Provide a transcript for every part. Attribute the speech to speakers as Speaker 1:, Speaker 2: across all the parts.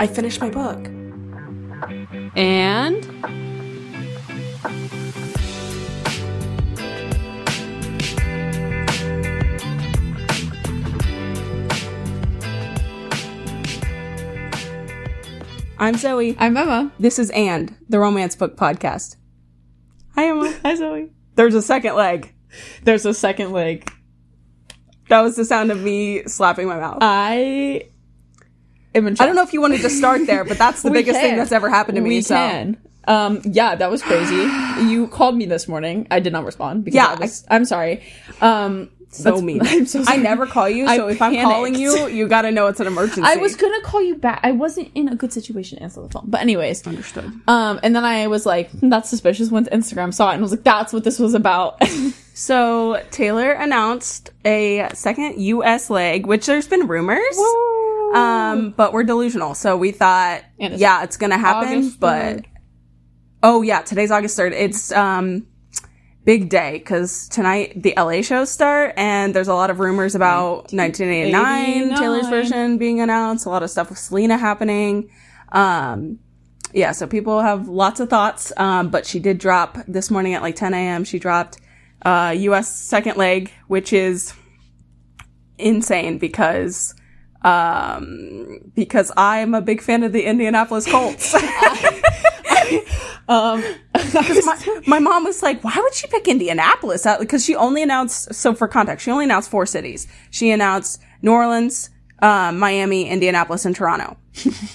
Speaker 1: I finished my book.
Speaker 2: And
Speaker 1: I'm Zoe.
Speaker 2: I'm Emma.
Speaker 1: This is And, the romance book podcast. Hi, Emma.
Speaker 2: Hi, Zoe.
Speaker 1: There's a second leg.
Speaker 2: There's a second leg.
Speaker 1: That was the sound of me slapping my mouth.
Speaker 2: I am in
Speaker 1: I don't know if you wanted to start there, but that's the
Speaker 2: We
Speaker 1: biggest
Speaker 2: can.
Speaker 1: thing that's ever happened to me.
Speaker 2: We
Speaker 1: so
Speaker 2: can. Um, yeah, that was crazy. you called me this morning. I did not respond because
Speaker 1: Yeah,
Speaker 2: I was, I, am sorry. Um,
Speaker 1: so
Speaker 2: that's-
Speaker 1: mean.
Speaker 2: I'm so sorry.
Speaker 1: I never call you,
Speaker 2: I
Speaker 1: so if I'm calling you, you gotta know it's an emergency.
Speaker 2: I was gonna call you back. I wasn't in a good situation to answer the phone. But anyways,
Speaker 1: understood.
Speaker 2: um, and then I was like, "Hmm, "That's suspicious." Once Instagram saw it and was like, "That's what this was about."
Speaker 1: So Taylor announced a second U.S. leg, which there's been rumors. Um, but we're delusional, so we thought,
Speaker 2: And it's
Speaker 1: yeah, it's gonna happen.
Speaker 2: August
Speaker 1: but
Speaker 2: 3rd.
Speaker 1: oh yeah, today's August third. It's um big day because tonight the LA shows start, and there's a lot of rumors about 1989 Taylor's
Speaker 2: 89.
Speaker 1: version being announced. A lot of stuff with Selena happening. Um, yeah, so people have lots of thoughts. Um, but she did drop this morning at like 10 a.m. She dropped uh, U.S. second leg, which is insane because um, because I'm a big fan of the Indianapolis Colts.
Speaker 2: um,
Speaker 1: my, my mom was like, "Why would she pick Indianapolis?" Because she only announced. So for context, she only announced four cities. She announced New Orleans, uh, Miami, Indianapolis, and Toronto.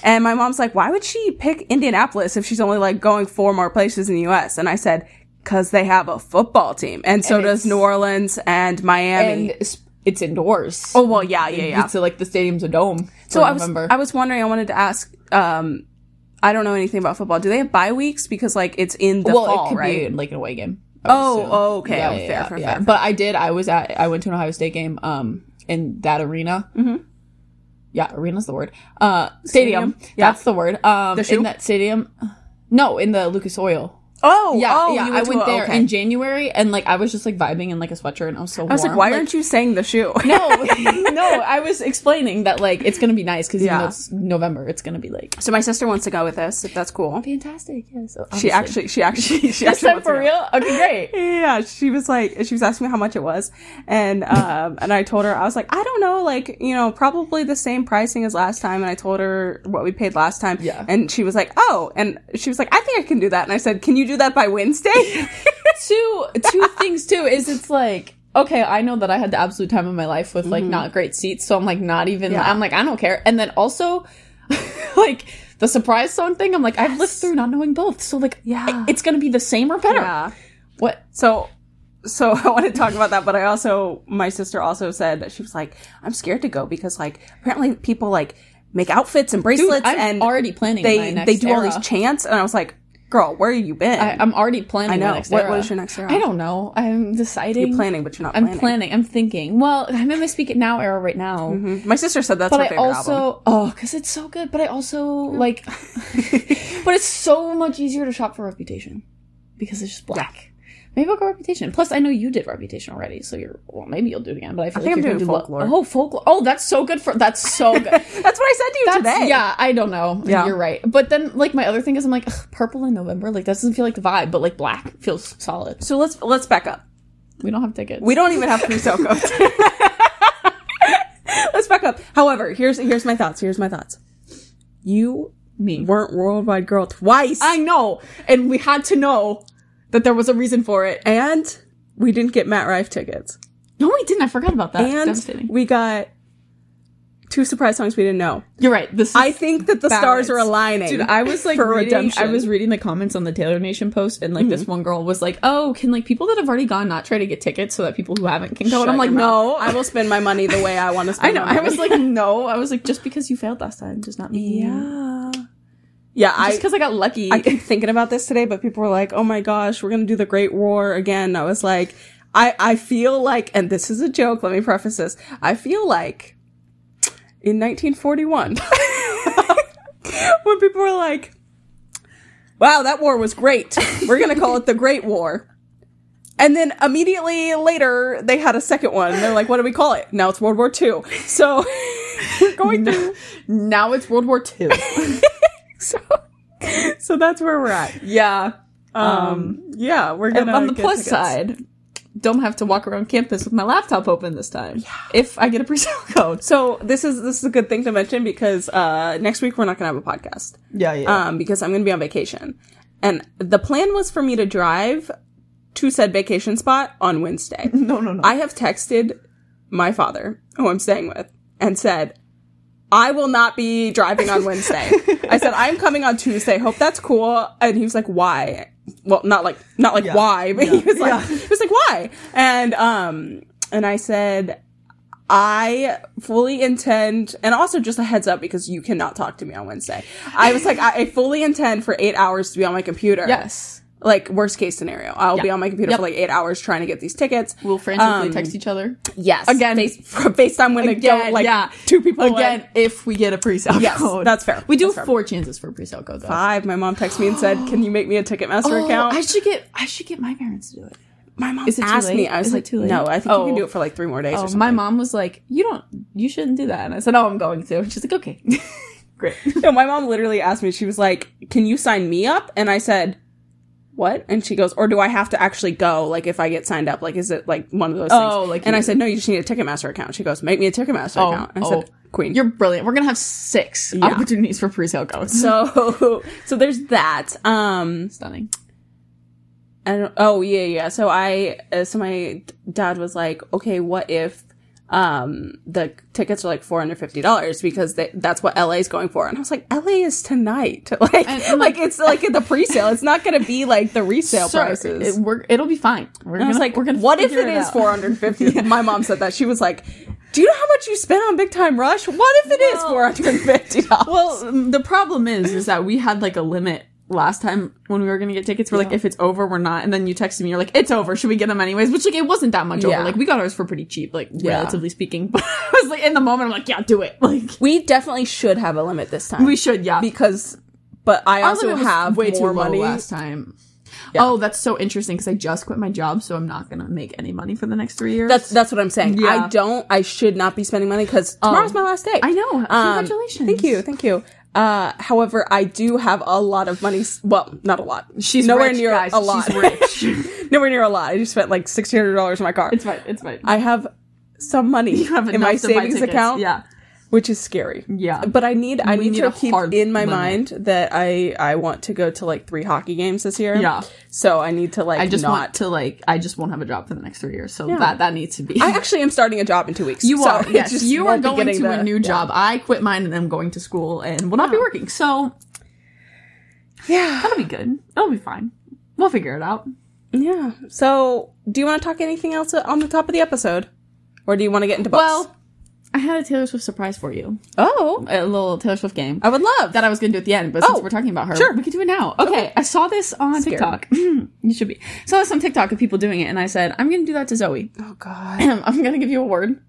Speaker 1: and my mom's like, "Why would she pick Indianapolis if she's only like going four more places in the U.S.?" And I said. Because they have a football team, and so
Speaker 2: And
Speaker 1: does
Speaker 2: it's-
Speaker 1: New Orleans and Miami.
Speaker 2: and it's- it's indoors.
Speaker 1: oh well, yeah, yeah, yeah.
Speaker 2: It's like the stadium's a dome.
Speaker 1: So
Speaker 2: for
Speaker 1: I was
Speaker 2: November.
Speaker 1: I was wondering. I wanted to ask. Um, I don't know anything about football. Do they have bye weeks because like it's in the
Speaker 2: well,
Speaker 1: fall,
Speaker 2: it could
Speaker 1: right?
Speaker 2: be in, like an away game. I would
Speaker 1: Oh,
Speaker 2: assume.
Speaker 1: oh, okay.
Speaker 2: Yeah,
Speaker 1: Oh,
Speaker 2: yeah,
Speaker 1: fair,
Speaker 2: yeah,
Speaker 1: fair,
Speaker 2: yeah.
Speaker 1: fair, fair.
Speaker 2: But I did. I was at. I went to an Ohio State game. Um, in that arena. Mm-hmm. Yeah, arena's the word. Uh, stadium.
Speaker 1: Stadium, yeah.
Speaker 2: That's the word. Um,
Speaker 1: The shoe?
Speaker 2: in that stadium. No, in the Lucas Oil.
Speaker 1: Oh,
Speaker 2: Yeah,
Speaker 1: oh,
Speaker 2: yeah.
Speaker 1: you
Speaker 2: I
Speaker 1: to
Speaker 2: went
Speaker 1: a-
Speaker 2: there
Speaker 1: okay.
Speaker 2: in January, and like I was just like vibing in like a sweatshirt, and I was so.
Speaker 1: I was like, why aren't you saying the shoe? No.
Speaker 2: no, no. I was explaining that like it's gonna be nice because even
Speaker 1: Yeah.
Speaker 2: though it's November, it's gonna be like
Speaker 1: so my sister wants to go with us. If that's cool.
Speaker 2: fantastic. Yes,
Speaker 1: She actually, she actually, she
Speaker 2: This
Speaker 1: actually
Speaker 2: time
Speaker 1: wants to
Speaker 2: for
Speaker 1: go.
Speaker 2: real? Okay, great.
Speaker 1: Yeah, she was like, she was asking me how much it was, and um, and I told her I was like, I don't know, like you know, probably the same pricing as last time, and I told her what we paid last time,
Speaker 2: Yeah.
Speaker 1: and she was like, oh, and she was like, I think I can do that, and I said, can you do that by Wednesday?
Speaker 2: two two things too is it's like okay i know that i had the absolute time of my life with like not great seats so i'm like not even
Speaker 1: Mm-hmm. Yeah.
Speaker 2: i'm like i don't care and then also like the surprise song thing i'm like i've lived through not knowing both so like
Speaker 1: Yeah.
Speaker 2: it's gonna be the same or better
Speaker 1: yeah.
Speaker 2: what
Speaker 1: So, so I want to talk about that, but I also, my sister also said that she was like, I'm scared to go because like apparently people like make outfits and
Speaker 2: dude
Speaker 1: bracelets
Speaker 2: i'm
Speaker 1: and
Speaker 2: already planning my
Speaker 1: they
Speaker 2: next
Speaker 1: they do all
Speaker 2: era.
Speaker 1: these chants, and I was like, girl, where have you been?
Speaker 2: I, i'm already planning
Speaker 1: I
Speaker 2: my
Speaker 1: know.
Speaker 2: next
Speaker 1: What-
Speaker 2: era.
Speaker 1: what is your next era?
Speaker 2: i don't know i'm deciding
Speaker 1: You're planning, but you're not
Speaker 2: i'm
Speaker 1: planning.
Speaker 2: planning i'm thinking well i'm in my speak it now era right now
Speaker 1: Mhm. My sister said that's
Speaker 2: but
Speaker 1: her
Speaker 2: I
Speaker 1: favorite
Speaker 2: also
Speaker 1: album. Mm-hmm.
Speaker 2: oh, because it's so good. But I also like, but it's so much easier to shop for Reputation because it's just black. Maybe I'll go Reputation. Plus, I know you did Reputation already, so you're well. Maybe you'll do it again. But I feel
Speaker 1: think
Speaker 2: like
Speaker 1: I'm
Speaker 2: you're
Speaker 1: doing
Speaker 2: gonna
Speaker 1: Folklore.
Speaker 2: Do, lo- oh, folklore. Oh, that's so good for. That's so good.
Speaker 1: That's what I said to you
Speaker 2: That's,
Speaker 1: today.
Speaker 2: yeah, I don't know.
Speaker 1: Yeah.
Speaker 2: You're right. But then, like, my other thing is, I'm like, ugh, purple in November. Like, that doesn't feel like the vibe. But like, black feels solid.
Speaker 1: So let's let's back up.
Speaker 2: We don't have tickets.
Speaker 1: We don't even have free sale codes. let's back up. However, here's here's my thoughts. Here's my thoughts. You
Speaker 2: me.
Speaker 1: weren't worldwide girl twice.
Speaker 2: I know, and we had to know that there was a reason for it.
Speaker 1: And we didn't get Matt Rife tickets.
Speaker 2: No, we didn't. I forgot about that.
Speaker 1: And
Speaker 2: Devastating.
Speaker 1: we got two surprise songs we didn't know.
Speaker 2: You're right. This is
Speaker 1: I think that the stars
Speaker 2: Balance.
Speaker 1: are aligning.
Speaker 2: Dude, I was like
Speaker 1: for
Speaker 2: reading,
Speaker 1: redemption. Mm-hmm.
Speaker 2: I was reading the comments on the Taylor Nation post, and like this one girl was like, "Oh, can like people that have already gone not try to get tickets so that people who haven't can go?" and I'm like, "No."
Speaker 1: I will spend my money the way I want to
Speaker 2: I
Speaker 1: spend.
Speaker 2: know.
Speaker 1: my
Speaker 2: I
Speaker 1: money.
Speaker 2: was like, "No." I was like, "Just because you failed last time does not mean
Speaker 1: yeah, yeah.
Speaker 2: Just
Speaker 1: I
Speaker 2: because I, got lucky."
Speaker 1: I keep thinking about this today, but people were like, "Oh my gosh, we're gonna do the Great War again." I was like, I I feel like, and this is a joke. Let me preface this. I feel like in 1941 when people were like. Wow, that war was great. We're going to call it the Great War. And then immediately later, they had a second one. They're like, what do we call it? Now it's World War II. So We're going through.
Speaker 2: now it's World War Two.
Speaker 1: So, so that's where we're at.
Speaker 2: yeah.
Speaker 1: Um, yeah, we're gonna
Speaker 2: on the
Speaker 1: get
Speaker 2: plus
Speaker 1: tickets.
Speaker 2: side, don't have to walk around campus with my laptop open this time. If I get a pre-sale code.
Speaker 1: So this is this is a good thing to mention because uh, next week we're not gonna have a podcast.
Speaker 2: Yeah, yeah.
Speaker 1: um, because I'm going to be on vacation. And the plan was for me to drive to said vacation spot on Wednesday.
Speaker 2: no, no, no.
Speaker 1: I have texted my father, who I'm staying with, and said, I will not be driving on Wednesday. I said, I'm coming on Tuesday. Hope that's cool. And he was like, why? Well, not like, not like
Speaker 2: Yeah.
Speaker 1: why, but he was like,
Speaker 2: Yeah.
Speaker 1: he was like, why? And, um, and I said, I fully intend, and also just a heads up because you cannot talk to me on Wednesday. I was like, I, I fully intend for eight hours to be on my computer.
Speaker 2: yes.
Speaker 1: Like worst case scenario, I'll be on my computer
Speaker 2: Yep.
Speaker 1: for like eight hours trying to get these tickets.
Speaker 2: We'll frantically
Speaker 1: Um,
Speaker 2: text each other.
Speaker 1: Yes.
Speaker 2: Again.
Speaker 1: Face, from FaceTime when again,
Speaker 2: Again,
Speaker 1: go like
Speaker 2: yeah.
Speaker 1: two people
Speaker 2: Again,
Speaker 1: away.
Speaker 2: if we get a pre-sale
Speaker 1: Yes,
Speaker 2: code.
Speaker 1: that's fair.
Speaker 2: We do
Speaker 1: That's
Speaker 2: have
Speaker 1: fair.
Speaker 2: four chances for a pre-sale code though.
Speaker 1: Five. My mom texted me and said, "Can you make me a Ticketmaster
Speaker 2: Oh,
Speaker 1: account?"
Speaker 2: I should get I should get my parents to do it.
Speaker 1: my mom
Speaker 2: Is it too
Speaker 1: asked me.
Speaker 2: late?
Speaker 1: I was
Speaker 2: Is it
Speaker 1: like,
Speaker 2: too late?
Speaker 1: "No, I think you
Speaker 2: Oh.
Speaker 1: can do it for like three more days." or
Speaker 2: Oh,
Speaker 1: something.
Speaker 2: my mom was like, "You don't, you shouldn't do that," and I said, "Oh, I'm going to." And she's like, "Okay, great."
Speaker 1: No, my mom literally asked me. She was like, "Can you sign me up?" And I said, "What?" And she goes, "Or do I have to actually go? Like, if I get signed up, like, is it like one of those?"
Speaker 2: Oh,
Speaker 1: things?
Speaker 2: like
Speaker 1: And
Speaker 2: you-
Speaker 1: I said, "No, you just need a Ticketmaster account." She goes, "Make me a Ticketmaster
Speaker 2: Oh,
Speaker 1: account." And I said,
Speaker 2: oh.
Speaker 1: "Queen."
Speaker 2: You're brilliant. We're gonna have six opportunities for pre-sale codes.
Speaker 1: so, so there's that. Um,
Speaker 2: Stunning.
Speaker 1: I don't, oh yeah, yeah. So I, uh, so my d- dad was like, okay, what if, um, the tickets are like four hundred fifty dollars because they, that's what LA is going for, and I was like, LA is tonight, like,
Speaker 2: And- and,
Speaker 1: like
Speaker 2: like-
Speaker 1: it's like at the pre-sale, it's not going to be like the resale
Speaker 2: Sir,
Speaker 1: prices.
Speaker 2: It, we're, it'll be fine. We're
Speaker 1: I
Speaker 2: gonna,
Speaker 1: was like,
Speaker 2: we're gonna
Speaker 1: what if
Speaker 2: figure
Speaker 1: it is
Speaker 2: out.
Speaker 1: four hundred fifty? My mom said that she was like, do you know how much you spent on Big Time Rush? What if it is
Speaker 2: Well-
Speaker 1: four hundred fifty dollars?
Speaker 2: Well, um, the problem is, is that we had like a limit last time when we were gonna get tickets. We're like, if it's over, we're not. And then you texted me, you're like, it's over. Should we get them anyways? Which like, it wasn't that much
Speaker 1: Yeah.
Speaker 2: over. Like, we got ours for pretty cheap, like relatively speaking. But I was like, in the moment, I'm like, yeah, do it. Like,
Speaker 1: we definitely should have a limit this time.
Speaker 2: we should, yeah.
Speaker 1: because, but I
Speaker 2: Our
Speaker 1: also
Speaker 2: limit was
Speaker 1: have way more
Speaker 2: low
Speaker 1: money.
Speaker 2: last time. Oh, that's so interesting because I just quit my job, so I'm not gonna make any money for the next three years.
Speaker 1: That's that's what I'm saying.
Speaker 2: Yeah. Oh.
Speaker 1: I don't. I should not be spending money because tomorrow's my last day.
Speaker 2: I know.
Speaker 1: Um,
Speaker 2: Congratulations.
Speaker 1: Thank you. Thank you. Uh, however, I do have a lot of money. s- Well, not a lot.
Speaker 2: she's
Speaker 1: nowhere
Speaker 2: rich,
Speaker 1: near
Speaker 2: guys.
Speaker 1: a lot.
Speaker 2: She's rich.
Speaker 1: nowhere near a lot. I just spent like sixteen hundred dollars on my car.
Speaker 2: it's fine. It's fine.
Speaker 1: I have some money
Speaker 2: You have
Speaker 1: in my
Speaker 2: enough to buy
Speaker 1: savings
Speaker 2: tickets.
Speaker 1: account,
Speaker 2: Yeah.
Speaker 1: which is scary.
Speaker 2: Yeah.
Speaker 1: But I need I
Speaker 2: We
Speaker 1: need,
Speaker 2: need
Speaker 1: to
Speaker 2: a
Speaker 1: keep
Speaker 2: hard
Speaker 1: in my
Speaker 2: limit.
Speaker 1: mind that I I want to go to like three hockey games this year.
Speaker 2: Yeah.
Speaker 1: So I need to like
Speaker 2: I just
Speaker 1: not.
Speaker 2: want to like. I just won't have a job for the next three years. So that that needs to be.
Speaker 1: I actually am starting a job in two weeks.
Speaker 2: you
Speaker 1: so
Speaker 2: are.
Speaker 1: it
Speaker 2: Yes.
Speaker 1: just
Speaker 2: You are
Speaker 1: won't be
Speaker 2: going to
Speaker 1: getting the-
Speaker 2: a new job. I quit mine and I'm going to school and will not be working. So
Speaker 1: Yeah.
Speaker 2: that'll be good. It'll be fine. We'll figure it out.
Speaker 1: Yeah. So, do you want to talk anything else on the top of the episode, or do you want to get into books?
Speaker 2: Well, I had a Taylor Swift surprise for you.
Speaker 1: oh,
Speaker 2: A little Taylor Swift game.
Speaker 1: I would love
Speaker 2: that I was going to do at the end, but since
Speaker 1: Oh,
Speaker 2: we're talking about her,
Speaker 1: sure.
Speaker 2: we could do it now. Okay, I saw this on TikTok. you should be. I saw this on TikTok of people doing it, and I said, I'm going to do that to Zoe.
Speaker 1: Oh God,
Speaker 2: I'm going to give you a word.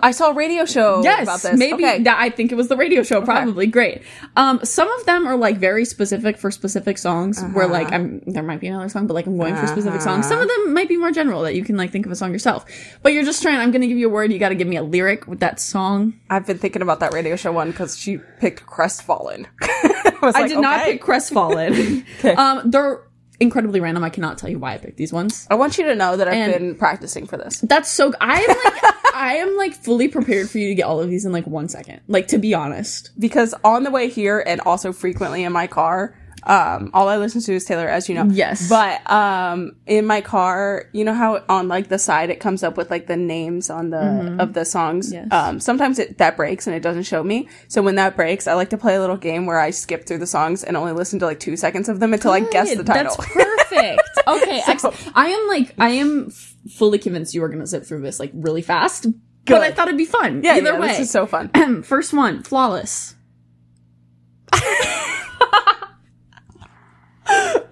Speaker 1: I saw a radio show
Speaker 2: Yes,
Speaker 1: about this.
Speaker 2: maybe
Speaker 1: Okay.
Speaker 2: that I think it was the radio show. Probably great. Um, some of them are like very specific for specific songs. Where like
Speaker 1: Uh-huh.
Speaker 2: I'm, there might be another song, but like I'm going for specific songs. Some of them might be more general that you can like think of a song yourself. But you're just trying. I'm going to give you a word. You got to give me a lyric with that song.
Speaker 1: I've been thinking about that radio show one because she picked crestfallen. I, was
Speaker 2: I
Speaker 1: like,
Speaker 2: did not
Speaker 1: okay.
Speaker 2: pick crestfallen. um, they're incredibly random. I cannot tell you why I picked these ones.
Speaker 1: I want you to know that I've
Speaker 2: And-
Speaker 1: been practicing for this.
Speaker 2: That's so. I am like, I am like fully prepared for you to get all of these in like one second. Like to be honest,
Speaker 1: because on the way here and also frequently in my car, um, all I listen to is Taylor, as you know.
Speaker 2: Yes.
Speaker 1: But um, in my car, you know how on like the side it comes up with like the names on the of the songs.
Speaker 2: Mm-hmm. Yes.
Speaker 1: Um, sometimes it that breaks and it doesn't show me. So when that breaks, I like to play a little game where I skip through the songs and only listen to like two seconds of them until I guess the
Speaker 2: Good.
Speaker 1: title.
Speaker 2: That's perfect. Okay, excellent. I am like, I am f- fully convinced you are going to zip through this like really fast. But I
Speaker 1: Good.
Speaker 2: thought it'd be fun.
Speaker 1: yeah,
Speaker 2: Either
Speaker 1: yeah,
Speaker 2: way,
Speaker 1: this is so fun.
Speaker 2: first one, flawless.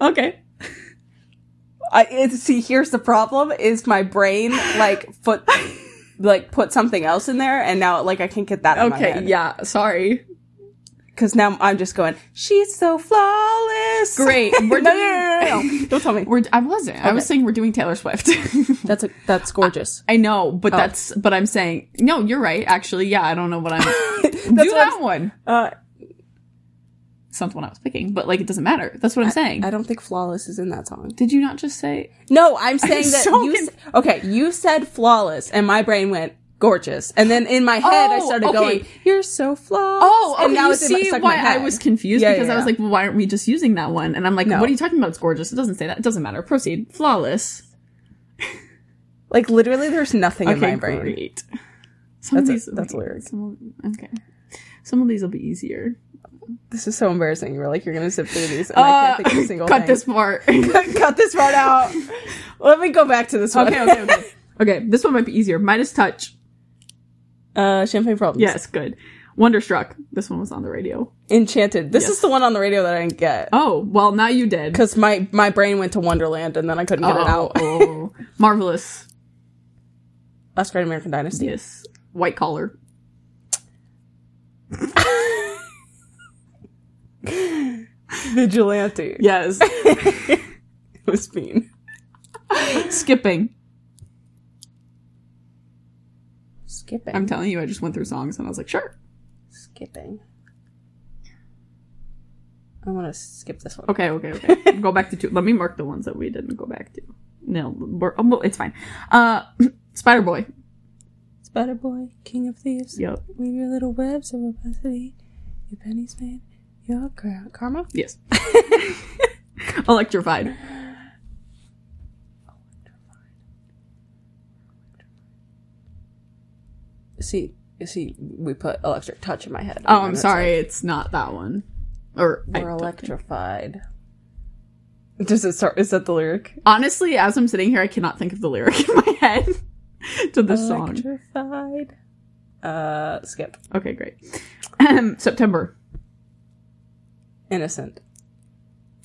Speaker 2: okay.
Speaker 1: I it, see. Here's the problem: is my brain like foot like put something else in there, and now like I can't get that. out of my
Speaker 2: Okay.
Speaker 1: head.
Speaker 2: Yeah. Sorry.
Speaker 1: Because now I'm just going, she's so flawless.
Speaker 2: Great.
Speaker 1: We're
Speaker 2: We're
Speaker 1: no,
Speaker 2: doing-
Speaker 1: no, no, no, no, no. Don't tell me.
Speaker 2: We're, I wasn't. I was saying we're doing Taylor Swift.
Speaker 1: That's a, that's gorgeous.
Speaker 2: I know,
Speaker 1: Oh.
Speaker 2: but that's but I'm saying no. You're right. Actually, yeah. I don't know what I'm. do
Speaker 1: what
Speaker 2: that
Speaker 1: I'm-
Speaker 2: one.
Speaker 1: Uh,
Speaker 2: It's not the one I was picking, but like it doesn't matter. That's what I'm saying.
Speaker 1: I don't think flawless is in that song.
Speaker 2: Did you not just say?
Speaker 1: No, I'm saying that
Speaker 2: so
Speaker 1: you.
Speaker 2: conf-
Speaker 1: s- okay, you said flawless, and my brain went gorgeous, and then in my head I
Speaker 2: Oh,
Speaker 1: started
Speaker 2: okay.
Speaker 1: going, "You're so flawless."
Speaker 2: Oh, okay.
Speaker 1: and
Speaker 2: you
Speaker 1: it's in my-
Speaker 2: see
Speaker 1: stuck in my
Speaker 2: why I
Speaker 1: head.
Speaker 2: was confused
Speaker 1: Yeah,
Speaker 2: because
Speaker 1: yeah,
Speaker 2: I was
Speaker 1: yeah.
Speaker 2: like, well, why aren't we just using that one? And I'm like,
Speaker 1: No.
Speaker 2: what are you talking about? It's gorgeous. It doesn't say that. It doesn't matter. Proceed. Flawless.
Speaker 1: like literally, there's nothing in my brain.
Speaker 2: great. Some of
Speaker 1: That's
Speaker 2: these
Speaker 1: a-
Speaker 2: will
Speaker 1: that's
Speaker 2: be-
Speaker 1: lyric.
Speaker 2: some will- okay. Some of these will be easier.
Speaker 1: This is so embarrassing. You were like, "You're gonna zip through these," and I can't
Speaker 2: Uh,
Speaker 1: think of a single
Speaker 2: cut
Speaker 1: thing.
Speaker 2: this part.
Speaker 1: cut this part out. Let me go back to this one.
Speaker 2: Okay, okay, okay. okay, this one might be easier. Midas Touch.
Speaker 1: Uh, Champagne Problems.
Speaker 2: Yes, good. Wonderstruck. This one was on the radio.
Speaker 1: Enchanted. This
Speaker 2: Yes.
Speaker 1: is the one on the radio that I didn't get
Speaker 2: Oh, well, now you did.
Speaker 1: because my my brain went to Wonderland and then I couldn't get it
Speaker 2: Oh,
Speaker 1: out.
Speaker 2: oh. Marvelous.
Speaker 1: Last Great American Dynasty.
Speaker 2: Yes. White collar.
Speaker 1: Vigilante.
Speaker 2: Yes.
Speaker 1: It was mean.
Speaker 2: Skipping.
Speaker 1: Skipping.
Speaker 2: I'm telling you, I just went through songs and I was like, sure.
Speaker 1: skipping. I want to skip this one.
Speaker 2: Okay, okay, okay. go back to two. Let me mark the ones that we didn't go back to. No, we're, oh, well, it's fine. Uh, Spider Boy.
Speaker 1: Spider Boy, King of Thieves,
Speaker 2: Yep.
Speaker 1: weave your little webs of opacity. Your pennies made your car- karma.
Speaker 2: Yes. Electrified.
Speaker 1: See, see, we put electric touch in my head.
Speaker 2: Oh, I'm sorry, it's not that one. Or I
Speaker 1: We're
Speaker 2: don't-
Speaker 1: electrified. Does it start? Is that the lyric?
Speaker 2: honestly, as I'm sitting here, I cannot think of the lyric in my head to this song.
Speaker 1: Electrified. Uh, skip.
Speaker 2: Okay, great. Um, September.
Speaker 1: Innocent.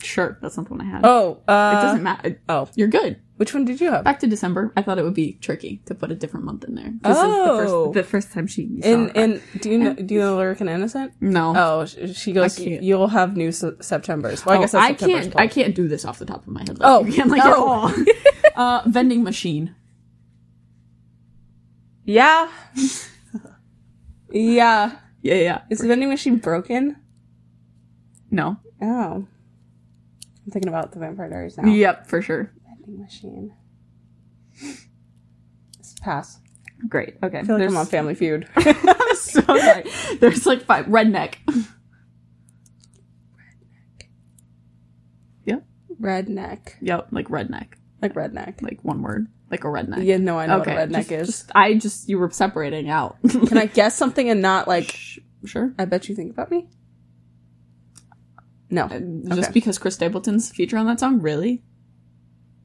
Speaker 2: Sure, that's not the one I had.
Speaker 1: Oh, uh,
Speaker 2: it doesn't matter.
Speaker 1: Oh,
Speaker 2: You're good.
Speaker 1: which one did you have?
Speaker 2: Back to December. I thought it would be tricky to put a different month in there. This is the
Speaker 1: Oh.
Speaker 2: first, the first time she saw
Speaker 1: In
Speaker 2: her.
Speaker 1: in do you know do you know the lyric in Innocent?
Speaker 2: no.
Speaker 1: Oh, sh- she goes.
Speaker 2: I can't.
Speaker 1: You'll have new se- September's. Well, I
Speaker 2: Oh,
Speaker 1: guess that's
Speaker 2: I
Speaker 1: September's
Speaker 2: can't.
Speaker 1: poem.
Speaker 2: I can't do this off the top of my head.
Speaker 1: Oh,
Speaker 2: like, again, like, at
Speaker 1: no.
Speaker 2: all. uh, vending machine.
Speaker 1: Yeah. yeah.
Speaker 2: Yeah, yeah.
Speaker 1: Is the vending machine broken?
Speaker 2: No.
Speaker 1: Oh. I'm thinking about the Vampire Diaries now.
Speaker 2: Yep, for sure.
Speaker 1: Vending machine. It's pass.
Speaker 2: Great. Okay.
Speaker 1: I feel like
Speaker 2: There's,
Speaker 1: I'm on Family Feud.
Speaker 2: I'm so sorry. There's like five. Redneck. Yep.
Speaker 1: redneck.
Speaker 2: Yep. Like redneck.
Speaker 1: Like redneck.
Speaker 2: Like one word. Like a redneck.
Speaker 1: Yeah, no, I know what a redneck
Speaker 2: just-
Speaker 1: is.
Speaker 2: just- I just you were separating out.
Speaker 1: Can I guess something and not like,
Speaker 2: sure.
Speaker 1: I bet you think about me? No.
Speaker 2: Uh, Just
Speaker 1: Okay.
Speaker 2: because Chris Stapleton's feature on that song, really?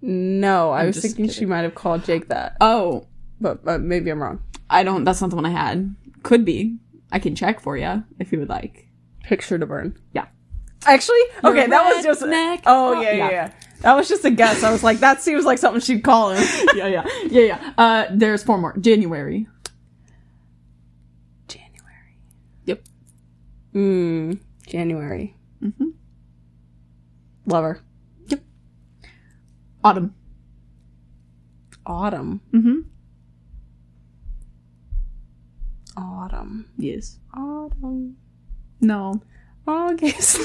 Speaker 1: No, I
Speaker 2: I'm
Speaker 1: was
Speaker 2: just
Speaker 1: thinking she
Speaker 2: kidding.
Speaker 1: might have called Jake that,
Speaker 2: Oh,
Speaker 1: but, but maybe I'm wrong.
Speaker 2: I don't. That's not the one I had. Could be. I can check for you if you would like.
Speaker 1: Picture to burn.
Speaker 2: Yeah.
Speaker 1: Actually,
Speaker 2: You're
Speaker 1: okay,
Speaker 2: a
Speaker 1: that was just
Speaker 2: redneck.
Speaker 1: Oh yeah, yeah,
Speaker 2: Yeah.
Speaker 1: yeah. That was just a guess. I was like, that seems like something she'd call him.
Speaker 2: yeah, yeah, yeah, yeah. Uh, there's four more. January.
Speaker 1: January.
Speaker 2: Yep.
Speaker 1: Mm, January.
Speaker 2: hmm
Speaker 1: Lover.
Speaker 2: Autumn.
Speaker 1: Autumn.
Speaker 2: Mm-hmm.
Speaker 1: Autumn.
Speaker 2: Yes.
Speaker 1: Autumn.
Speaker 2: No.
Speaker 1: August. you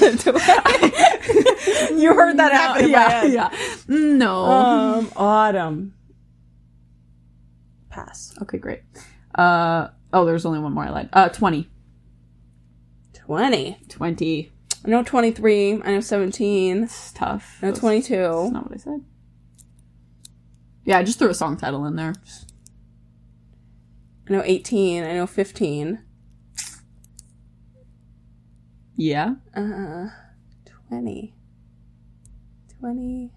Speaker 1: heard that happen in my
Speaker 2: yeah,
Speaker 1: head.
Speaker 2: yeah. Mm, Uh. No.
Speaker 1: Um, autumn. Pass.
Speaker 2: okay, great. Uh, oh, there's only one more I lied. Uh, twenty.
Speaker 1: 20.
Speaker 2: Twenty.
Speaker 1: I know 23. I know 17.
Speaker 2: It's tough.
Speaker 1: I know
Speaker 2: That's- That's
Speaker 1: 22.
Speaker 2: not what I said. Yeah, I just threw a song title in there.
Speaker 1: I know 18. I know 15.
Speaker 2: Yeah.
Speaker 1: Uh, 20. 20.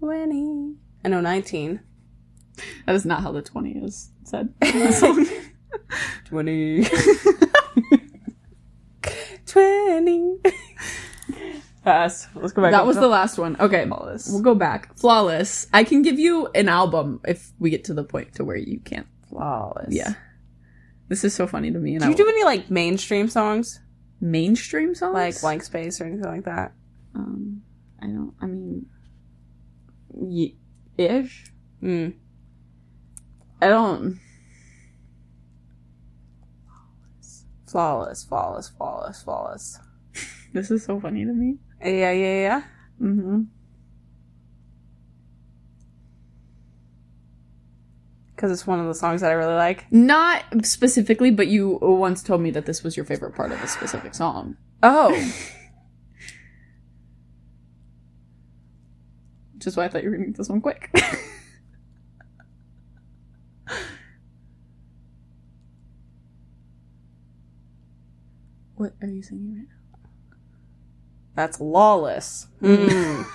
Speaker 1: 20. I know 19.
Speaker 2: That is not how the twenty is said.
Speaker 1: 20. 20. Pass. Let's go back.
Speaker 2: That was the last one. Okay. We'll go back. Flawless. I can give you an album if we get to the point to where you can't.
Speaker 1: flawless.
Speaker 2: Yeah. This is so funny to me. And
Speaker 1: Do
Speaker 2: I
Speaker 1: you do any like mainstream songs?
Speaker 2: mainstream songs?
Speaker 1: Like Blank Space or anything like that?
Speaker 2: Um, I don't. I mean, y- ish.
Speaker 1: Mm.
Speaker 2: I don't.
Speaker 1: Flawless, flawless, flawless, flawless.
Speaker 2: This is so funny to me.
Speaker 1: Yeah, yeah, yeah.
Speaker 2: Mm-hmm.
Speaker 1: Because it's one of the songs that I really like.
Speaker 2: Not specifically, but you once told me that this was your favorite part of a specific song.
Speaker 1: Oh,
Speaker 2: Which is why I thought you were gonna get this one quick. what are you singing right now?
Speaker 1: that's lawless. Mm.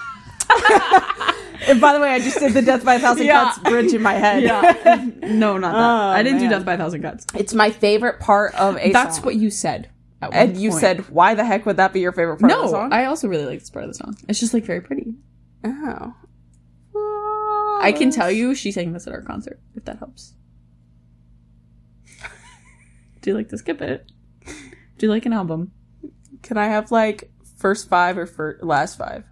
Speaker 1: and by the way, I just did the Death by a Thousand
Speaker 2: Yeah.
Speaker 1: Cuts bridge in my head.
Speaker 2: Yeah. no, not that.
Speaker 1: Oh,
Speaker 2: I didn't
Speaker 1: man.
Speaker 2: do Death by a Thousand Cuts.
Speaker 1: It's my favorite part of a
Speaker 2: That's
Speaker 1: song.
Speaker 2: what you said. at one
Speaker 1: And you
Speaker 2: point.
Speaker 1: said, why the heck would that be your favorite part of the
Speaker 2: No,
Speaker 1: song?
Speaker 2: I also really like this part of the song. It's just like very pretty.
Speaker 1: oh.
Speaker 2: I can tell you she sang this at our concert, if that helps. Do you like to skip it? Do you like an album?
Speaker 1: Can I have like first five or fir- last five?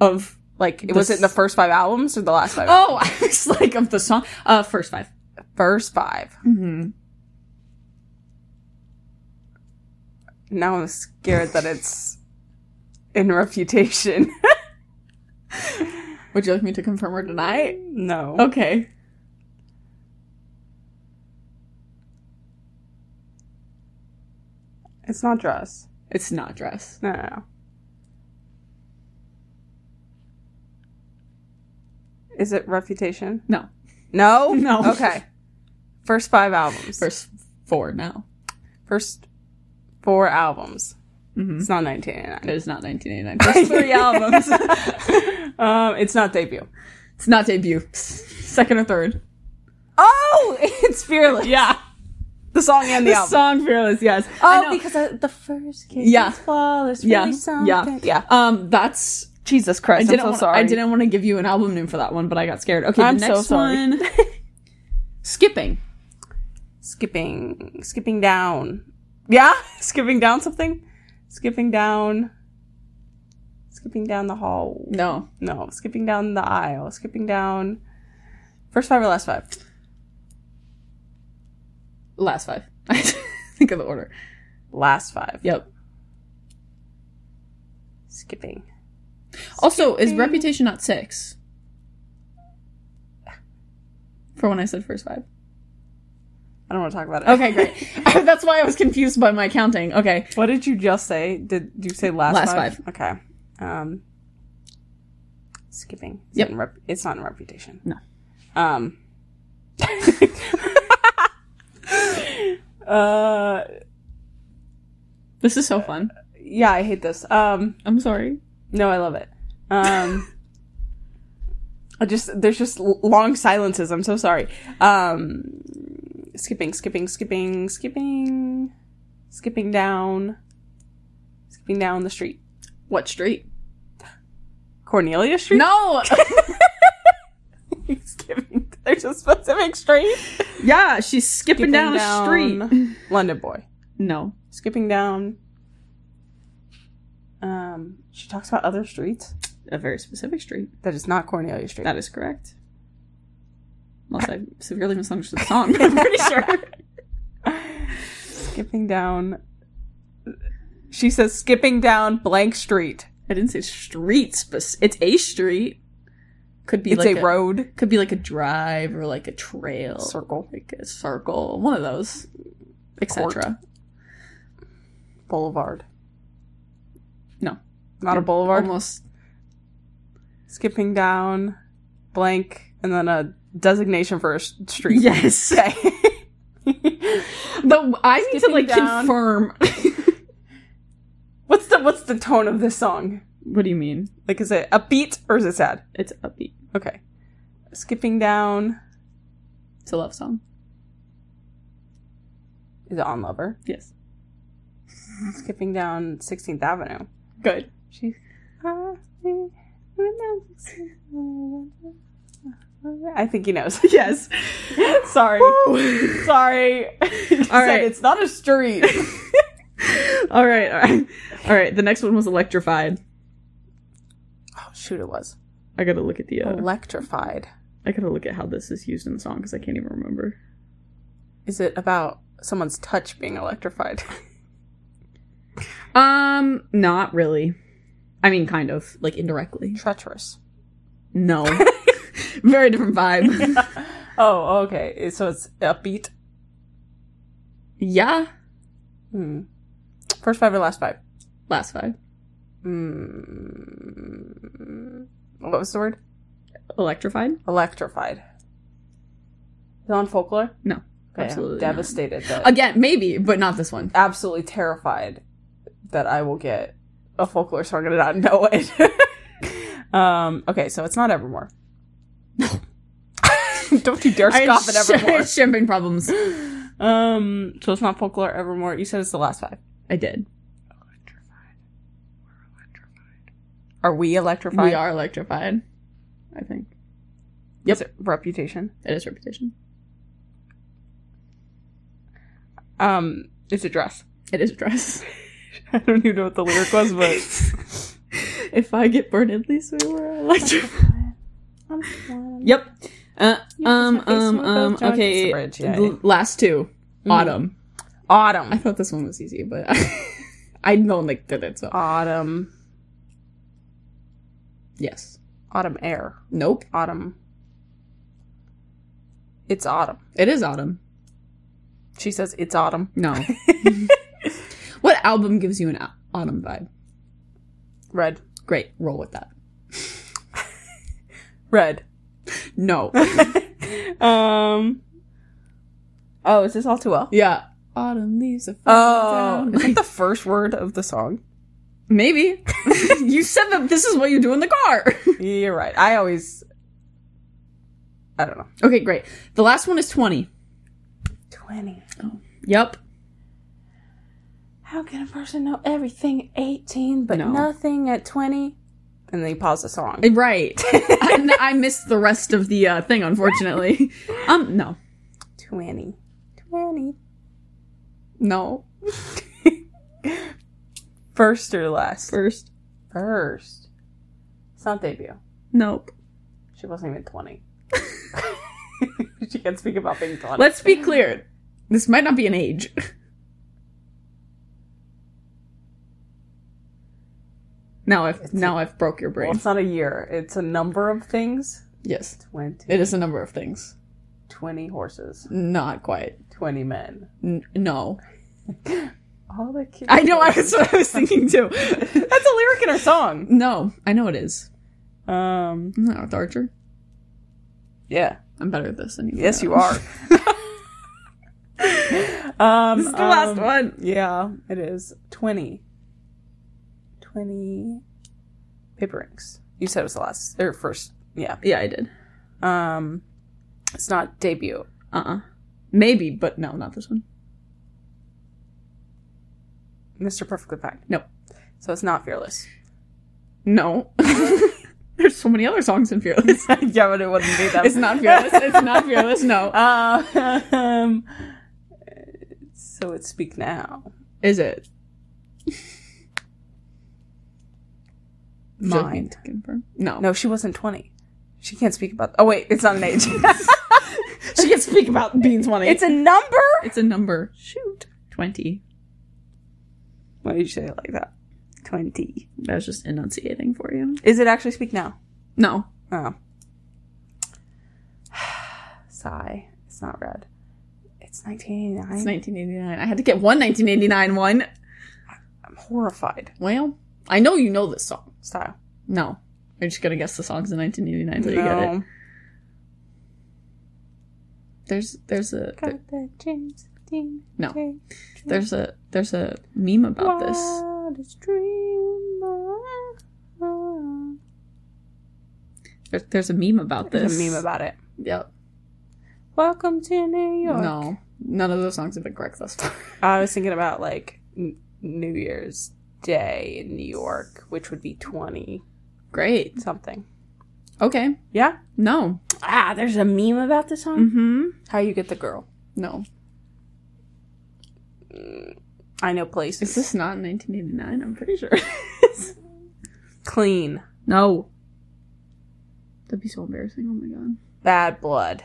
Speaker 2: Of
Speaker 1: Like, it was it
Speaker 2: s-
Speaker 1: in the first five albums or the last five?
Speaker 2: Oh, I was like of the song. Uh first five.
Speaker 1: First five.
Speaker 2: Mm-hmm.
Speaker 1: Now I'm scared that it's in reputation.
Speaker 2: Would you like me to confirm or deny?
Speaker 1: no.
Speaker 2: Okay.
Speaker 1: It's not dress.
Speaker 2: It's not dress.
Speaker 1: No, no, no. Is it reputation?
Speaker 2: No.
Speaker 1: No?
Speaker 2: No.
Speaker 1: Okay. First five albums.
Speaker 2: First four now.
Speaker 1: First four albums.
Speaker 2: Mm-hmm.
Speaker 1: It's not 1989.
Speaker 2: It is not 1989. First three albums.
Speaker 1: um, it's not debut.
Speaker 2: It's not debut. Second or third.
Speaker 1: Oh, it's Fearless.
Speaker 2: Yeah.
Speaker 1: The song and the,
Speaker 2: The
Speaker 1: album.
Speaker 2: song Fearless, yes. I
Speaker 1: Oh,
Speaker 2: know.
Speaker 1: because I, the first kiss
Speaker 2: Yeah.
Speaker 1: was flawless. Really
Speaker 2: Yeah.
Speaker 1: something. Yeah.
Speaker 2: um that's
Speaker 1: Jesus
Speaker 2: I
Speaker 1: Christ, I
Speaker 2: didn't
Speaker 1: am so
Speaker 2: wanna,
Speaker 1: sorry.
Speaker 2: I didn't want to give you an album name for that one, but I got scared. Okay,
Speaker 1: I'm
Speaker 2: the
Speaker 1: so
Speaker 2: next
Speaker 1: sorry.
Speaker 2: one. Skipping.
Speaker 1: Skipping, skipping down. Yeah? Skipping down something? Skipping down. Skipping down the hall.
Speaker 2: No.
Speaker 1: No, skipping down the aisle. Skipping down. First five or last five?
Speaker 2: Last five. I think of the order.
Speaker 1: Last five.
Speaker 2: Yep.
Speaker 1: Skipping.
Speaker 2: Also, is
Speaker 1: Skipping.
Speaker 2: reputation not six? For when I said first five.
Speaker 1: I don't want to talk about it.
Speaker 2: Okay, great. That's why I was confused by my counting. Okay.
Speaker 1: What did you just say? Did, did you say last,
Speaker 2: Last
Speaker 1: Okay. Um, skipping. Is
Speaker 2: Yep.
Speaker 1: it in rep- it's not in reputation.
Speaker 2: No.
Speaker 1: Um. uh,
Speaker 2: This is so fun.
Speaker 1: yeah, I hate this. Um,
Speaker 2: I'm sorry.
Speaker 1: no, I love it. Um, I just there's just l- long silences. I'm so sorry. Um, skipping, skipping, skipping, skipping, skipping down, skipping down the street.
Speaker 2: What street?
Speaker 1: Cornelia Street.
Speaker 2: No!
Speaker 1: He's giving. There's a specific street.
Speaker 2: yeah, she's skipping,
Speaker 1: Skipping
Speaker 2: down, a street.
Speaker 1: down- London boy.
Speaker 2: No.
Speaker 1: Skipping down. Um, she talks about other streets
Speaker 2: A very specific street.
Speaker 1: that is not Cornelia Street.
Speaker 2: That is correct. Unless I severely misunderstood the song, but I'm pretty sure.
Speaker 1: skipping down. She says skipping down blank street.
Speaker 2: I didn't say streets, but it's a street. Could be
Speaker 1: It's
Speaker 2: like
Speaker 1: a, road
Speaker 2: Could be like a drive or like a trail,
Speaker 1: circle
Speaker 2: like a circle, one of those, etc.
Speaker 1: boulevard.
Speaker 2: No.
Speaker 1: not a boulevard.
Speaker 2: Almost
Speaker 1: Skipping down blank and then a designation for a s- street.
Speaker 2: yes. the I need to
Speaker 1: Skipping
Speaker 2: like
Speaker 1: down.
Speaker 2: confirm.
Speaker 1: What's the what's the tone of this song?
Speaker 2: what do you mean?
Speaker 1: Like, is it upbeat or is it sad?
Speaker 2: It's upbeat.
Speaker 1: Okay. Skipping down.
Speaker 2: It's a love song.
Speaker 1: Is it on Lover?
Speaker 2: Yes.
Speaker 1: Skipping down 16th Avenue.
Speaker 2: Good.
Speaker 1: She's. I think he knows.
Speaker 2: Yes.
Speaker 1: Sorry.
Speaker 2: Woo.
Speaker 1: Sorry. All
Speaker 2: right.
Speaker 1: It's not a street. all right, all right, all right. The next one was electrified. Oh shoot, it was
Speaker 2: I gotta look at the. Uh,
Speaker 1: electrified.
Speaker 2: I gotta look at how this is used in the song because I can't even remember.
Speaker 1: Is it about someone's touch being electrified?
Speaker 2: Um, not really. I mean, kind of like indirectly.
Speaker 1: Treacherous.
Speaker 2: No, very different vibe.
Speaker 1: Oh, okay. So it's upbeat.
Speaker 2: yeah,
Speaker 1: Hmm. First five or last five?
Speaker 2: last vibe.
Speaker 1: Mm. What was the word?
Speaker 2: Electrified.
Speaker 1: Electrified. Is it on folklore?
Speaker 2: No,
Speaker 1: Okay,
Speaker 2: absolutely
Speaker 1: I'm
Speaker 2: not.
Speaker 1: devastated that.
Speaker 2: Again, maybe, but not this one.
Speaker 1: absolutely terrified that I will get a folklore song and not know it. um, okay, so it's not Evermore. Don't you dare
Speaker 2: I had
Speaker 1: scoff at
Speaker 2: sh- I
Speaker 1: Evermore.
Speaker 2: had champagne problems.
Speaker 1: Um, so it's not folklore Evermore. You said it's the last five.
Speaker 2: I did.
Speaker 1: Are we electrified?
Speaker 2: We are electrified. I think
Speaker 1: Yep. reputation.
Speaker 2: it is reputation.
Speaker 1: Um, it's a dress.
Speaker 2: It is a dress.
Speaker 1: I don't even know what the lyric was, but
Speaker 2: if I get burned, at least we were electrified. Yep. Uh, um, um, um, okay. The last two. Autumn. I
Speaker 1: Autumn.
Speaker 2: thought this one was easy, but I'm the one that did it, so.
Speaker 1: Autumn.
Speaker 2: Yes.
Speaker 1: Autumn air.
Speaker 2: Nope.
Speaker 1: Autumn. It's autumn.
Speaker 2: It is autumn.
Speaker 1: She says it's autumn.
Speaker 2: No. what album gives you an au- autumn vibe?
Speaker 1: Red.
Speaker 2: Great. Roll with that.
Speaker 1: Red.
Speaker 2: No.
Speaker 1: Um. Oh, is this all too well?
Speaker 2: yeah. Autumn leaves are
Speaker 1: Oh,
Speaker 2: falling
Speaker 1: is
Speaker 2: down.
Speaker 1: that the first word of the song?
Speaker 2: Maybe. you said that this is what you do in the car.
Speaker 1: You're right. I always. I don't know.
Speaker 2: okay, great. The last one is 20.
Speaker 1: Twenty.
Speaker 2: Oh. Yep.
Speaker 1: How can a person know everything at 18 but
Speaker 2: No.
Speaker 1: nothing at 20? And then he paused the song.
Speaker 2: Right. I, I missed the rest of the uh, thing, unfortunately. Um, no.
Speaker 1: 20. 20.
Speaker 2: No.
Speaker 1: First or last?
Speaker 2: First.
Speaker 1: First. It's not debut.
Speaker 2: Nope.
Speaker 1: She wasn't even 20. she can speak about being 20.
Speaker 2: Let's be clear. This might not be an age. Now I've now i I've broke your
Speaker 1: Well,
Speaker 2: brain.
Speaker 1: it's not a year, it's a number of things.
Speaker 2: Yes.
Speaker 1: 20.
Speaker 2: It is a number of things.
Speaker 1: 20 horses,
Speaker 2: Not quite.
Speaker 1: 20 men.
Speaker 2: N- no.
Speaker 1: All the kids.
Speaker 2: I know. I was what I was thinking too.
Speaker 1: That's a lyric in her song.
Speaker 2: no, I know it is.
Speaker 1: Um,
Speaker 2: I'm not with Archer.
Speaker 1: yeah.
Speaker 2: I'm better at this than you.
Speaker 1: Yes, you are. um,
Speaker 2: This is the last
Speaker 1: um,
Speaker 2: one.
Speaker 1: Yeah, it is. 20. 20 paper rings. You said it was the last, or first. Yeah.
Speaker 2: Yeah, I did.
Speaker 1: Um, it's not debut.
Speaker 2: Uh uh Maybe, but no, not this one.
Speaker 1: Mr. Perfectly Fine.
Speaker 2: No.
Speaker 1: So it's not Fearless.
Speaker 2: No. There's so many other songs in Fearless.
Speaker 1: yeah, but it wouldn't be that.
Speaker 2: It's not Fearless. It's not Fearless. No.
Speaker 1: um, so it's Speak Now.
Speaker 2: Is it? Would you like me
Speaker 1: Mind.
Speaker 2: to confirm? No.
Speaker 1: No, she wasn't 20. She can't speak about. Oh, wait, it's not an age.
Speaker 2: She can speak about being 20.
Speaker 1: it's a number?
Speaker 2: it's a number. Shoot. 20.
Speaker 1: Why did you say it like that? 20.
Speaker 2: I was just enunciating for you.
Speaker 1: Is it actually Speak Now?
Speaker 2: No.
Speaker 1: Oh. Sigh. It's not red. It's 1989.
Speaker 2: It's 1989. I had to get one 1989 one.
Speaker 1: I'm horrified.
Speaker 2: Well, I know you know this song.
Speaker 1: Style.
Speaker 2: No. You're just going to guess the songs in 1989 until you get it. There's, there's a, there-
Speaker 1: Got that James Dean.
Speaker 2: No.
Speaker 1: James
Speaker 2: there's a, there's a meme about this.
Speaker 1: Wildest dream of-
Speaker 2: There, there's a meme about this.
Speaker 1: There's a meme about it.
Speaker 2: Yep.
Speaker 1: Welcome to New York.
Speaker 2: No. None of those songs have been correct thus far.
Speaker 1: I was thinking about like n- New Year's Day in New York, which would be 20
Speaker 2: Great.
Speaker 1: something.
Speaker 2: Okay.
Speaker 1: Yeah?
Speaker 2: No.
Speaker 1: Ah, there's a meme about
Speaker 2: Mm.
Speaker 1: this song?
Speaker 2: Mm-hmm.
Speaker 1: How you get the girl.
Speaker 2: No.
Speaker 1: I know places.
Speaker 2: Is this not 1989? I'm pretty sure.
Speaker 1: clean?
Speaker 2: no. That'd be so embarrassing. Oh my god.
Speaker 1: Bad blood.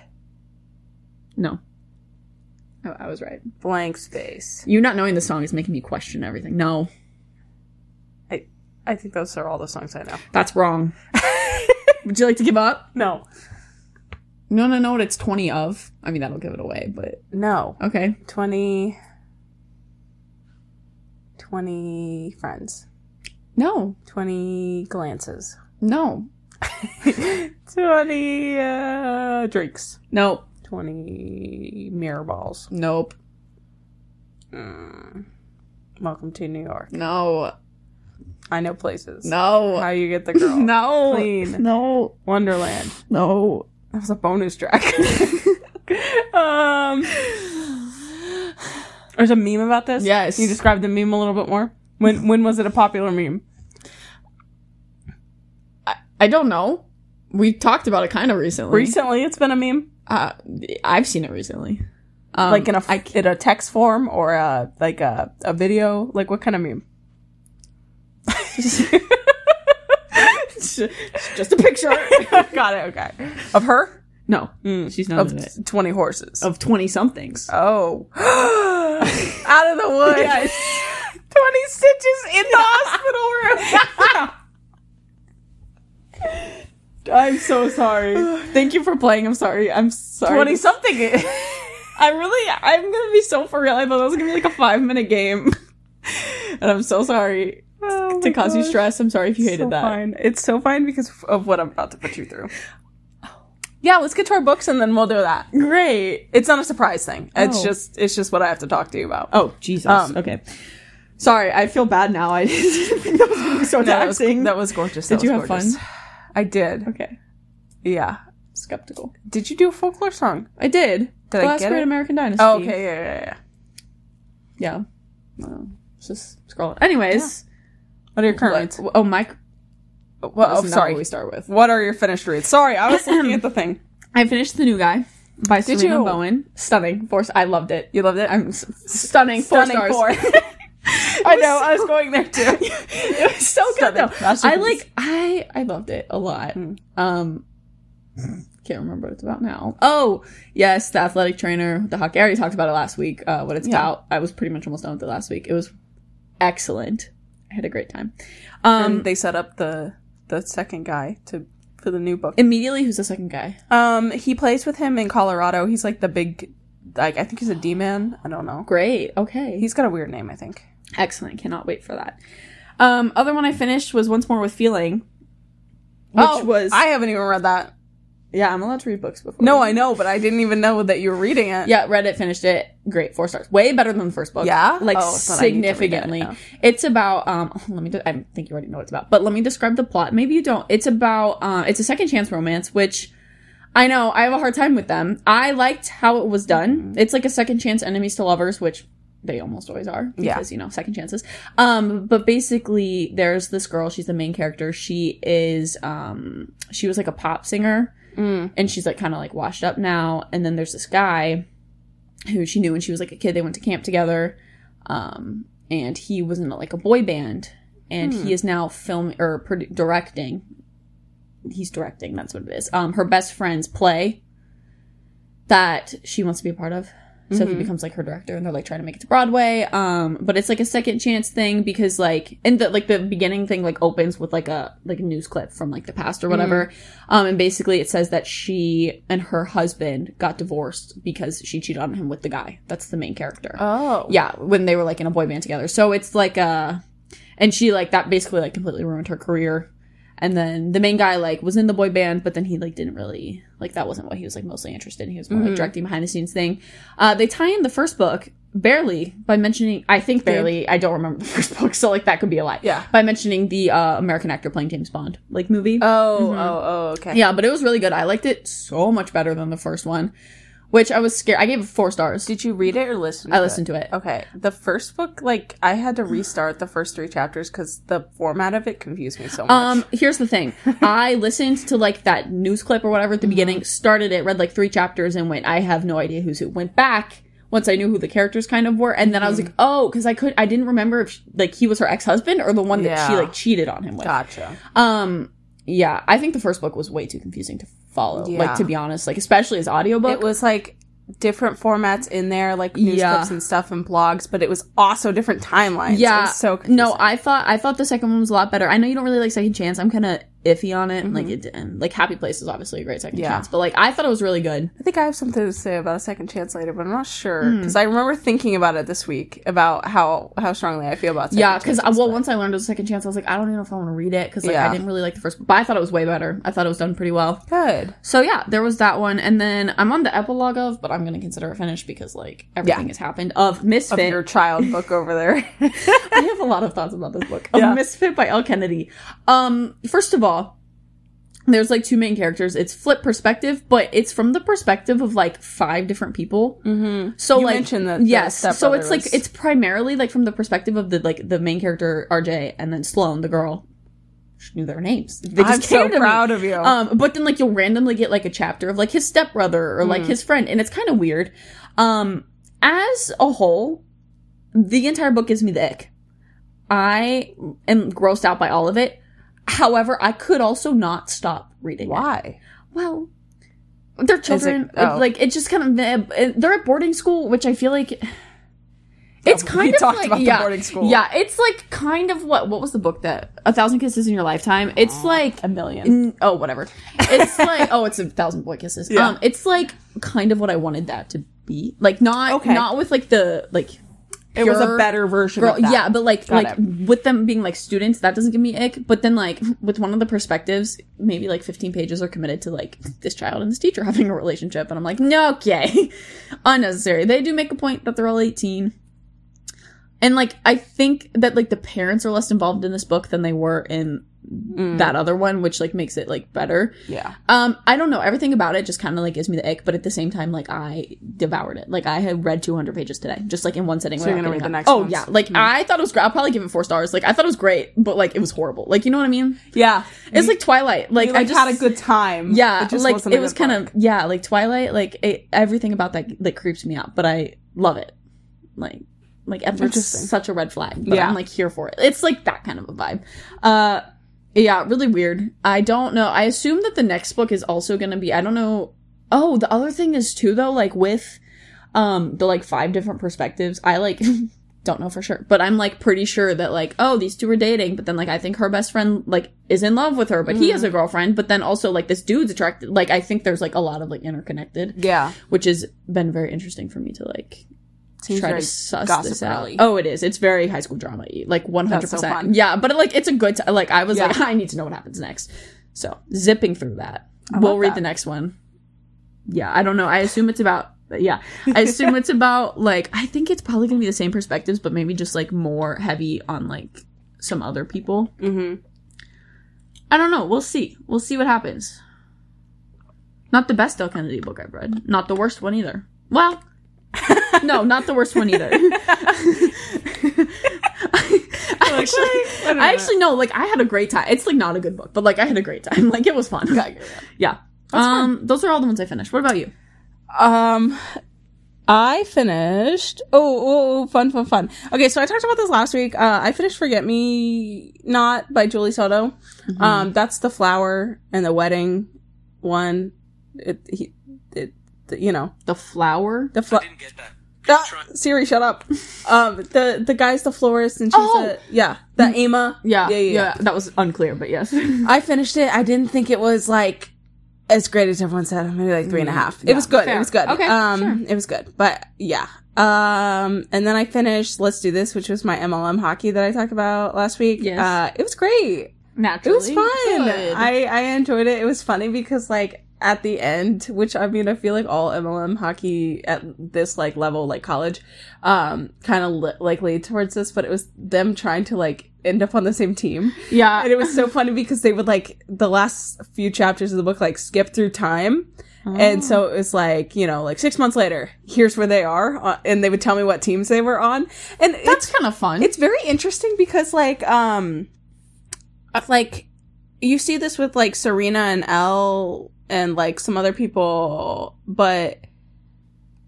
Speaker 2: No. Oh, I was right.
Speaker 1: Blank space.
Speaker 2: You not knowing the song is making me question everything. No,
Speaker 1: I think those are all the songs I know.
Speaker 2: that's wrong. Would you like to give up?
Speaker 1: No.
Speaker 2: No, no, no. It's 20 of. I mean, that'll give it away, but
Speaker 1: No.
Speaker 2: okay.
Speaker 1: 20. 20 friends.
Speaker 2: No,
Speaker 1: 20 glances.
Speaker 2: no,
Speaker 1: 20 uh, drinks.
Speaker 2: nope,
Speaker 1: 20 mirror balls.
Speaker 2: nope,
Speaker 1: Mm. Welcome to New York.
Speaker 2: no,
Speaker 1: I know places. How
Speaker 2: no,
Speaker 1: you get the girl.
Speaker 2: no,
Speaker 1: Clean.
Speaker 2: no,
Speaker 1: Wonderland.
Speaker 2: no.
Speaker 1: That was a bonus track. um, there's a meme about this.
Speaker 2: Yes.
Speaker 1: Can you describe the meme a little bit more? When when was it a popular meme?
Speaker 2: I don't know. We talked about it kind of recently.
Speaker 1: Recently, it's been a meme,
Speaker 2: uh, I've seen it recently. Um,
Speaker 1: like in a in a text form or a like a a video. Like what kind of meme?
Speaker 2: it's ju- it's just a picture.
Speaker 1: Got it. Okay. Of her
Speaker 2: no,
Speaker 1: Mm.
Speaker 2: she's not
Speaker 1: of
Speaker 2: in it.
Speaker 1: twenty horses.
Speaker 2: Of twenty somethings.
Speaker 1: oh, out of the woods.
Speaker 2: Yes.
Speaker 1: Twenty stitches in the hospital room.
Speaker 2: I'm so sorry. Thank you for playing. I'm sorry. I'm sorry.
Speaker 1: 20 something.
Speaker 2: I really, I'm gonna be so for real. I thought that was gonna be like a five minute game, and I'm so sorry to cause you stress. I'm sorry if you hated
Speaker 1: so
Speaker 2: that.
Speaker 1: Fine. Oh It's so fine because of what I'm about to put you through. Yeah, let's get to our books and then we'll do that.
Speaker 2: Great.
Speaker 1: It's not a surprise thing. It's
Speaker 2: Oh.
Speaker 1: just it's just what I have to talk to you about.
Speaker 2: Oh Jesus.
Speaker 1: Um,
Speaker 2: okay. Sorry, I feel bad now. I didn't think that was gonna be so
Speaker 1: No, that, was,
Speaker 2: taxing.
Speaker 1: that was gorgeous.
Speaker 2: Did
Speaker 1: That
Speaker 2: you
Speaker 1: was
Speaker 2: have
Speaker 1: gorgeous.
Speaker 2: fun?
Speaker 1: I did.
Speaker 2: okay.
Speaker 1: Yeah.
Speaker 2: Skeptical.
Speaker 1: Did you do a folklore song?
Speaker 2: I did.
Speaker 1: Did I
Speaker 2: the last
Speaker 1: get
Speaker 2: great
Speaker 1: it?
Speaker 2: American Dynasty.
Speaker 1: Oh, okay. Yeah, yeah, yeah.
Speaker 2: Yeah. Well, it's just scrolling. Anyways.
Speaker 1: What are your current
Speaker 2: what- oh, Mike.
Speaker 1: reads? Well, oh,
Speaker 2: that's not
Speaker 1: sorry.
Speaker 2: What we start with.
Speaker 1: What are your finished reads? Sorry, I was looking at the thing.
Speaker 2: I finished The New Guy by
Speaker 1: Did
Speaker 2: Serena
Speaker 1: you?
Speaker 2: Bowen. Stunning. Four. I loved it.
Speaker 1: You loved it?
Speaker 2: I'm s- stunning. Four
Speaker 1: Stunning
Speaker 2: stars.
Speaker 1: four. I know. I was going there too.
Speaker 2: it was so
Speaker 1: Stunning.
Speaker 2: good though. I
Speaker 1: Masterpiece.
Speaker 2: like. I I loved it a lot.
Speaker 1: Mm.
Speaker 2: Um. Can't remember what it's about now. Oh, yes, the athletic trainer, with the hockey. I already talked about it last week. Uh, what it's
Speaker 1: Yeah.
Speaker 2: about. I was pretty much almost done with it last week. It was excellent. I had a great time. Um,
Speaker 1: and they set up the the second guy to for the new book.
Speaker 2: immediately, who's the second guy?
Speaker 1: Um, he plays with him in Colorado. He's like the big, like I think he's a D man. I don't know.
Speaker 2: Great. Okay.
Speaker 1: He's got a weird name, I think.
Speaker 2: Excellent. Cannot wait for that. Um, other one I finished was Once More with Feeling, which was
Speaker 1: Oh, I haven't even read that.
Speaker 2: yeah. I'm allowed to read books before.
Speaker 1: No, I know, but I didn't even know that you were reading it.
Speaker 2: yeah. Read it, finished it. Great, four stars. Way better than the first book.
Speaker 1: Yeah?
Speaker 2: like
Speaker 1: Oh, so then I need to read it,
Speaker 2: significantly.
Speaker 1: yeah.
Speaker 2: It's about um. Let me. De- I think you already know what it's about, but let me describe the plot. Maybe you don't. It's about um. It's a second chance romance, which. I know, I have a hard time with them. I liked how it was done.
Speaker 1: Mm-hmm.
Speaker 2: It's like a second chance enemies to lovers, which they almost always are
Speaker 1: Yeah.
Speaker 2: because you know second chances um but basically there's this girl she's the main character she is um she was like a pop singer
Speaker 1: Mm.
Speaker 2: and she's like kind of like washed up now and then there's this guy who she knew when she was like a kid they went to camp together um and he was in like a boy band and
Speaker 1: Hmm.
Speaker 2: he is now film or produ- directing he's directing that's what it is um her best friend's play that she wants to be a part of so he
Speaker 1: Mhm.
Speaker 2: becomes like her director and they're like trying to make it to broadway um but it's like a second chance thing because like and the like the beginning thing like opens with like a like a news clip from like the past or whatever um and basically it says that she and her husband got divorced because she cheated on him with the guy that's the main character
Speaker 1: Oh,
Speaker 2: yeah when they were like in a boy band together so it's like uh and she like that basically like completely ruined her career and then the main guy like was in the boy band but then he like didn't really like that wasn't what he was like mostly interested in he was more
Speaker 1: Mhm.
Speaker 2: like directing behind the scenes thing uh they tie in the first book barely by mentioning i think barely i don't remember the first book so like that could be a lie
Speaker 1: Yeah.
Speaker 2: by mentioning the uh american actor playing james bond like movie
Speaker 1: Oh,
Speaker 2: Mhm.
Speaker 1: oh, oh. Okay.
Speaker 2: yeah but it was really good i liked it so much better than the first one which i was scared i gave it four stars
Speaker 1: Did you read it or listen? To
Speaker 2: i
Speaker 1: it?
Speaker 2: listened to it
Speaker 1: Okay, the first book, like I had to restart the first three chapters because the format of it confused me so much.
Speaker 2: Um, here's the thing. I listened to like that
Speaker 1: Mm-hmm.
Speaker 2: news clip or whatever at the beginning, started it, read like three chapters, and went, I have no idea who's who. Went back, once I knew who the characters kind of were, and then I was
Speaker 1: Mm-hmm.
Speaker 2: like, oh, because I could I didn't remember if sh like he was her ex husband or the one that she
Speaker 1: Yeah.
Speaker 2: like cheated on him with.
Speaker 1: Gotcha.
Speaker 2: Um, yeah, I think the first book was way too confusing to follow.
Speaker 1: Yeah.
Speaker 2: Like to be honest, like especially as audiobook.
Speaker 1: It was like different formats in there, like news
Speaker 2: Yeah.
Speaker 1: clips and stuff and blogs, but it was also different timelines. It
Speaker 2: yeah,
Speaker 1: was so
Speaker 2: no,
Speaker 1: confusing.
Speaker 2: I thought I thought the second one was a lot better. I know you don't really like Second Chance. I'm kind of iffy on it, and like it didn't. Like Happy Place is obviously a great Second
Speaker 1: Mm-hmm. Yeah.
Speaker 2: Chance, but like I thought it was really good.
Speaker 1: I think I have something to say about a second chance later, but I'm not sure
Speaker 2: Hmm.
Speaker 1: because I remember thinking about it this week about how how strongly I feel about. Second
Speaker 2: yeah, because
Speaker 1: chances,
Speaker 2: well,
Speaker 1: but-
Speaker 2: once I learned it was Second Chance, I was like, I don't even know if I want to read it because like
Speaker 1: Yeah.
Speaker 2: I didn't really like the first, but I thought it was way better. I thought it was done pretty well.
Speaker 1: good.
Speaker 2: So yeah, there was that one, and then I'm on the epilogue of, but I'm gonna consider it finished because like everything has happened of
Speaker 1: Of
Speaker 2: Misfit.
Speaker 1: your child book over there.
Speaker 2: I have a lot of thoughts about this book.
Speaker 1: Yeah.
Speaker 2: A Misfit by L. Kennedy. Um, first of all, there's like two main characters. It's flip perspective, but it's from the perspective of like five different people.
Speaker 1: mm-hmm.
Speaker 2: So
Speaker 1: You
Speaker 2: like
Speaker 1: mentioned that the
Speaker 2: yes, so
Speaker 1: stepbrother
Speaker 2: it's like
Speaker 1: was-
Speaker 2: it's primarily like from the perspective of the like the main character RJ and then Sloane, the girl. She knew their names. They just
Speaker 1: I'm
Speaker 2: came
Speaker 1: so
Speaker 2: to me.
Speaker 1: proud of you.
Speaker 2: Um, but then like you'll randomly get like a chapter of like his stepbrother or
Speaker 1: Hmm.
Speaker 2: like his friend, and it's kind of weird. Um, as a whole, the entire book gives me the ick. I am grossed out by all of it. However, I could also not stop reading. it.
Speaker 1: Why?
Speaker 2: Well, they're children.
Speaker 1: oh.
Speaker 2: Like it just kind of they're at boarding school, which I feel like it's
Speaker 1: we
Speaker 2: kind of
Speaker 1: talked
Speaker 2: like
Speaker 1: about the
Speaker 2: yeah,
Speaker 1: boarding school.
Speaker 2: yeah. It's like kind of what what was the book that a thousand kisses in your lifetime? It's
Speaker 1: Oh,
Speaker 2: like
Speaker 1: A million.
Speaker 2: Mm, oh whatever it's like oh it's a thousand boy kisses
Speaker 1: Yeah.
Speaker 2: um it's like kind of what i wanted that to be like not
Speaker 1: Okay.
Speaker 2: not with like the like
Speaker 1: It was a
Speaker 2: pure
Speaker 1: better version
Speaker 2: girl
Speaker 1: of that.
Speaker 2: yeah but like
Speaker 1: Got
Speaker 2: like
Speaker 1: it.
Speaker 2: with them being like students that doesn't give me ick but then like with one of the perspectives maybe like 15 pages are committed to like this child and this teacher having a relationship and i'm like no okay unnecessary they do make a point that they're all 18 and like i think that like the parents are less involved in this book than they were in
Speaker 1: Mm.
Speaker 2: that other one which like makes it like better
Speaker 1: Yeah.
Speaker 2: um, I don't know. Everything about it just kind of like gives me the ick, but at the same time, like I devoured it. Like I had read 200 pages today, just like in one sitting.
Speaker 1: So you're
Speaker 2: without
Speaker 1: gonna
Speaker 2: getting
Speaker 1: read
Speaker 2: up.
Speaker 1: the next Mm.
Speaker 2: Oh
Speaker 1: ones?
Speaker 2: yeah. Like I thought it was great. I'll probably give it four stars. Like I thought it was great, but like it was horrible. Like you know what I mean?
Speaker 1: Yeah.
Speaker 2: It's like Twilight. Like,
Speaker 1: You, like,
Speaker 2: I just
Speaker 1: had a good time.
Speaker 2: yeah.
Speaker 1: It just
Speaker 2: like
Speaker 1: wasn't a
Speaker 2: it was
Speaker 1: good
Speaker 2: kind of yeah. Like Twilight. Like it, everything about that like creeps me out, but I love it. Like. Like everyone's
Speaker 1: Interesting.
Speaker 2: such a red flag, but
Speaker 1: Yeah.
Speaker 2: I'm like here for it. It's like that kind of a vibe. Uh, yeah, really weird. I don't know. I assume that the next book is also going to be I don't know. Oh, the other thing is too though like with um the like five different perspectives. I like don't know for sure, but I'm like pretty sure that like oh, these two are dating, but then like I think her best friend like is in love with her, but he has a girlfriend, but then also like this dude's attracted like I think there's like a lot of like interconnected,
Speaker 1: Yeah.
Speaker 2: which has been very interesting for me to like
Speaker 1: Seems
Speaker 2: try
Speaker 1: very
Speaker 2: to suss
Speaker 1: gossip
Speaker 2: this out.
Speaker 1: alley.
Speaker 2: Oh, it is. It's very high school drama. Like one hundred
Speaker 1: fun.
Speaker 2: percent. Yeah, but like it's a good. T- like I was
Speaker 1: Yeah.
Speaker 2: like, I need to know what happens next. So zipping through that,
Speaker 1: I
Speaker 2: we'll
Speaker 1: love
Speaker 2: read
Speaker 1: that.
Speaker 2: the next one. Yeah, I don't know. I assume it's about. Yeah, I assume it's about like I think it's probably gonna be the same perspectives, but maybe just like more heavy on like some other people.
Speaker 1: hmm
Speaker 2: I don't know. We'll see. We'll see what happens. Not the best Del Kennedy book I've read. Not the worst one either. Well, no, not the worst one either. I, I
Speaker 1: I don't
Speaker 2: actually,
Speaker 1: know.
Speaker 2: I actually no. Like I had a great time. It's like not a good book, but like I had a great time. Like it was fun. Yeah. Um, those are all the ones I finished. What about you?
Speaker 1: Um, I finished. Oh, oh, oh, fun, fun, fun. Okay, so I talked about this last week. Uh, I finished "Forget Me Not" by Julie Soto. Um, that's the flower and the wedding one. It, he, it, you know,
Speaker 2: The flower.
Speaker 1: the flower.
Speaker 3: didn't get that.
Speaker 1: Siri, shut up. Um, the the guy's the florist, and she's
Speaker 2: Oh!
Speaker 1: a, yeah, the Ama.
Speaker 2: Yeah,
Speaker 1: Mm-hmm. yeah, yeah.
Speaker 2: That was unclear, but yes.
Speaker 1: I finished it. I didn't think it was like as great as everyone said. Maybe like three and a half. It was good.
Speaker 2: Mm. fair.
Speaker 1: It was good.
Speaker 2: Okay,
Speaker 1: Um,
Speaker 2: sure.
Speaker 1: it was good. But yeah. Um, and then I finished Let's Do This, which was my MLM hockey that I talked about last week.
Speaker 2: Yes.
Speaker 1: Uh, it was great. It
Speaker 2: Naturally,
Speaker 1: was fun. I, I enjoyed it. It was funny because like at the end, which I mean, I feel like all MLM hockey at this like level, like college, um, kind of li- like lead towards this, but it was them trying to like end up on the same team
Speaker 2: yeah.
Speaker 1: and it was so funny because they would like the last few chapters of the book like skip through time and so it was like you know like six months later here's where they are uh, and they would tell me what teams they were on and
Speaker 2: that's
Speaker 1: it's
Speaker 2: kind of fun.
Speaker 1: it's very interesting because like um like you see this with like serena and l and like some other people but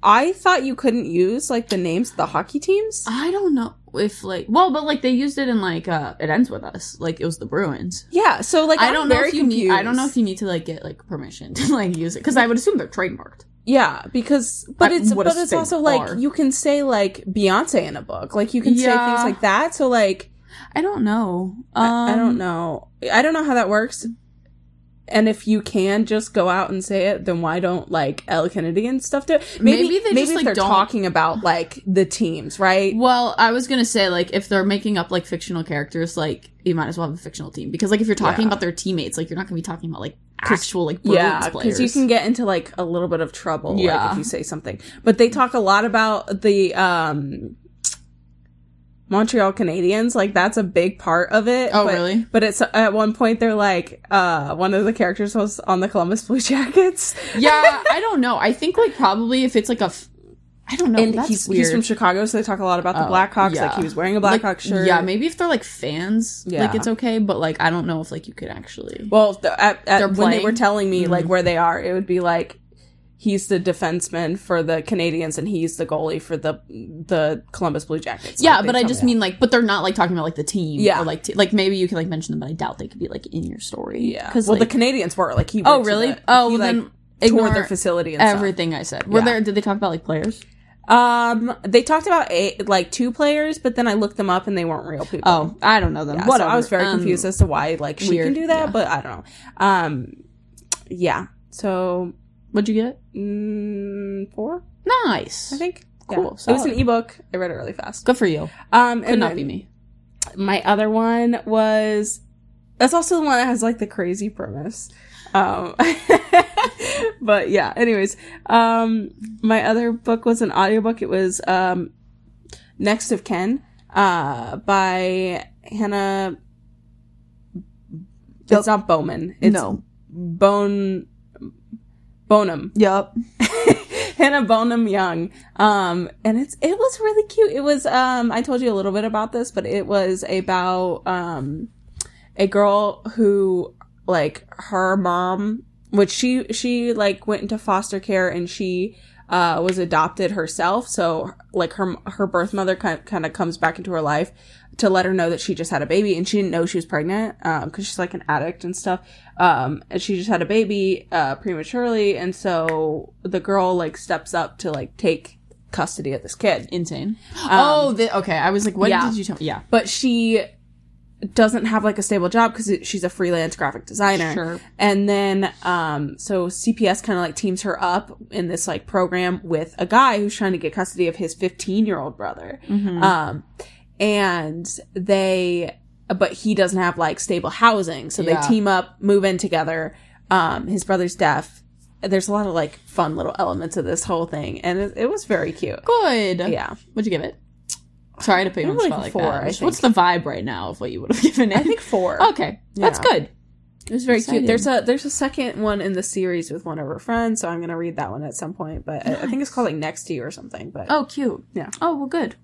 Speaker 1: I thought you couldn't use like the names of the hockey teams.
Speaker 2: I don't know if like well, but like they used it in like uh it ends with us. Like it was the Bruins.
Speaker 1: Yeah, so like
Speaker 2: I don't
Speaker 1: I'm
Speaker 2: know
Speaker 1: very
Speaker 2: if you
Speaker 1: confused.
Speaker 2: need. I don't know if you need to like get like permission to like use it because I would assume they're trademarked.
Speaker 1: yeah, because but
Speaker 2: I-
Speaker 1: it's
Speaker 2: what
Speaker 1: but
Speaker 2: a
Speaker 1: it's
Speaker 2: spin
Speaker 1: also like
Speaker 2: bar.
Speaker 1: you can say like Beyonce in a book, like you can say
Speaker 2: Yeah.
Speaker 1: things like that. So like
Speaker 2: I don't know. Um,
Speaker 1: I- I don't know, I don't know how that works. And if you can just go out and say it, then why don't like L Kennedy and stuff do it? Maybe
Speaker 2: Maybe
Speaker 1: maybe,
Speaker 2: they just,
Speaker 1: if
Speaker 2: like,
Speaker 1: they're
Speaker 2: don't-
Speaker 1: talking about like the teams, right?
Speaker 2: Well, I was gonna say like if they're making up like fictional characters, like you might as well have a fictional team because like if you're talking
Speaker 1: Yeah.
Speaker 2: about their teammates, like you're not gonna be talking about like actual like Bruins
Speaker 1: Yeah,
Speaker 2: players.
Speaker 1: because you can get into like a little bit of trouble like,
Speaker 2: Yeah.
Speaker 1: if you say something. But they talk a lot about the um, Montreal Canadiens. Like that's a big part of it.
Speaker 2: Oh,
Speaker 1: but,
Speaker 2: really?
Speaker 1: But it's at one point they're like uh, one of the characters was on the Columbus Blue Jackets,
Speaker 2: yeah, I don't know. I think like probably if it's like a, f- I don't know.
Speaker 1: and
Speaker 2: Oh, that's
Speaker 1: he's,
Speaker 2: weird.
Speaker 1: he's from Chicago, so they talk a lot about the
Speaker 2: Oh,
Speaker 1: Blackhawks. Like
Speaker 2: yeah.
Speaker 1: he was wearing a
Speaker 2: Like,
Speaker 1: Blackhawk shirt.
Speaker 2: Yeah, maybe if they're like fans,
Speaker 1: Yeah.
Speaker 2: like it's okay. But like I don't know if like you could actually.
Speaker 1: Well, the, at,
Speaker 2: They're
Speaker 1: at, when they
Speaker 2: playing?
Speaker 1: were telling me like
Speaker 2: Mhm.
Speaker 1: where they are, it would be like he's the defenseman for the Canadians and he's the goalie for the the Columbus Blue Jackets.
Speaker 2: yeah,
Speaker 1: Like,
Speaker 2: but
Speaker 1: they
Speaker 2: I
Speaker 1: tell
Speaker 2: just
Speaker 1: me
Speaker 2: mean like, but they're not like talking about like the team.
Speaker 1: Yeah.
Speaker 2: or, like t- like maybe you can like mention them, but I doubt they could be like in your story.
Speaker 1: that. yeah.
Speaker 2: because
Speaker 1: well, the
Speaker 2: like,
Speaker 1: Canadians were like he.
Speaker 2: oh
Speaker 1: went to
Speaker 2: really?
Speaker 1: the-
Speaker 2: oh,
Speaker 1: he, like,
Speaker 2: well, then
Speaker 1: toured
Speaker 2: ignore
Speaker 1: their facility and everything.
Speaker 2: everything I said. Were
Speaker 1: Yeah.
Speaker 2: there? Did they talk about like players?
Speaker 1: Um, they talked about eight, like two players, but then I looked them up and they weren't real people.
Speaker 2: Oh, I don't know them.
Speaker 1: yeah,
Speaker 2: What um,
Speaker 1: so I was very confused as to why like she can
Speaker 2: weird,
Speaker 1: do that,
Speaker 2: yeah.
Speaker 1: but I don't know. Um, yeah. So
Speaker 2: What'd you get?
Speaker 1: mm, four,
Speaker 2: Nice.
Speaker 1: I think.
Speaker 2: Cool,
Speaker 1: So it was
Speaker 2: solid.
Speaker 1: an ebook. I read it really fast.
Speaker 2: Good for you.
Speaker 1: Um,
Speaker 2: Could
Speaker 1: and
Speaker 2: not
Speaker 1: not
Speaker 2: be me.
Speaker 1: my other one was that's also the one that has like the crazy premise. Um, but yeah, anyways, um, my other book was an audiobook. It was um, Next of Ken uh, by Hannah. It's not Bowman. It's Bone Bonham.
Speaker 2: Yep.
Speaker 1: Hannah Bonham Young. Um, and it's, it was really cute. It was, um, I told you a little bit about this, but it was about, um, a girl who, like, her mom, which she, she, like, went into foster care and she, uh, was adopted herself. So, like, her, her birth mother kind of comes back into her life to let her know that she just had a baby and she didn't know she was pregnant, um, cause she's like an addict and stuff um and she just had a baby uh prematurely and so the girl like steps up to like take custody of this kid
Speaker 2: Insane. oh, the, okay. I was like, what
Speaker 1: Um, yeah.
Speaker 2: did you tell me? Yeah.
Speaker 1: but she doesn't have like a stable job because she's a freelance graphic designer
Speaker 2: Sure.
Speaker 1: and then um so cps kind of like teams her up in this like program with a guy who's trying to get custody of his 15 year old brother
Speaker 2: Mm.
Speaker 1: um and they but he doesn't have like stable housing so
Speaker 2: Yeah.
Speaker 1: they team up move in together um his brother's deaf there's a lot of like fun little elements of this whole thing and it, it was very cute
Speaker 2: Good.
Speaker 1: yeah
Speaker 2: What'd you give it? Sorry to put you on the
Speaker 1: Probably
Speaker 2: spot like
Speaker 1: four,
Speaker 2: that.
Speaker 1: I think.
Speaker 2: What's the vibe right now of what you would have given it?
Speaker 1: i think four
Speaker 2: Okay, that's
Speaker 1: Yeah.
Speaker 2: good.
Speaker 1: It was very
Speaker 2: Exciting.
Speaker 1: cute. There's a there's a second one in the series with one of her friends, so I'm gonna read that one at some point. But I, I think it's called like Next to You or something. But
Speaker 2: Oh, cute.
Speaker 1: Yeah.
Speaker 2: Oh, well, good.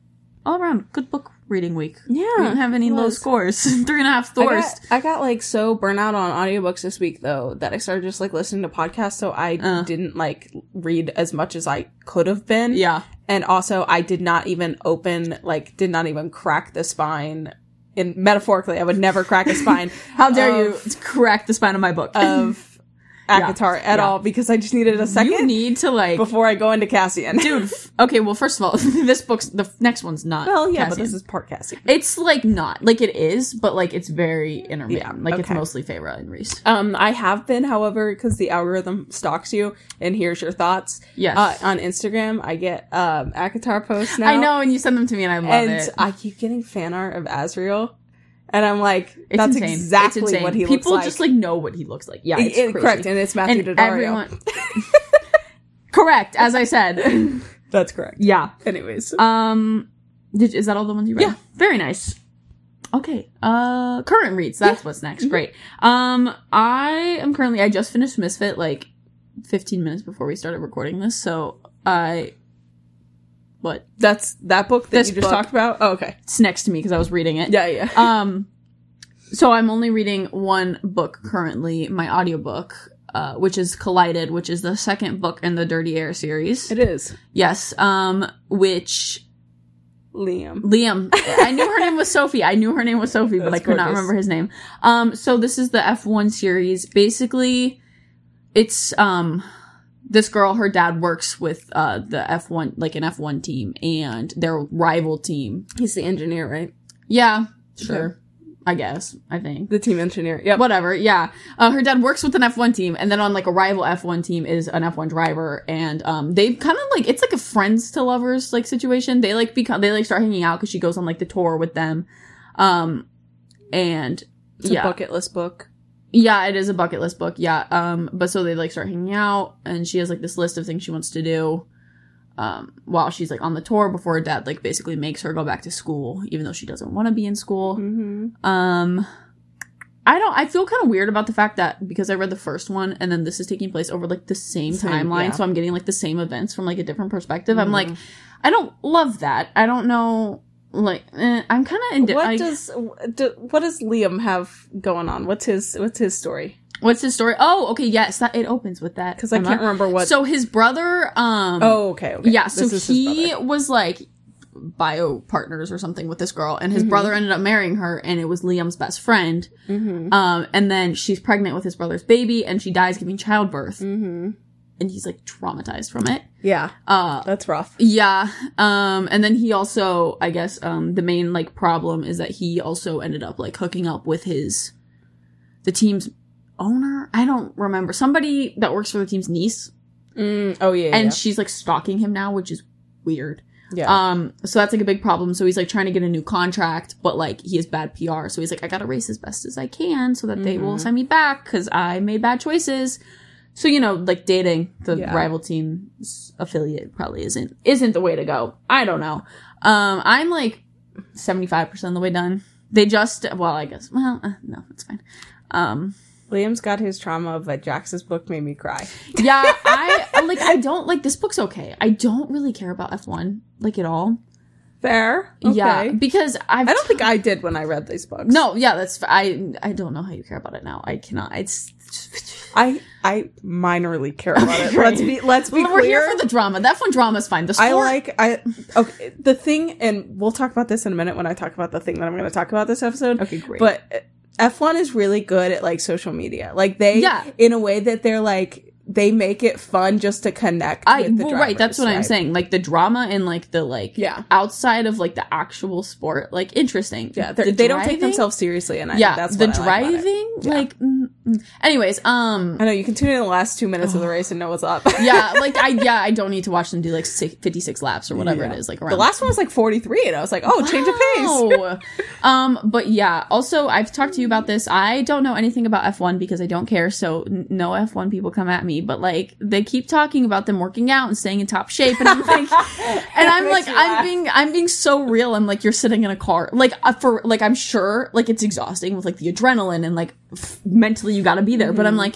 Speaker 2: All around, good book reading week.
Speaker 1: yeah,
Speaker 2: We didn't have any
Speaker 1: it
Speaker 2: low
Speaker 1: was.
Speaker 2: scores. Three and a half
Speaker 1: I
Speaker 2: scores.
Speaker 1: got, I got like so burnt out on audiobooks this week though that I started just like listening to podcasts, so I
Speaker 2: Uh.
Speaker 1: didn't like read as much as I could have been.
Speaker 2: Yeah.
Speaker 1: and also I did not even open like did not even crack the spine. In metaphorically, I would never crack a spine.
Speaker 2: How dare
Speaker 1: Of-
Speaker 2: you crack the spine of my book?
Speaker 1: of Akatar at
Speaker 2: Yeah.
Speaker 1: all because I just needed a
Speaker 2: you
Speaker 1: second
Speaker 2: need to like,
Speaker 1: before I go into Cassian.
Speaker 2: dude. f- Okay, well, first of all, this book's the f- next one's not.
Speaker 1: Well, yeah, but
Speaker 2: Cassian.
Speaker 1: this is part Cassie.
Speaker 2: It's like not like it is, but like it's very intermittent.
Speaker 1: Yeah,
Speaker 2: like it's
Speaker 1: okay.
Speaker 2: mostly Feyre and Reese.
Speaker 1: Um, I have been, however, because the algorithm stalks you and hears your thoughts.
Speaker 2: Yes.
Speaker 1: Uh, on Instagram, I get um Akatar posts now.
Speaker 2: I know, and you send them to me, and I love
Speaker 1: and
Speaker 2: it.
Speaker 1: I keep getting fan art of Azriel, and I'm like,
Speaker 2: It's
Speaker 1: that's
Speaker 2: insane. It's
Speaker 1: exactly
Speaker 2: insane.
Speaker 1: what he
Speaker 2: People
Speaker 1: looks like.
Speaker 2: just like know what he looks like. Yeah, it's
Speaker 1: It- it-
Speaker 2: crazy.
Speaker 1: correct, and it's Matthew
Speaker 2: And
Speaker 1: Daddario.
Speaker 2: everyone. correct, as I said.
Speaker 1: That's correct.
Speaker 2: yeah.
Speaker 1: Anyways,
Speaker 2: Um, did, is that all the ones you read?
Speaker 1: Yeah.
Speaker 2: Very nice. Okay. Uh, current reads. That's what's
Speaker 1: Mm-hmm.
Speaker 2: next. Great. Um, I am currently. I just finished Misfit like 15 minutes before we started recording this, so I. What?
Speaker 1: that's that book that
Speaker 2: This
Speaker 1: you just
Speaker 2: book.
Speaker 1: talked about. Oh, okay.
Speaker 2: It's next to me because I was reading it.
Speaker 1: Yeah, yeah.
Speaker 2: um so i'm only reading one book currently my audiobook uh, which is Collided, which is the second book in the Dirty Air series.
Speaker 1: It is.
Speaker 2: yes, um, which
Speaker 1: Liam.
Speaker 2: Liam. I knew her name was Sophie. I knew her name was Sophie, but I
Speaker 1: That's
Speaker 2: could not
Speaker 1: gorgeous.
Speaker 2: remember his name. Um, so this is the F1 series. Basically, it's um this girl, her dad works with uh the F1 like an F1 team and their rival team.
Speaker 1: He's the engineer, right?
Speaker 2: Yeah,
Speaker 1: Sure.
Speaker 2: sure. I guess. I think.
Speaker 1: The team engineer. Yep.
Speaker 2: Whatever, yeah. Uh, her dad works with an F1 team, and then on like a rival F1 team is an F1 driver, and um, they kind of like it's like a friends to lovers like situation. They like become they like start hanging out because she goes on like the tour with them, um, and
Speaker 1: It's
Speaker 2: yeah,
Speaker 1: a bucket list book.
Speaker 2: yeah, it is a bucket list book, yeah. Um, but so they like start hanging out, and she has like this list of things she wants to do, um, while she's like on the tour before her dad like basically makes her go back to school, even though she doesn't want to be in school.
Speaker 1: Mm-hmm.
Speaker 2: Um I don't I feel kind of weird about the fact that because I read the first one and then this is taking place over like the same,
Speaker 1: Same,
Speaker 2: timeline,
Speaker 1: yeah. Mm-hmm.
Speaker 2: so I'm getting like the same events from like a different perspective. I'm like I don't love that. I don't know like eh, I'm kind of indi-
Speaker 1: what
Speaker 2: I-
Speaker 1: does do, what does Liam have going on? What's his what's his story?
Speaker 2: what's his story? Oh, okay, yes, that it opens with that.
Speaker 1: Because I
Speaker 2: Emma.
Speaker 1: can't remember what.
Speaker 2: So his brother um
Speaker 1: oh, okay. okay.
Speaker 2: Yeah, so
Speaker 1: This is his
Speaker 2: he
Speaker 1: brother.
Speaker 2: was like bio partners or something with this girl and his
Speaker 1: Mhm.
Speaker 2: brother ended up marrying her and it was Liam's best friend.
Speaker 1: Mhm.
Speaker 2: Um, and then she's pregnant with his brother's baby, and she dies giving childbirth,
Speaker 1: Mhm.
Speaker 2: and he's like traumatized from it.
Speaker 1: Yeah,
Speaker 2: Uh,
Speaker 1: that's rough.
Speaker 2: yeah. Um, and then he also, I guess, um, the main like problem is that he also ended up like hooking up with his, the team's owner. I don't remember somebody that works for the team's niece,
Speaker 1: Mm, oh yeah,
Speaker 2: and she's like stalking him now, which is weird.
Speaker 1: yeah.
Speaker 2: Um, so that's like a big problem. So he's like trying to get a new contract, but like he has bad PR. So he's like, I gotta race as best as I can so that they will
Speaker 1: Mhm.
Speaker 2: send me back because I made bad choices. So you know, like dating the
Speaker 1: Yeah.
Speaker 2: rival team's affiliate probably isn't isn't the way to go. I don't know. Um, I'm like seventy five percent of the way done. They just well, I guess well, uh, no, it's fine. Um,
Speaker 1: Liam's got his trauma, but Jax's book made me cry.
Speaker 2: yeah, I like I don't like this book's okay. I don't really care about F one like at all.
Speaker 1: Fair. Okay.
Speaker 2: Yeah, because I've
Speaker 1: I don't think I did when I read these books.
Speaker 2: No, yeah, that's f- I. I don't know how you care about it now. I cannot. It's
Speaker 1: I I minorly care about it.
Speaker 2: Okay, right.
Speaker 1: Let's be let's be
Speaker 2: we're here
Speaker 1: clear.
Speaker 2: for the drama. That one drama is fine. The
Speaker 1: I
Speaker 2: sport-
Speaker 1: like I okay the thing, and we'll talk about this in a minute when I talk about the thing that I'm going to talk about this episode.
Speaker 2: Okay, great.
Speaker 1: But uh, F1 is really good at like social media. Like they,
Speaker 2: Yeah.
Speaker 1: in a way that they're like they make it fun just to connect.
Speaker 2: I
Speaker 1: with the
Speaker 2: well, right. That's
Speaker 1: drivers,
Speaker 2: what I'm
Speaker 1: right?
Speaker 2: saying. Like the drama and like the like
Speaker 1: Yeah.
Speaker 2: outside of like the actual sport, like interesting.
Speaker 1: Yeah,
Speaker 2: The
Speaker 1: they're- they don't take
Speaker 2: driving-
Speaker 1: themselves seriously, and I,
Speaker 2: Yeah,
Speaker 1: that's
Speaker 2: the
Speaker 1: what I like about it.
Speaker 2: driving. Like, mm, mm. anyways, um,
Speaker 1: I know you can tune in the last two minutes of the race and know what's up.
Speaker 2: Oh. yeah, like I yeah, I don't need to watch them do like six, 56 laps or whatever
Speaker 1: Yeah.
Speaker 2: it is. Like around
Speaker 1: the last one was like 43, and I was like, oh, change of pace.
Speaker 2: Wow. um, but yeah. Also, I've talked to you about this. I don't know anything about F1 because I don't care. So n- no F1 people come at me. But like, they keep talking about them working out and staying in top shape, and I'm like, and I'm
Speaker 1: Makes
Speaker 2: like,
Speaker 1: you
Speaker 2: I'm
Speaker 1: laugh.
Speaker 2: being, I'm being so real. I'm like, you're sitting in a car, like uh, for, like I'm sure, like it's exhausting with like the adrenaline and like f- mentally you got to be there.
Speaker 1: Mm-hmm.
Speaker 2: But I'm like.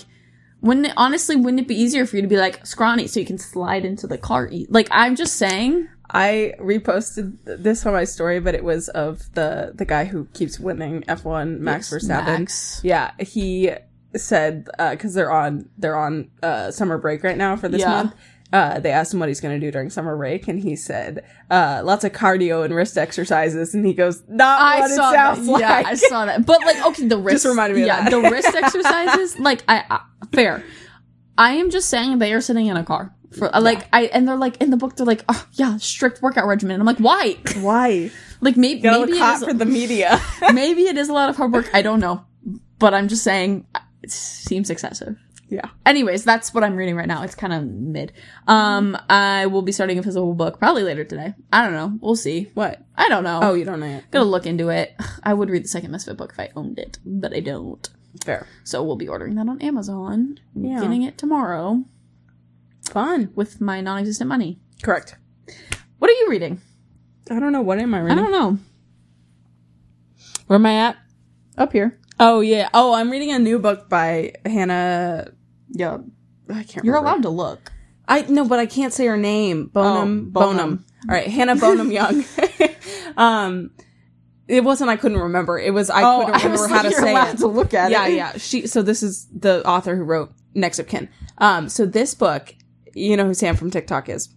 Speaker 2: Wouldn't it, honestly, wouldn't it be easier for you to be like scrawny so you can slide into the car? E- like I'm just saying,
Speaker 1: I reposted th- this on my story, but it was of the the guy who keeps winning F1, Max
Speaker 2: Yes,
Speaker 1: Verstappen.
Speaker 2: Max.
Speaker 1: Yeah, he said because they're on they're on uh, summer break right now for this
Speaker 2: Yeah.
Speaker 1: month. Uh, they asked him what he's going to do during summer break, and he said uh, lots of cardio and wrist exercises. And he goes, "Not what it sounds
Speaker 2: that.
Speaker 1: like."
Speaker 2: Yeah, I saw that. But like, okay, the wrist.
Speaker 1: reminded me of
Speaker 2: yeah,
Speaker 1: that.
Speaker 2: the wrist exercises. Like, I, I fair. I am just saying they are sitting in a car for uh, like I and they're like in the book they're like oh yeah strict workout regimen and I'm like why
Speaker 1: Why?
Speaker 2: like maybe
Speaker 1: Gotta
Speaker 2: maybe
Speaker 1: look
Speaker 2: it,
Speaker 1: hot
Speaker 2: is,
Speaker 1: for the media.
Speaker 2: maybe it is a lot of hard work I don't know but I'm just saying it seems excessive
Speaker 1: yeah.
Speaker 2: anyways that's what i'm reading right now it's kind of mid um i will be starting a physical book probably later today i don't know we'll see
Speaker 1: What?
Speaker 2: i don't know
Speaker 1: Oh, you don't know it.
Speaker 2: gonna look into it i would read the second misfit book if i owned it but i don't
Speaker 1: Fair.
Speaker 2: so we'll be ordering that on amazon
Speaker 1: Yeah.
Speaker 2: getting it tomorrow
Speaker 1: Fun.
Speaker 2: with my non-existent money
Speaker 1: Correct.
Speaker 2: what are you reading
Speaker 1: I don't know what am I
Speaker 2: i
Speaker 1: reading.
Speaker 2: don't know
Speaker 1: Where am I at?
Speaker 2: up here
Speaker 1: Oh yeah. Oh, I'm reading a new book by Hannah.
Speaker 2: yeah
Speaker 1: I can't.
Speaker 2: you're
Speaker 1: remember.
Speaker 2: allowed to look
Speaker 1: I no, but I can't say her name. Bonham.
Speaker 2: Oh, Bonham.
Speaker 1: Bonham. All right, Hannah Bonham Young. um, it wasn't. I couldn't remember. It was. Oh, I couldn't remember how to
Speaker 2: you're
Speaker 1: say
Speaker 2: allowed
Speaker 1: it.
Speaker 2: to look at
Speaker 1: yeah,
Speaker 2: it
Speaker 1: yeah. She. So this is the author who wrote next of kin. Um, so this book, you know who Sam from TikTok is.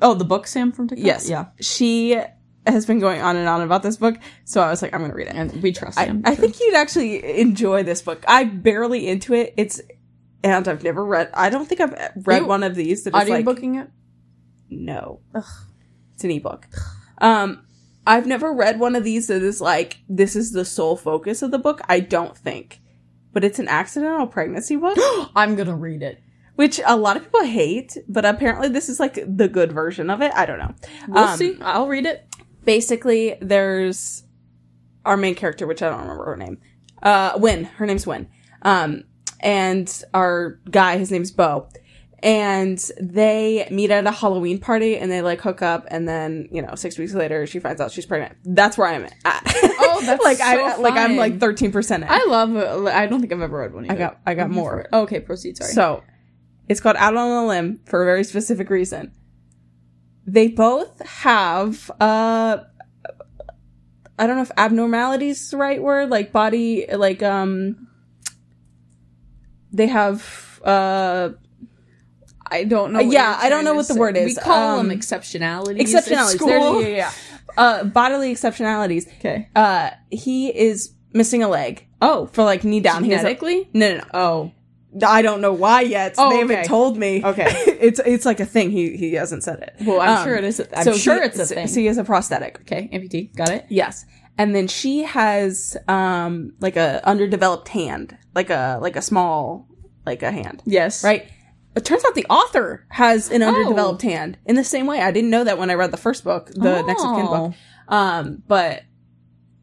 Speaker 2: Oh, the book Sam from TikTok.
Speaker 1: Yes.
Speaker 2: Yeah.
Speaker 1: She has been going on and on about this book, so I was like, I'm gonna read it.
Speaker 2: And we trust
Speaker 1: I,
Speaker 2: him.
Speaker 1: I think you'd actually enjoy this book. I'm barely into it. It's and I've never read. I don't think I've read
Speaker 2: You-
Speaker 1: one of these that is
Speaker 2: audio
Speaker 1: like
Speaker 2: booking it.
Speaker 1: no.
Speaker 2: Ugh.
Speaker 1: It's an ebook. Um, I've never read one of these that is like this is the sole focus of the book. I don't think, but it's an accidental pregnancy book,
Speaker 2: I'm gonna read it.
Speaker 1: which a lot of people hate. But apparently, this is like the good version of it. I don't know.
Speaker 2: We'll
Speaker 1: Um,
Speaker 2: see. I'll read it.
Speaker 1: basically there's our main character which i don't remember her name uh win her name's win um and our guy his name's bo and they meet at a halloween party and they like hook up and then you know six weeks later she finds out she's pregnant that's where i'm at
Speaker 2: Oh, that's
Speaker 1: like i
Speaker 2: so
Speaker 1: like i'm
Speaker 2: fun.
Speaker 1: like 13% in.
Speaker 2: I love. uh, I don't think I've ever read one. Either.
Speaker 1: I got- I got
Speaker 2: I'm
Speaker 1: more.
Speaker 2: for it. Okay, proceed. Sorry.
Speaker 1: So it's called Out on a Limb for a very specific reason. They both have uh I don't know if abnormalities is the right word, like body like um they have uh
Speaker 2: I don't know.
Speaker 1: Uh,
Speaker 2: what
Speaker 1: yeah,
Speaker 2: you're
Speaker 1: I don't
Speaker 2: trying
Speaker 1: know
Speaker 2: to
Speaker 1: what the
Speaker 2: say.
Speaker 1: word
Speaker 2: We
Speaker 1: is.
Speaker 2: call
Speaker 1: Um,
Speaker 2: them exceptionalities. at
Speaker 1: exceptionalities. There-
Speaker 2: school.
Speaker 1: yeah, yeah, yeah. Uh bodily exceptionalities.
Speaker 2: Okay.
Speaker 1: Uh he is missing a leg. Oh, for like knee down. He has a-
Speaker 2: Genetically?
Speaker 1: no, no, no.
Speaker 2: Oh.
Speaker 1: I don't know why yet.
Speaker 2: Oh,
Speaker 1: they haven't
Speaker 2: okay.
Speaker 1: told me.
Speaker 2: Okay.
Speaker 1: it's it's like a thing. He he hasn't said it.
Speaker 2: Well, I'm
Speaker 1: Um,
Speaker 2: sure it is. A, I'm
Speaker 1: so
Speaker 2: sure
Speaker 1: he-
Speaker 2: it's a
Speaker 1: so-
Speaker 2: thing.
Speaker 1: So he has a prosthetic.
Speaker 2: okay, amputee. Got it.
Speaker 1: Yes. And then she has um like a underdeveloped hand, like a like a small like a hand,
Speaker 2: Yes. Right.
Speaker 1: right? It turns out the author has an underdeveloped hand in the same way. I didn't know that when I read the first book, the next of kin book. Um, but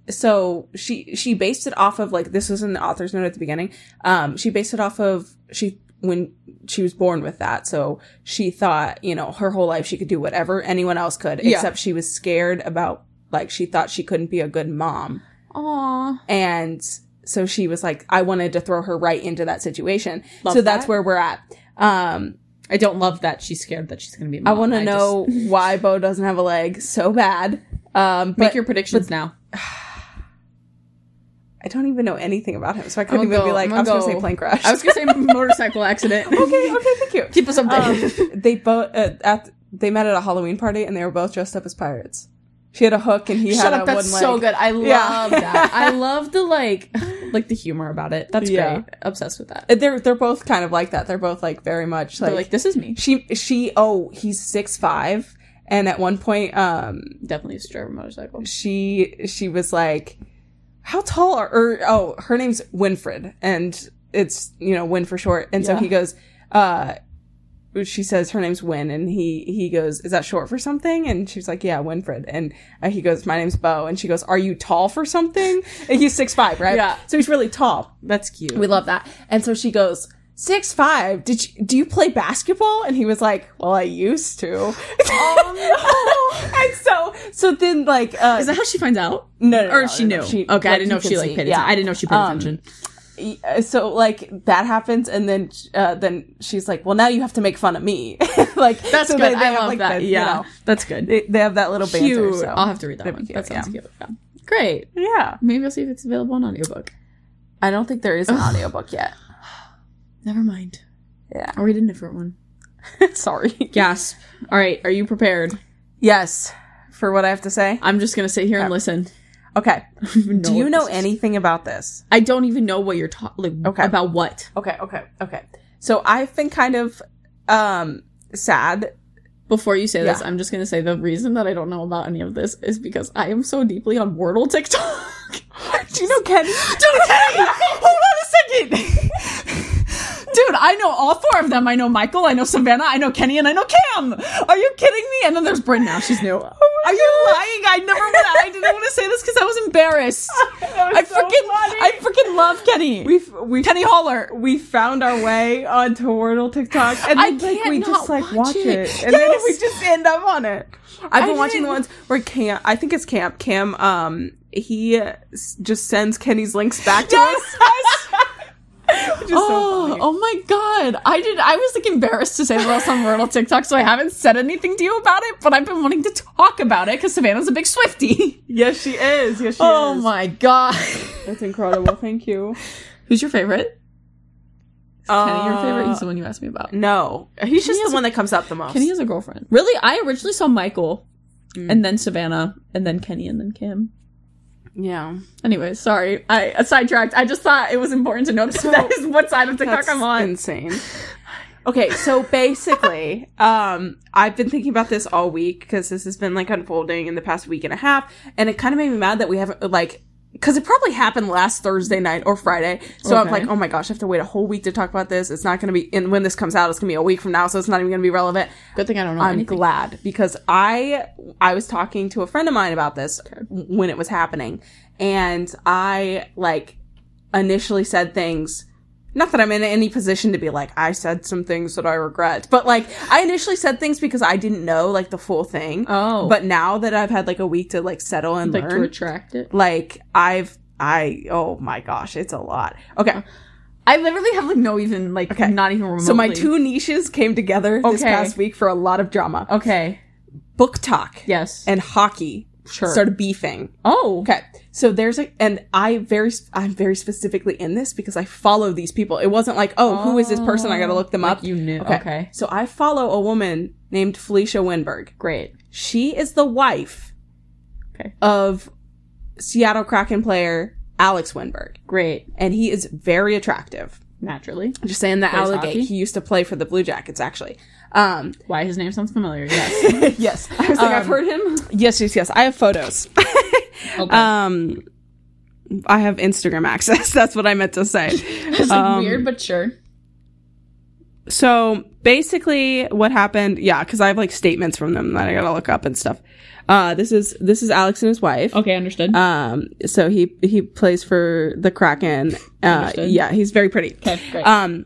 Speaker 1: so she she based it off of like this was in the author's note at the beginning. Um, she based it off of she when she was born with that, so she thought you know her whole life she could do whatever anyone else could,
Speaker 2: Yeah.
Speaker 1: except she was scared about like she thought she couldn't be a good mom,
Speaker 2: Aw.
Speaker 1: and so she was like I wanted to throw her right into that situation.
Speaker 2: Love
Speaker 1: so that's
Speaker 2: that.
Speaker 1: where we're at. Um,
Speaker 2: I don't love that she's scared that she's going to be. A
Speaker 1: I
Speaker 2: mom.
Speaker 1: want to know
Speaker 2: just-
Speaker 1: why Bo doesn't have a leg so bad. Um, but
Speaker 2: make your predictions now.
Speaker 1: I don't even know anything about him, so I couldn't
Speaker 2: I'ma
Speaker 1: even be
Speaker 2: go-
Speaker 1: like.
Speaker 2: I'ma
Speaker 1: I was gonna
Speaker 2: go.
Speaker 1: say plane crash.
Speaker 2: I was going to say motorcycle accident.
Speaker 1: okay, okay, thank you.
Speaker 2: Keep us updated.
Speaker 1: Um, they both uh, at they met at a Halloween party and they were both dressed up as pirates. She had a hook and he
Speaker 2: Shut
Speaker 1: had a
Speaker 2: up. That's
Speaker 1: one leg.
Speaker 2: so good. I love
Speaker 1: Yeah.
Speaker 2: that. I love the like, like the humor about it. That's
Speaker 1: Yeah.
Speaker 2: great. Obsessed with that.
Speaker 1: Uh, They're they're both kind of like that. They're both like very much
Speaker 2: They're
Speaker 1: like,
Speaker 2: Like, this is me.
Speaker 1: she she oh he's six five and at one point um
Speaker 2: Definitely used to drive a motorcycle.
Speaker 1: she she was like how tall are or oh her name's Winfred and it's you know Win for short and so
Speaker 2: Yeah.
Speaker 1: he goes uh she says her name's Win and he he goes is that short for something and she's like yeah Winfred and uh, he goes my name's Bo and she goes are you tall for something and he's six five right
Speaker 2: Yeah.
Speaker 1: so he's really tall
Speaker 2: That's cute.
Speaker 1: we love that and so she goes six five did you do you play basketball and he was like well I used to oh no and so so then like uh,
Speaker 2: Is that how she finds out?
Speaker 1: No, no, no,
Speaker 2: or
Speaker 1: no,
Speaker 2: she
Speaker 1: no,
Speaker 2: knew.
Speaker 1: she-
Speaker 2: okay, I
Speaker 1: like,
Speaker 2: didn't know
Speaker 1: you
Speaker 2: if she
Speaker 1: can
Speaker 2: like
Speaker 1: see,
Speaker 2: paid.
Speaker 1: yeah.
Speaker 2: I didn't know if she paid
Speaker 1: Um,
Speaker 2: attention.
Speaker 1: uh, so like that happens and then uh then she's like well now you have to make fun of me like
Speaker 2: That's
Speaker 1: so
Speaker 2: good. I love that.
Speaker 1: the, you
Speaker 2: yeah,
Speaker 1: know,
Speaker 2: that's good.
Speaker 1: they, they have that little banter
Speaker 2: cute.
Speaker 1: so
Speaker 2: I'll have to read that
Speaker 1: That'd
Speaker 2: one.
Speaker 1: be
Speaker 2: that
Speaker 1: cute,
Speaker 2: sounds cute. Yeah. Great.
Speaker 1: yeah
Speaker 2: Maybe I'll see if it's available on audiobook.
Speaker 1: i don't think there is an audiobook yet
Speaker 2: Never mind.
Speaker 1: Yeah.
Speaker 2: I'll read a different one.
Speaker 1: sorry
Speaker 2: Gasp. All right. Are you prepared?
Speaker 1: yes for what i have to say
Speaker 2: I'm just gonna sit here and listen.
Speaker 1: okay
Speaker 2: I don't even
Speaker 1: do you
Speaker 2: what
Speaker 1: know
Speaker 2: this is.
Speaker 1: anything about this
Speaker 2: I don't even know what you're talking. Like,
Speaker 1: Okay.
Speaker 2: About what?
Speaker 1: okay okay okay so i've been kind of um sad
Speaker 2: Before you say this,
Speaker 1: Yeah.
Speaker 2: I'm just gonna say the reason that I don't know about any of this is because I am so deeply on Wordle TikTok.
Speaker 1: do you know kenny hold on a second
Speaker 2: Dude, I know all four of them. I know Michael, I know Savannah, I know Kenny, and I know Cam. Are you kidding me? And then there's Bryn now. She's new.
Speaker 1: Oh
Speaker 2: Are you lying? I never. wa- I didn't want to say this because I was embarrassed. I freaking, I freaking love Kenny.
Speaker 1: we've we
Speaker 2: Kenny Holler.
Speaker 1: we found our way onto Wordle TikTok, and
Speaker 2: I
Speaker 1: then like
Speaker 2: can't
Speaker 1: we
Speaker 2: not
Speaker 1: just like watch
Speaker 2: watch
Speaker 1: it,
Speaker 2: it.
Speaker 1: and then
Speaker 2: Yes!
Speaker 1: we just end up on it. I've been
Speaker 2: I
Speaker 1: watching the
Speaker 2: didn't-
Speaker 1: ones where Cam, I think it's Cam, Cam, um, he uh, s- just sends Kenny's links back to us, which is
Speaker 2: Oh,
Speaker 1: so funny.
Speaker 2: oh my god. I did I was like embarrassed to say what else on Wordle TikTok, so I haven't said anything to you about it, but I've been wanting to talk about it because Savannah's a big Swifty.
Speaker 1: Yes, she is. Yes, she
Speaker 2: Oh
Speaker 1: is.
Speaker 2: my god.
Speaker 1: That's incredible. Thank you.
Speaker 2: Who's your favorite?
Speaker 3: Kenny your favorite? He's the one you asked me about.
Speaker 1: Uh, No, he's just
Speaker 3: has
Speaker 1: the one that comes up the most.
Speaker 3: Kenny has a girlfriend. Mm. Really, I originally saw Michael, and then Savannah, and then Kenny, and then Kim.
Speaker 1: yeah,
Speaker 3: Anyway, sorry, I uh, sidetracked. I just thought it was important to notice that is what side of TikTok
Speaker 1: that's
Speaker 3: I'm on.
Speaker 1: insane. Okay, so basically, um, I've been thinking about this all week because this has been like unfolding in the past week and a half, and it kind of made me mad that we haven't like because it probably happened last Thursday night or Friday. So I'm
Speaker 3: Okay.
Speaker 1: like, oh my gosh, I have to wait a whole week to talk about this. It's not going to be, and when this comes out, it's going to be a week from now, so it's not even going to be relevant.
Speaker 3: Good thing I don't know.
Speaker 1: I'm
Speaker 3: anything.
Speaker 1: glad because I I was talking to a friend of mine about this when it was happening, and I like initially said things. Not that I'm in any position to be like I said some things that I regret, but like I initially said things because I didn't know like the full thing.
Speaker 3: Oh.
Speaker 1: but now that I've had like a week to like settle and
Speaker 3: like to
Speaker 1: learn,
Speaker 3: retract it.
Speaker 1: like I've I oh my gosh, it's a lot.
Speaker 3: Uh,
Speaker 1: Okay,
Speaker 3: I literally have like no even like
Speaker 1: Okay.
Speaker 3: not even remotely.
Speaker 1: so my two niches came together this
Speaker 3: Okay.
Speaker 1: past week for a lot of drama.
Speaker 3: okay
Speaker 1: Book talk,
Speaker 3: yes
Speaker 1: and hockey
Speaker 3: Sure.
Speaker 1: started beefing.
Speaker 3: oh
Speaker 1: Okay, so there's a, and I very, I'm very specifically in this because I follow these people. It wasn't like, oh, who is this person? I got to look them
Speaker 3: Oh, Like
Speaker 1: up.
Speaker 3: you knew- okay.
Speaker 1: so I follow a woman named Felicia Winberg.
Speaker 3: great
Speaker 1: She is the wife
Speaker 3: Okay.
Speaker 1: of Seattle Kraken player Alex Winberg,
Speaker 3: great
Speaker 1: and he is very attractive.
Speaker 3: naturally
Speaker 1: I'm just saying that
Speaker 3: Plays
Speaker 1: allegate.
Speaker 3: hockey?
Speaker 1: He used to play for the Blue Jackets, actually. Um,
Speaker 3: why his name sounds familiar yes Um,
Speaker 1: yes, I was like, I've heard.
Speaker 3: him
Speaker 1: Yes, yes, yes. I have photos.
Speaker 3: okay.
Speaker 1: Um, I have Instagram access. That's what I meant to say.
Speaker 3: it's like, weird but sure
Speaker 1: So basically, what happened? Yeah, because I have like statements from them that I gotta look up and stuff. Uh, this is this is Alex and his wife.
Speaker 3: okay understood
Speaker 1: Um, so he he plays for the Kraken. Uh,
Speaker 3: Understood.
Speaker 1: yeah, he's very pretty.
Speaker 3: okay great
Speaker 1: Um,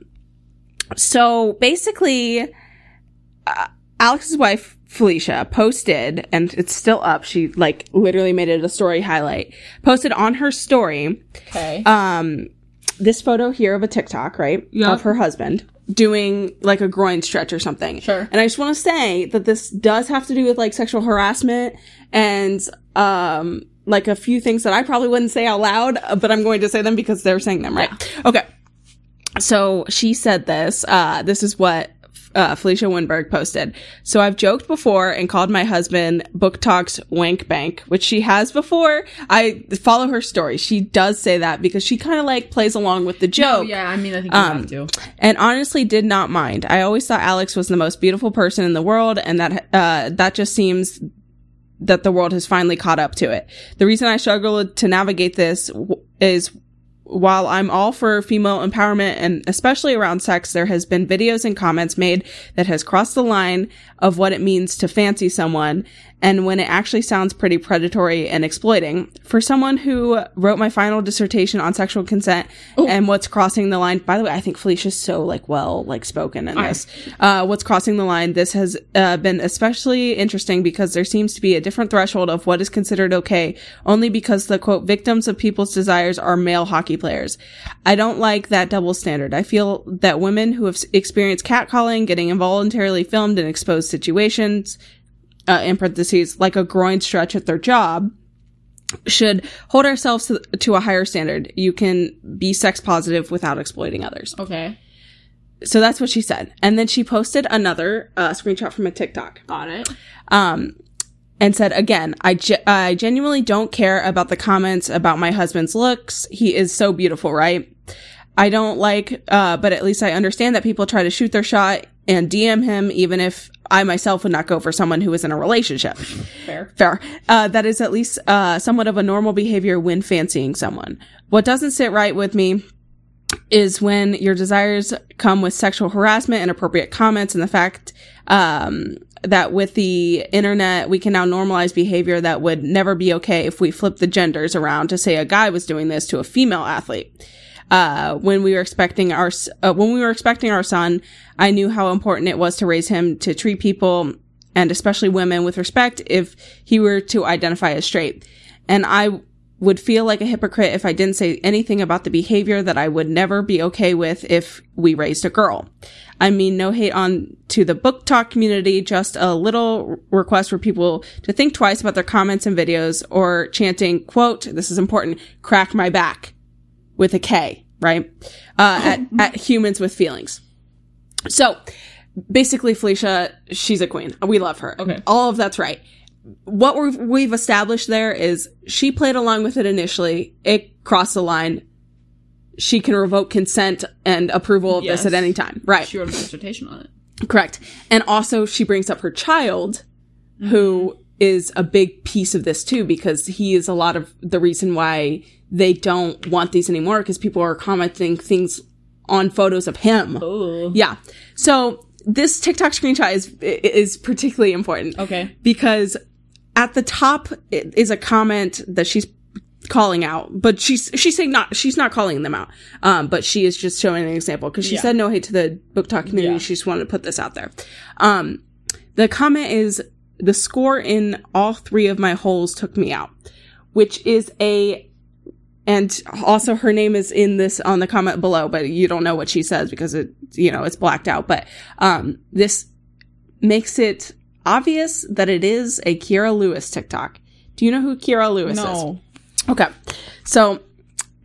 Speaker 1: so basically, uh, Alex's wife Felicia posted, and it's still up. She like literally made it a story highlight. Posted on her story
Speaker 3: okay
Speaker 1: um this photo here of a TikTok, right?
Speaker 3: Yeah.
Speaker 1: Of her husband doing like a groin stretch or something.
Speaker 3: Sure.
Speaker 1: And I just want to say that this does have to do with like sexual harassment and um like a few things that I probably wouldn't say out loud, uh, but I'm going to say them because they're saying them, right? Okay. So she said this. Uh, this is what uh, Felicia Winberg posted. So I've joked before and called my husband Book Talks Wank Bank, which she has before. I follow her story. She does say that because she kind of like plays along with the joke
Speaker 3: oh, yeah I mean I think you
Speaker 1: um,
Speaker 3: have to
Speaker 1: and honestly did not mind. I always thought Alex was the most beautiful person in the world, and that uh, that just seems that the world has finally caught up to it. The reason I struggle to navigate this w- is while I'm all for female empowerment and especially around sex, there has been videos and comments made that has crossed the line of what it means to fancy someone and when it actually sounds pretty predatory and exploiting. For someone who wrote my final dissertation on sexual consent and what's crossing the line, by the way, I think Felicia's so like well like spoken in this. Uh, what's crossing the line? This has uh, been especially interesting because there seems to be a different threshold of what is considered okay, only because the quote victims of people's desires are male hockey players. I don't like that double standard. I feel that women who have s- experienced catcalling, getting involuntarily filmed in exposed situations, uh, in parentheses, like a groin stretch at their job, should hold ourselves to, to a higher standard. You can be sex positive without exploiting others.
Speaker 3: okay
Speaker 1: So that's what she said. And then she posted another uh, screenshot from a TikTok
Speaker 3: got it
Speaker 1: and said again, I, ge- I genuinely don't care about the comments about my husband's looks. He is so beautiful, right? I don't like, uh, but at least I understand that people try to shoot their shot and DM him, even if I myself would not go for someone who is in a relationship.
Speaker 3: fair
Speaker 1: Fair. Uh, that is at least uh, somewhat of a normal behavior when fancying someone. What doesn't sit right with me is when your desires come with sexual harassment, inappropriate comments, and the fact um, that with the internet, we can now normalize behavior that would never be okay if we flipped the genders around to say a guy was doing this to a female athlete. Uh, when we were expecting our s- uh, when we were expecting our son, I knew how important it was to raise him to treat people and especially women with respect if he were to identify as straight. And I would feel like a hypocrite if I didn't say anything about the behavior that I would never be okay with if we raised a girl. I mean, no hate on to the book talk community, just a little request for people to think twice about their comments and videos or chanting, quote, this is important, crack my back with a K. right? Uh, at, at humans with feelings. So basically, Felicia, she's a queen. We love her.
Speaker 3: Okay.
Speaker 1: All of that's right. What we've, we've established there is she played along with it initially. It crossed the line. She can revoke consent and approval of
Speaker 3: Yes.
Speaker 1: this at any time. Right.
Speaker 3: She wrote a dissertation on it.
Speaker 1: Correct. And also, she brings up her child, who
Speaker 3: Mm-hmm.
Speaker 1: is a big piece of this too, because he is a lot of the reason why they don't want these anymore, because people are commenting things on photos of him.
Speaker 3: Oh.
Speaker 1: Yeah. So this TikTok screenshot is i- is particularly important
Speaker 3: Okay.
Speaker 1: because at the top i- is a comment that she's calling out, but she's she's saying not she's not calling them out, um, but she is just showing an example because she
Speaker 3: Yeah.
Speaker 1: said no hate to the book talk community.
Speaker 3: Yeah.
Speaker 1: She just wanted to put this out there. Um, the comment is the score in all three of my holes took me out, which is a and also her name is in this on the comment below, but you don't know what she says because it you know it's blacked out. But um, this makes it obvious that it is a Kiera Lewis TikTok. Do you know who Kiera Lewis is?
Speaker 3: No.
Speaker 1: Okay. So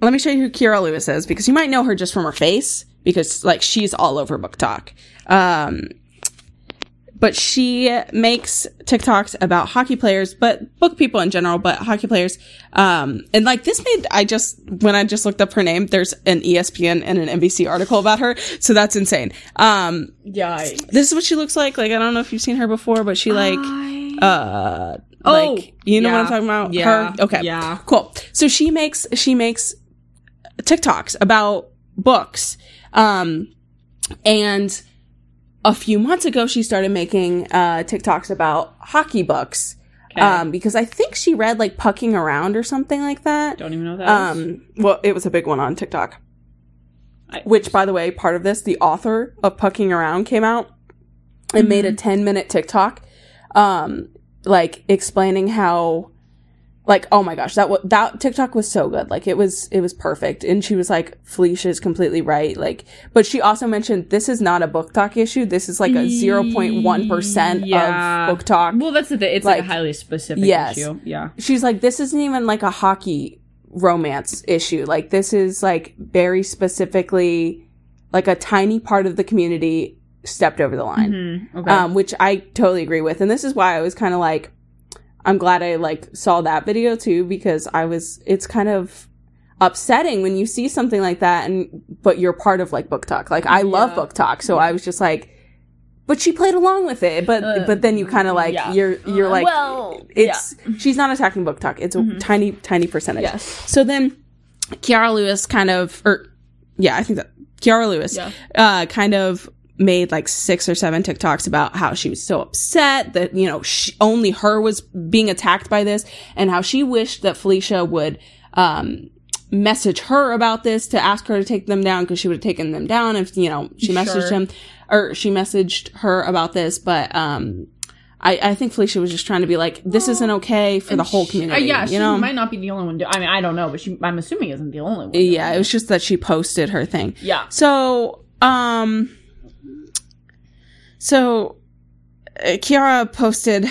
Speaker 1: let me show you who Kiera Lewis is because you might know her just from her face because like she's all over book talk. Um, but she makes TikToks about hockey players, but book people in general, but hockey players. Um, and like this made, I just, when I just looked up her name, there's an E ESPN and an NBC article about her. So that's insane. Um,
Speaker 3: Yeah. I,
Speaker 1: this is what she looks like. Like I don't know if you've seen her before, but she like
Speaker 2: Ah,
Speaker 1: uh
Speaker 3: Oh,
Speaker 1: like you know what I'm
Speaker 3: yeah,
Speaker 1: talking about?
Speaker 3: yeah,
Speaker 1: Her? Okay.
Speaker 3: yeah.
Speaker 1: Cool. So she makes she makes TikToks about books. Um and a few months ago she started making uh TikToks about hockey books. Um because I think she read like Pucking Around or something like that.
Speaker 3: don't even know that.
Speaker 1: Um, well, it was a big one on TikTok.
Speaker 3: I-
Speaker 1: Which, by the way, part of this, the author of Pucking Around came out and
Speaker 3: Mm-hmm.
Speaker 1: made a 10 minute TikTok, um, like explaining how, like, oh my gosh, that wa- that TikTok was so good. Like, it was, it was perfect. And she was like, Felicia is completely right. Like, but she also mentioned this is not a book talk issue. This is like a 0.1%
Speaker 3: Yeah.
Speaker 1: of book talk.
Speaker 3: well, that's the thing. It's like,
Speaker 1: like,
Speaker 3: a highly specific
Speaker 1: yes.
Speaker 3: issue. Yeah.
Speaker 1: she's like this isn't even like a hockey romance issue like this is like very specifically like a tiny part of the community stepped over the line
Speaker 3: Mm, okay.
Speaker 1: um which i totally agree with and this is why i was kind of like i'm glad i like saw that video too because i was it's kind of upsetting when you see something like that and but you're part of like book talk like i love
Speaker 3: Yeah.
Speaker 1: book talk so i was just like but she played along with it but
Speaker 3: Uh,
Speaker 1: but then you kind of like
Speaker 3: yeah. Uh,
Speaker 1: you're you're like
Speaker 2: well,
Speaker 1: it's she's not attacking book talk it's a tiny tiny percentage
Speaker 2: yes.
Speaker 1: so then kiara lewis kind of or yeah i think that kiara lewis
Speaker 3: Yeah.
Speaker 1: uh kind of made like six or seven tiktoks about how she was so upset that you know she, only her was being attacked by this and how she wished that felicia would um message her about this to ask her to take them down because she would have taken them down if you know she messaged
Speaker 3: Sure.
Speaker 1: him or she messaged her about this but um I, I think Felicia was just trying to be like, this isn't okay for the whole
Speaker 3: Uh,
Speaker 1: community.
Speaker 3: yeah, she
Speaker 1: you know?
Speaker 3: might not be the only one. Do- I mean, I don't know, but she, I'm assuming isn't the only one. doing
Speaker 1: yeah,
Speaker 3: it.
Speaker 1: it was just that she posted her thing.
Speaker 3: yeah.
Speaker 1: So, um, so uh, Kiara posted,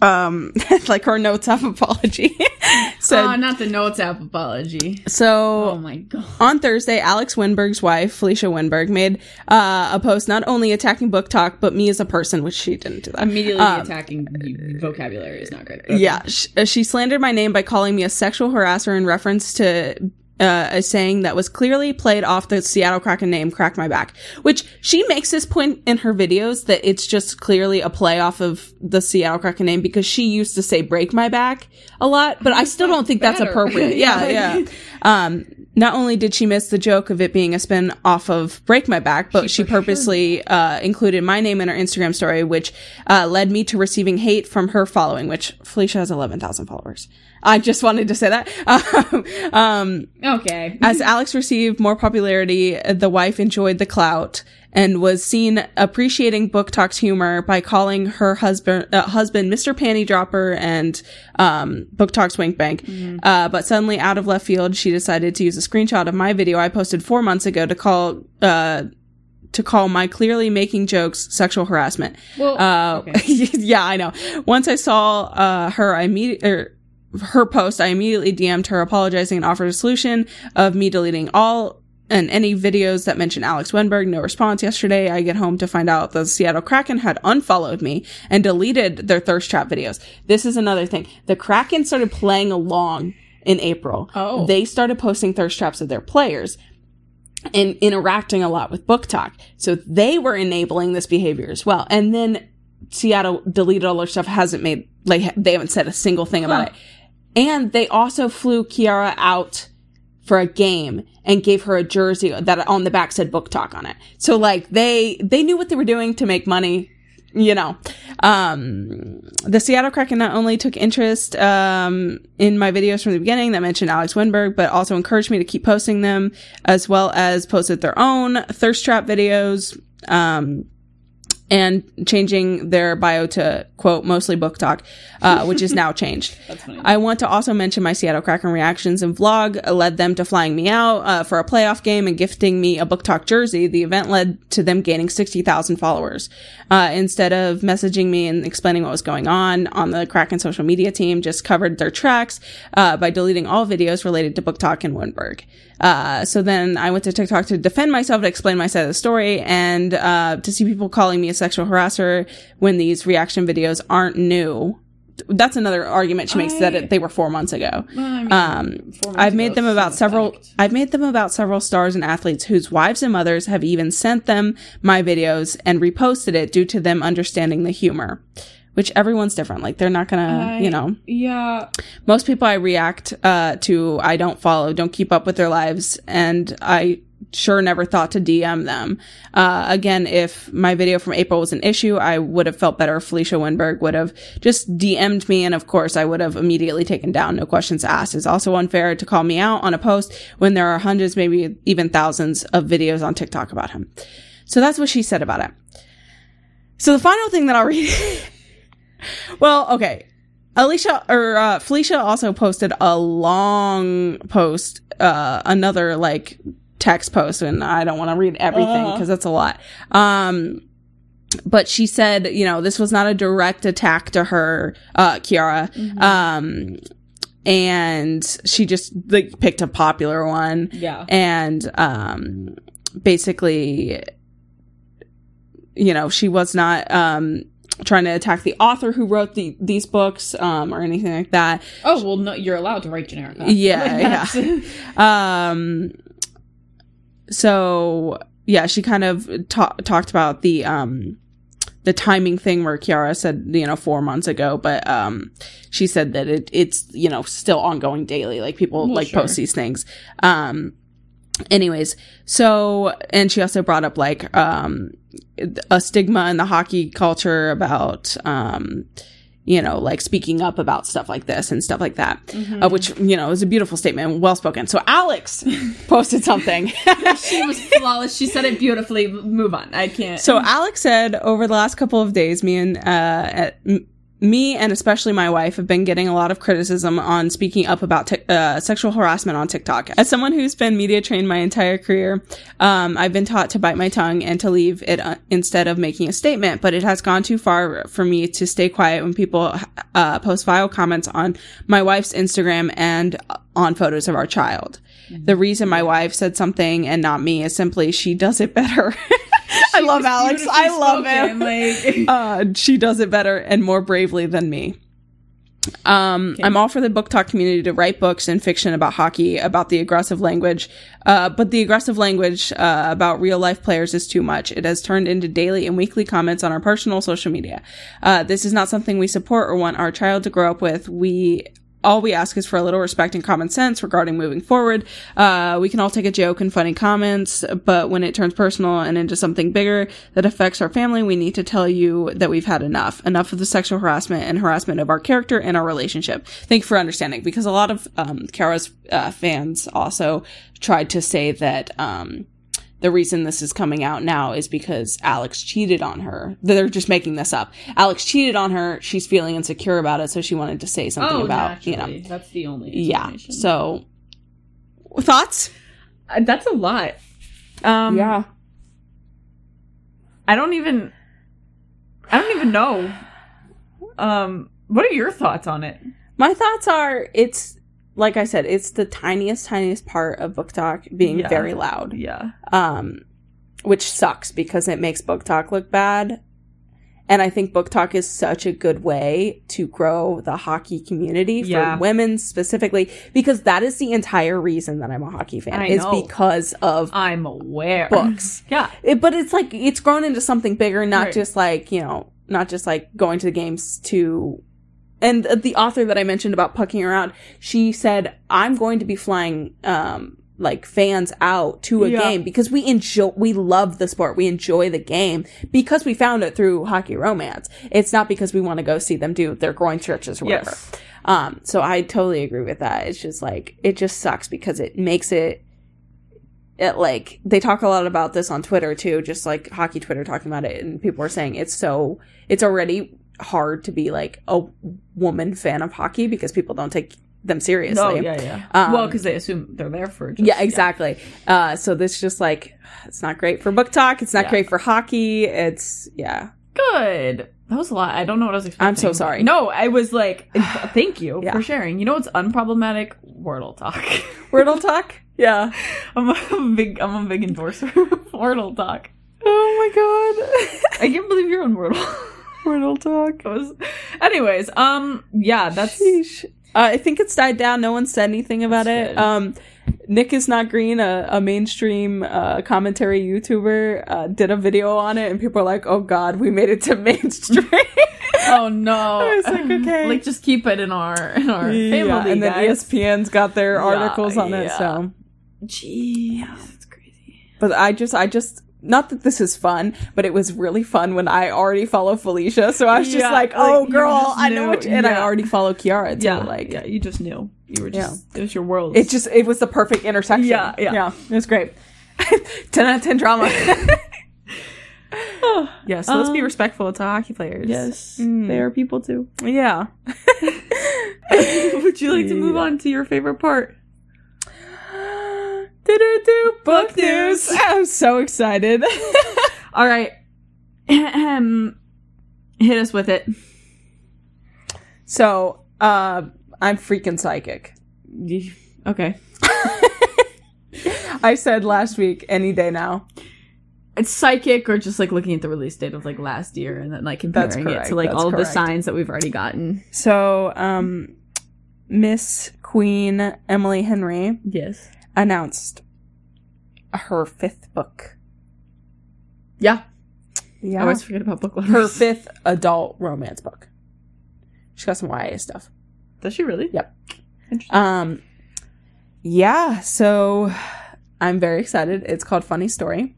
Speaker 1: um, like her notes of apology. so,
Speaker 3: oh, not the notes app apology.
Speaker 1: so um,
Speaker 3: Oh my god.
Speaker 1: on Thursday, Alex Winberg's wife, Felicia Winberg, made uh, a post not only attacking Book Talk, but me as a person, which she didn't do that.
Speaker 3: Immediately
Speaker 1: Um,
Speaker 3: attacking the vocabulary is not great.
Speaker 1: Yeah, she, uh, she slandered my name by calling me a sexual harasser in reference to uh, a saying that was clearly played off the Seattle Kraken name, Crack My Back, which she makes this point in her videos that it's just clearly a play off of the Seattle Kraken name because she used to say Break My Back a lot, but I still don't think that's
Speaker 3: Better.
Speaker 1: appropriate. Yeah,
Speaker 3: Yeah.
Speaker 1: yeah. Um, not only did she miss the joke of it being a spin off of Break My Back, but she, purposely uh, included my name in her Instagram story, which uh, led me to receiving hate from her following, which Felicia has 11,000 followers. I just wanted to say that. Um, um,
Speaker 3: Okay.
Speaker 1: as Alex received more popularity, the wife enjoyed the clout and was seen appreciating Book Talk's humor by calling her husband uh, husband Mr. Panty Dropper and um, Book Talk's Wink Bank. Uh, but suddenly, out of left field, she decided to use a screenshot of my video I posted four months ago to call uh, to call my clearly making jokes sexual harassment.
Speaker 3: Well,
Speaker 2: Oh,
Speaker 1: Uh, yeah, I know. Once I saw uh, her, I immediately. Er, her post, I immediately DM'd her apologizing and offered a solution of me deleting all and any videos that mention Alex Wenberg, no response. Yesterday, I get home to find out the Seattle Kraken had unfollowed me and deleted their thirst trap videos. This is another thing. The Kraken started playing along in April.
Speaker 3: Oh.
Speaker 1: They started posting thirst traps of their players and interacting a lot with Book Talk. So they were enabling this behavior as well. And then Seattle deleted all their stuff, hasn't made, like, they haven't said a single thing about it. And they also flew Kiara out for a game and gave her a jersey that on the back said book talk on it. So like they they knew what they were doing to make money, you know. Um the Seattle Kraken not only took interest um in my videos from the beginning that mentioned Alex Winberg, but also encouraged me to keep posting them as well as posted their own thirst trap videos. Um and changing their bio to quote mostly book talk, uh, which is now changed. I want to also mention my Seattle Kraken reactions and vlog led them to flying me out uh, for a playoff game and gifting me a book talk jersey. The event led to them gaining sixty thousand followers. Uh, instead of messaging me and explaining what was going on on the Kraken social media team, just covered their tracks uh, by deleting all videos related to book talk and Winberg. Uh, so then I went to TikTok to defend myself, to explain my side of the story, and uh, to see people calling me a sexual harasser when these reaction videos aren't new. That's another argument she makes that
Speaker 2: I-
Speaker 1: it, they were four months ago.
Speaker 2: I mean,
Speaker 1: Um, I've made them about several. I've made them about several stars and athletes whose wives and mothers have even sent them my videos and reposted it due to them understanding the humor, which everyone's different. Like they're not gonna, you know
Speaker 2: Yeah.
Speaker 1: most people I react uh, to, I don't follow, don't keep up with their lives, and I sure never thought to DM them. Uh, again, if my video from April was an issue, I would have felt better if Felicia Winberg would have just DM'd me, and of course, I would have immediately taken down, no questions asked. It's also unfair to call me out on a post when there are hundreds, maybe even thousands of videos on TikTok about him. So that's what she said about it. So the final thing that I'll read. well, okay. Alicia or uh, Felicia also posted a long post, uh, another like text post, and I don't want to read everything because that's a lot. Um, but she said, you know, this was not a direct attack to her, uh, Kiara.
Speaker 3: mm-hmm.
Speaker 2: Mm-hmm.
Speaker 1: Um, and she just like picked a popular one
Speaker 3: Yeah.
Speaker 1: and um basically you know she was not um trying to attack the author who wrote the these books um or anything like that
Speaker 2: Oh well, no, you're allowed to write generic. huh?
Speaker 1: Yeah,
Speaker 2: That's-
Speaker 1: um so yeah she kind of ta- talked about the um the timing thing where Kiara said you know 4 months ago but um she said that it it's you know still ongoing daily like people
Speaker 2: Well,
Speaker 1: like
Speaker 2: sure.
Speaker 1: post these things um anyways so and she also brought up like um a stigma in the hockey culture about um you know like speaking up about stuff like this and stuff like that uh, which you know is a beautiful statement well spoken so alex posted something
Speaker 3: She was flawless. She said it beautifully. Move on. I can't.
Speaker 1: So Alex said over the last couple of days, me and uh, at- m- me and especially my wife have been getting a lot of criticism on speaking up about tic- uh, sexual harassment on TikTok. As someone who's been media trained my entire career, um, I've been taught to bite my tongue and to leave it uh, instead of making a statement. But it has gone too far for me to stay quiet when people uh, post vile comments on my wife's Instagram and uh, on photos of our child. The reason my wife said something and not me is simply she does it better. I love Alex. I love him.
Speaker 3: him.
Speaker 1: Uh, she does it better and more bravely than me. Um, I'm all for the book talk community to write books and fiction about hockey, about the aggressive language, uh, but the aggressive language uh, about real life players is too much. It has turned into daily and weekly comments on our personal social media. Uh, this is not something we support or want our child to grow up with. We all we ask is for a little respect and common sense regarding moving forward. Uh, we can all take a joke and funny comments, but when it turns personal and into something bigger that affects our family, we need to tell you that we've had enough. Enough of the sexual harassment and harassment of our character and our relationship. Thank you for understanding, because a lot of um, Kara's uh, fans also tried to say that. Um, the reason this is coming out now is because Alex cheated on her. They're just making this up. Alex cheated on her. She's feeling insecure about it, so she wanted to say something
Speaker 3: Oh,
Speaker 1: about
Speaker 3: naturally.
Speaker 1: you know.
Speaker 3: That's the only.
Speaker 1: Yeah.
Speaker 3: explanation.
Speaker 1: So thoughts?
Speaker 3: Uh, that's a lot. Um, I don't even. I don't even know. Um, what are your thoughts on it?
Speaker 1: My thoughts are it's like I said, it's the tiniest, tiniest part of Book Talk being
Speaker 2: Yeah.
Speaker 1: very loud.
Speaker 2: Yeah.
Speaker 1: um, which sucks because it makes book talk look bad. And I think book talk is such a good way to grow the hockey community for
Speaker 2: Yeah.
Speaker 1: women specifically, because that is the entire reason that I'm a hockey fan
Speaker 2: I
Speaker 1: is
Speaker 2: know.
Speaker 1: because of
Speaker 2: I'm aware.
Speaker 1: books.
Speaker 2: Yeah.
Speaker 1: It, but it's like it's grown into something bigger, not
Speaker 2: Right.
Speaker 1: just like you know, not just like going to the games to. And the author that I mentioned about pucking around, she said, "I'm going to be flying um like fans out to a
Speaker 2: Yeah.
Speaker 1: game because we enjoy, we love the sport, we enjoy the game because we found it through hockey romance. It's not because we want to go see them do their groin stretches or whatever."
Speaker 2: Yes.
Speaker 1: Um, so I totally agree with that. It's just like it just sucks because it makes it it like they talk a lot about this on Twitter too, just like hockey Twitter talking about it and people are saying it's so it's already hard to be like a woman fan of hockey because people don't take them seriously.
Speaker 2: Oh, yeah, yeah.
Speaker 1: Um,
Speaker 2: well, because they assume they're there for just,
Speaker 1: Yeah, exactly. Uh, so this just like it's not great for book talk. It's not
Speaker 2: Yeah.
Speaker 1: great for hockey. It's yeah,
Speaker 2: Good. That was a lot. I don't know what I was expecting.
Speaker 1: I'm so sorry.
Speaker 2: No, I was like, thank you
Speaker 1: Yeah.
Speaker 2: for sharing. You know what's unproblematic? Wordle talk.
Speaker 1: Wordle talk. Yeah.
Speaker 2: I'm a big I'm a big endorser of Wordle talk.
Speaker 1: Oh my god.
Speaker 2: I can't believe you're on Wordle. Wordle talk. was anyways, um yeah, that's
Speaker 1: Sheesh. Uh, I think it's died down. No one said anything about
Speaker 2: That's
Speaker 1: it.
Speaker 2: good.
Speaker 1: Um, Nick is not green, a, a mainstream uh, commentary YouTuber, uh, did a video on it, and people are like, "Oh God, we made it to mainstream."
Speaker 2: Oh no.
Speaker 1: I was like, okay.
Speaker 2: Like just keep it in our in our
Speaker 1: yeah,
Speaker 2: family.
Speaker 1: and then E
Speaker 2: guys.
Speaker 1: ESPN's got their
Speaker 2: Yeah,
Speaker 1: articles on it.
Speaker 2: yeah.
Speaker 1: So,
Speaker 2: Jeez, it's crazy.
Speaker 1: but I just, I just. Not that this is fun, but it was really fun when I already follow Felicia. So I was just
Speaker 2: Yeah,
Speaker 1: like,
Speaker 2: like,
Speaker 1: "Oh,
Speaker 2: you
Speaker 1: girl,
Speaker 2: just
Speaker 1: I know
Speaker 2: knew,
Speaker 1: what," you, and I
Speaker 2: yeah.
Speaker 1: already follow Kiara too.
Speaker 2: Yeah,
Speaker 1: like,
Speaker 2: like yeah, you just knew. You were just it was your world.
Speaker 1: It just it was the perfect intersection.
Speaker 2: Yeah, yeah.
Speaker 1: It was great. ten out of ten drama. yeah, so let's be
Speaker 2: Um,
Speaker 1: respectful to hockey players.
Speaker 2: Yes.
Speaker 1: Mm.
Speaker 2: They are people too.
Speaker 1: Yeah.
Speaker 2: Would you like to move
Speaker 1: Yeah.
Speaker 2: on to your favorite part?
Speaker 1: Do-do-do, book
Speaker 2: news.
Speaker 1: news. I'm so excited.
Speaker 2: All right. Ahem. Hit us with it.
Speaker 1: so uh I'm freaking psychic.
Speaker 2: Okay.
Speaker 1: I said last week, any day now.
Speaker 2: It's psychic or just like looking at the release date of like last year and then like
Speaker 1: That's
Speaker 2: comparing it
Speaker 1: correct,
Speaker 2: to like
Speaker 1: that's
Speaker 2: all of the
Speaker 1: correct.
Speaker 2: signs that we've already gotten.
Speaker 1: So um Miss Queen Emily Henry
Speaker 2: Yes.
Speaker 1: announced her fifth book.
Speaker 2: Yeah.
Speaker 1: Yeah.
Speaker 2: I always forget about book lovers.
Speaker 1: her fifth adult romance book. She got some YA stuff.
Speaker 2: Does she really?
Speaker 1: Yep.
Speaker 2: Interesting.
Speaker 1: Um, yeah, so I'm very excited. It's called Funny Story.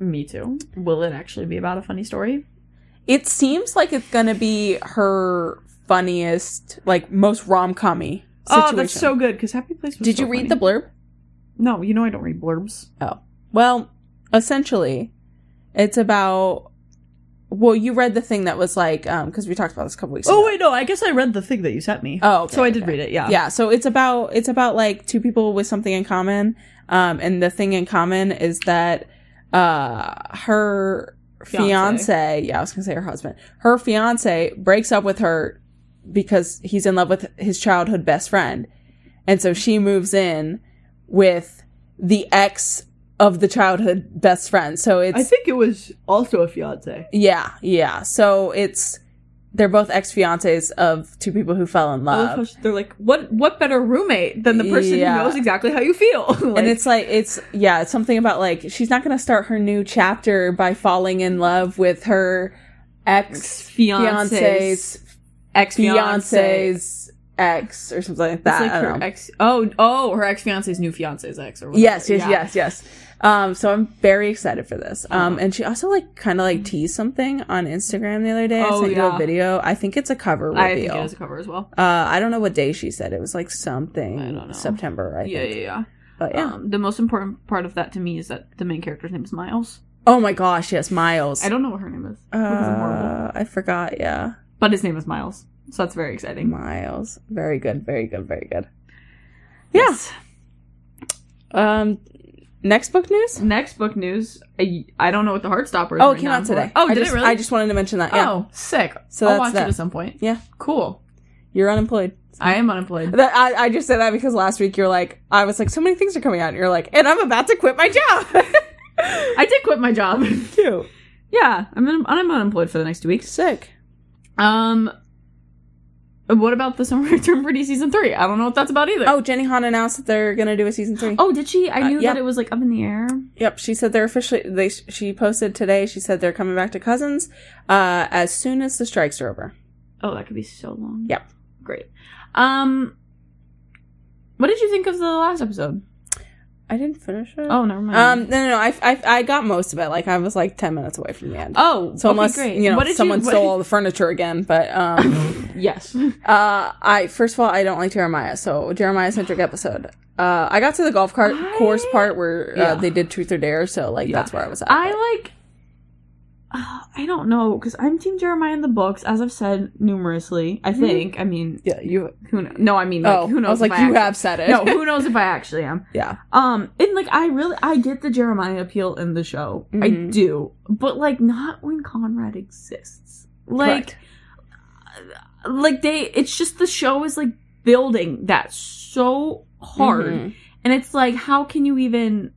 Speaker 2: Me too. Will it actually be about a funny story?
Speaker 1: It seems like it's gonna be her funniest, like most rom commy.
Speaker 2: Oh, that's so good because Happy Place was
Speaker 1: Did
Speaker 2: so
Speaker 1: you read
Speaker 2: funny.
Speaker 1: the blurb?
Speaker 2: No, you know I don't read blurbs.
Speaker 1: Well, essentially, it's about. Well, you read the thing that was like, um, because we talked about this a couple weeks ago.
Speaker 2: Oh wait, no, I guess I read the thing that you sent me.
Speaker 1: Oh, okay,
Speaker 2: so I did
Speaker 1: okay.
Speaker 2: read it, yeah.
Speaker 1: yeah so it's about it's about like two people with something in common um and the thing in common is that uh her
Speaker 2: Fiance.
Speaker 1: fiance, yeah i was gonna say her husband her fiance breaks up with her because he's in love with his childhood best friend and so she moves in with the ex of the childhood best friend so it's
Speaker 2: think it was also a fiance.
Speaker 1: yeah yeah so it's they're both ex-fiancés of two people who fell in
Speaker 2: I
Speaker 1: love
Speaker 2: love how she- they're like, what what better roommate than the person
Speaker 1: Yeah.
Speaker 2: who knows exactly how you feel? Like-
Speaker 1: and it's like it's yeah, it's something about like she's not going to start her new chapter by falling in love with her ex fiance's
Speaker 2: fiance's ex fiance.
Speaker 1: fiance's ex or something like
Speaker 2: That's
Speaker 1: that.
Speaker 2: like
Speaker 1: I don't
Speaker 2: her
Speaker 1: know.
Speaker 2: ex. Oh, oh, her ex fiance's new fiance's ex or whatever.
Speaker 1: yes, yes,
Speaker 2: Yeah.
Speaker 1: yes, yes. Um, so I'm very excited for this. Um,
Speaker 2: Uh-huh.
Speaker 1: and she also like kind of like teased something on Instagram the other day. I
Speaker 2: Oh,
Speaker 1: sent you
Speaker 2: yeah.
Speaker 1: a video. I think it's a cover reveal.
Speaker 2: I think it was a cover as well.
Speaker 1: uh, I don't know what day she said. It was like something
Speaker 2: I don't know.
Speaker 1: September, I
Speaker 2: yeah,
Speaker 1: think.
Speaker 2: yeah, yeah.
Speaker 1: But yeah.
Speaker 2: Um, the most important part of that to me is that the main character's name is Miles.
Speaker 1: oh my gosh, yes, Miles.
Speaker 2: I don't know what her name is, because I'm horrible.
Speaker 1: Uh, I forgot. Yeah.
Speaker 2: but his name is Miles, so that's very exciting.
Speaker 1: Miles. Very good, very good, very good.
Speaker 2: Yes.
Speaker 1: Um next book news?
Speaker 2: Next book news. I, I don't know what the Heartstopper is.
Speaker 1: Oh,
Speaker 2: right
Speaker 1: it came
Speaker 2: now.
Speaker 1: out today.
Speaker 2: Oh,
Speaker 1: I
Speaker 2: did
Speaker 1: just,
Speaker 2: it really?
Speaker 1: I just wanted to mention that. Yeah.
Speaker 2: Oh, sick.
Speaker 1: So
Speaker 2: I'll
Speaker 1: that's
Speaker 2: watch
Speaker 1: that.
Speaker 2: it at some point.
Speaker 1: Yeah.
Speaker 2: Cool.
Speaker 1: You're unemployed.
Speaker 2: I am unemployed.
Speaker 1: That, I, I just said that because last week you're like, I was like, so many things are coming out. And you're like, and I'm about to quit my job.
Speaker 2: I did quit my job.
Speaker 1: Cute.
Speaker 2: yeah, I'm un- I'm unemployed for the next two weeks.
Speaker 1: Sick.
Speaker 2: Um, what about the Summer Return Pretty season three? I don't know what that's about either.
Speaker 1: Oh, Jenny Han announced that they're going to do a season three.
Speaker 2: oh, did she? I knew
Speaker 1: yeah.
Speaker 2: that it was like up in the air.
Speaker 1: Yep, she said they're officially. They she posted today. She said they're coming back to cousins uh, as soon as the strikes are over.
Speaker 2: Oh, that could be so long.
Speaker 1: Yep.
Speaker 2: Great. Um, what did you think of the last episode?
Speaker 1: I didn't finish it.
Speaker 2: Oh, never mind.
Speaker 1: um, no, no, no. I, I, I got most of it. Like I was like ten minutes away from the end.
Speaker 2: oh,
Speaker 1: so
Speaker 2: okay,
Speaker 1: unless
Speaker 2: great.
Speaker 1: you know
Speaker 2: What did
Speaker 1: someone
Speaker 2: what-
Speaker 1: stole all the furniture again, but um,
Speaker 2: yes.
Speaker 1: uh, I first of all I don't like Jeremiah. So Jeremiah centric episode. Uh, I got to the golf cart
Speaker 2: I-
Speaker 1: course part where uh,
Speaker 2: Yeah.
Speaker 1: they did truth or dare. So like
Speaker 2: Yeah.
Speaker 1: that's where I was at.
Speaker 2: I like. Uh, I don't know because I'm Team Jeremiah in the books, as I've said numerously.
Speaker 1: Mm-hmm.
Speaker 2: I think. I mean,
Speaker 1: yeah, you.
Speaker 2: who knows? No, I mean, like,
Speaker 1: oh,
Speaker 2: who knows?
Speaker 1: I was like
Speaker 2: if
Speaker 1: you
Speaker 2: actually-
Speaker 1: have said it.
Speaker 2: No, who knows if I actually am.
Speaker 1: yeah,
Speaker 2: Um, and like I really, I get the Jeremiah appeal in the show. I
Speaker 1: Mhm.
Speaker 2: do, but like not when Conrad exists.
Speaker 1: Correct.
Speaker 2: Like, like they, it's just the show is like building that so hard,
Speaker 1: Mhm.
Speaker 2: and it's like how can you even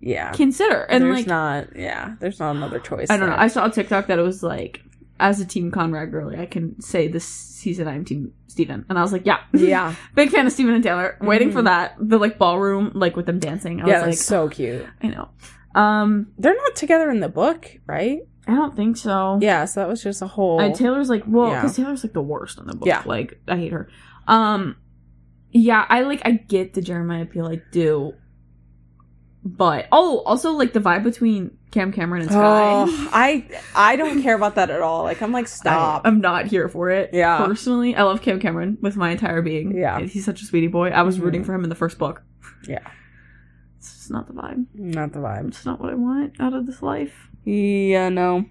Speaker 1: Yeah.
Speaker 2: consider? And
Speaker 1: there's
Speaker 2: like,
Speaker 1: not yeah there's not another choice
Speaker 2: I don't know.
Speaker 1: there.
Speaker 2: I saw a TikTok that it was like, as a team Conrad girly, I can say this season I'm team Steven. and I was like, yeah,
Speaker 1: yeah
Speaker 2: big fan of Steven and Taylor. Waiting for
Speaker 1: Mhm.
Speaker 2: that, the like ballroom, like with them dancing. I
Speaker 1: yeah they're
Speaker 2: was like,
Speaker 1: so cute
Speaker 2: I know. Um,
Speaker 1: they're not together in the book right
Speaker 2: I don't think so.
Speaker 1: yeah so that was just a whole
Speaker 2: I, Taylor's like, well,
Speaker 1: Yeah.
Speaker 2: because Taylor's like the worst in the book.
Speaker 1: Yeah.
Speaker 2: Like, I hate her. Um, yeah, I like, I get the Jeremiah appeal, I do. But, oh, also like the vibe between Cam Cameron and Sky.
Speaker 1: oh i i don't care about that at all like i'm like stop
Speaker 2: I, am not here for it.
Speaker 1: Yeah.
Speaker 2: Personally, I love Cam Cameron with my entire being.
Speaker 1: Yeah.
Speaker 2: He's such a sweetie boy. I was
Speaker 1: Mhm.
Speaker 2: rooting for him in the first book.
Speaker 1: Yeah.
Speaker 2: It's just not the vibe.
Speaker 1: not the vibe
Speaker 2: It's not what I want out of this life.
Speaker 1: yeah no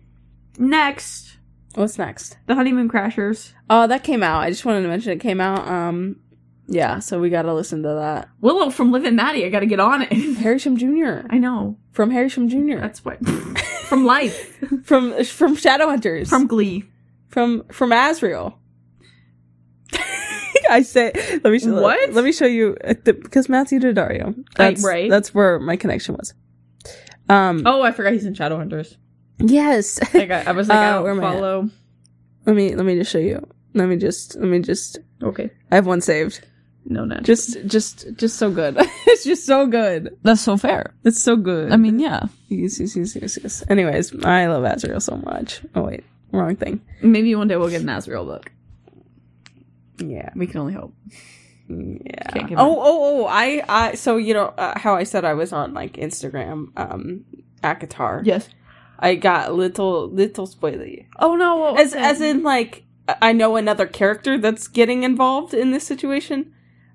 Speaker 2: Next,
Speaker 1: what's next
Speaker 2: The Honeymoon Crashers.
Speaker 1: oh that came out i just wanted to mention it came out um yeah so we gotta listen to that
Speaker 2: Willow from Liv and Maddie. I gotta get on it.
Speaker 1: harrison jr
Speaker 2: I know.
Speaker 1: from harrison jr
Speaker 2: That's what. from life.
Speaker 1: from from shadowhunters
Speaker 2: From Glee.
Speaker 1: from from Azrael. I say, let me show,
Speaker 2: What?
Speaker 1: Let me show you uh, the- because Matthew Daddario. That's
Speaker 2: right.
Speaker 1: That's where my connection was. Um.
Speaker 2: Oh, I forgot he's in Shadowhunters.
Speaker 1: Yes.
Speaker 2: Like I, I was like, I
Speaker 1: Uh,
Speaker 2: don't
Speaker 1: where am I at?
Speaker 2: follow.
Speaker 1: let me let me just show you. Let me just let me just.
Speaker 2: Okay.
Speaker 1: I have one saved.
Speaker 2: No, no.
Speaker 1: Just just just so good. it's just so good.
Speaker 2: That's so fair.
Speaker 1: It's so good.
Speaker 2: mean, yeah.
Speaker 1: yes, yes, yes, yes, yes. Anyways, I love Azrael so much. Oh wait, wrong thing.
Speaker 2: Maybe one day we'll get an Azrael book.
Speaker 1: Yeah.
Speaker 2: We can only hope.
Speaker 1: Yeah.
Speaker 2: Can't give
Speaker 1: oh, oh, oh! I, I. So you know uh, how I said I was on like Instagram, um, Akatar.
Speaker 2: Yes.
Speaker 1: I got little, little spoily.
Speaker 2: Oh no. what was
Speaker 1: As,
Speaker 2: it?
Speaker 1: as in like, I I know another character that's getting involved in this situation,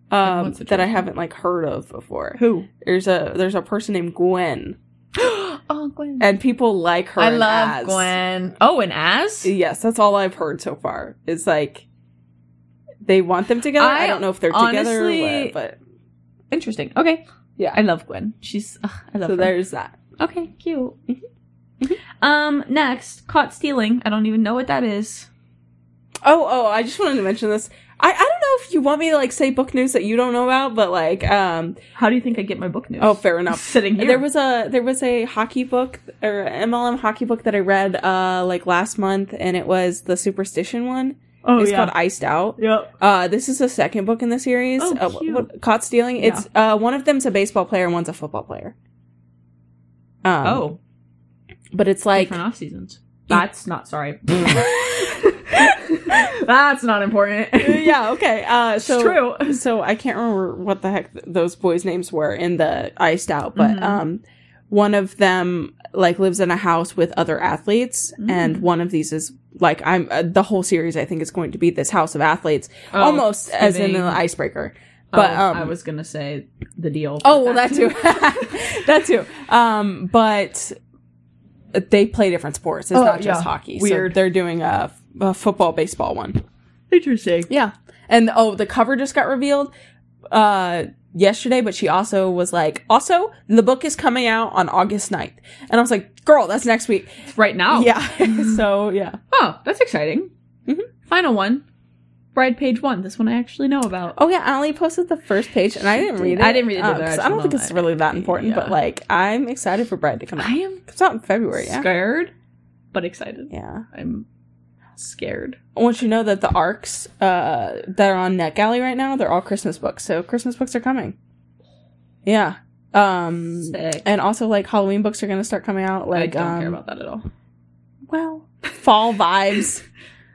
Speaker 2: what
Speaker 1: um, that I
Speaker 2: situation?
Speaker 1: haven't like heard of before.
Speaker 2: who?
Speaker 1: There's a there's a person named Gwen,
Speaker 2: oh, Gwen.
Speaker 1: and people like her.
Speaker 2: I
Speaker 1: and
Speaker 2: love
Speaker 1: Az.
Speaker 2: Gwen. Oh, and As.
Speaker 1: Yes, that's all I've heard so far. Is like. They want them together. I,
Speaker 2: I
Speaker 1: don't know if they're together, or
Speaker 2: honestly-
Speaker 1: what, but
Speaker 2: Interesting. Okay.
Speaker 1: Yeah.
Speaker 2: I love Gwen. She's. ugh, I love
Speaker 1: so
Speaker 2: her.
Speaker 1: there's that.
Speaker 2: Okay, cute. um, next, caught stealing. I don't even know what that is.
Speaker 1: Oh, oh, I just wanted to mention this. I, I don't know if you want me to like say book news that you don't know about, but like um
Speaker 2: How do you think I get my book news?
Speaker 1: oh fair enough.
Speaker 2: sitting here.
Speaker 1: There was a there was a hockey book or MLM hockey book that I read uh like last month and it was the superstition one.
Speaker 2: oh
Speaker 1: it's called Iced Out.
Speaker 2: yep.
Speaker 1: Uh this is the second book in the series.
Speaker 2: Oh,
Speaker 1: uh, what-
Speaker 2: cute.
Speaker 1: what- caught stealing. It's uh one of them's a baseball player and one's a football player. Um,
Speaker 2: Oh,
Speaker 1: but it's like Mm.
Speaker 2: different off seasons. That's not sorry. That's not important.
Speaker 1: yeah, okay. Uh so
Speaker 2: it's true.
Speaker 1: so I can't remember what the heck th- those boys' names were in the iced out, but
Speaker 2: Mhm.
Speaker 1: um, one of them like lives in a house with other athletes,
Speaker 2: Mm.
Speaker 1: and one of these is like I'm uh, the whole series. I think is going to be this house of athletes,
Speaker 2: Oh,
Speaker 1: almost as in
Speaker 2: giving-
Speaker 1: an icebreaker.
Speaker 2: oh,
Speaker 1: But um,
Speaker 2: I was gonna say the deal.
Speaker 1: oh well, that too, that too. Um, but they play different sports. It's
Speaker 2: Oh,
Speaker 1: not just
Speaker 2: yeah.
Speaker 1: hockey.
Speaker 2: Weird.
Speaker 1: So they're doing a, f- a football, baseball one.
Speaker 2: interesting.
Speaker 1: Yeah. And oh, the cover just got revealed uh yesterday, but she also was like, also, the book is coming out on August 9th. And I was like, girl, that's next week. Oh.
Speaker 2: Right now.
Speaker 1: Yeah. so, yeah.
Speaker 2: Oh, that's exciting.
Speaker 1: Mhm.
Speaker 2: Final one. Bride Page One. This one I actually know about.
Speaker 1: Oh yeah, Ali posted the first page, and I didn't read it.
Speaker 2: I didn't read it
Speaker 1: uh,
Speaker 2: either,
Speaker 1: 'cause
Speaker 2: I
Speaker 1: I don't
Speaker 2: don't
Speaker 1: think it's
Speaker 2: know.
Speaker 1: really that important, but
Speaker 2: Yeah.
Speaker 1: like I'm excited for Bride to come out.
Speaker 2: I am
Speaker 1: It's out in February, Oh, yeah.
Speaker 2: scared, but excited.
Speaker 1: Yeah.
Speaker 2: I'm scared.
Speaker 1: I want you to know that the arcs uh, that are on NetGalley right now, they're all Christmas books. So Christmas books are coming. Yeah. Um
Speaker 2: Sick.
Speaker 1: and also like Halloween books are gonna start coming out. Like
Speaker 2: I don't
Speaker 1: um,
Speaker 2: care about that at all.
Speaker 1: well fall vibes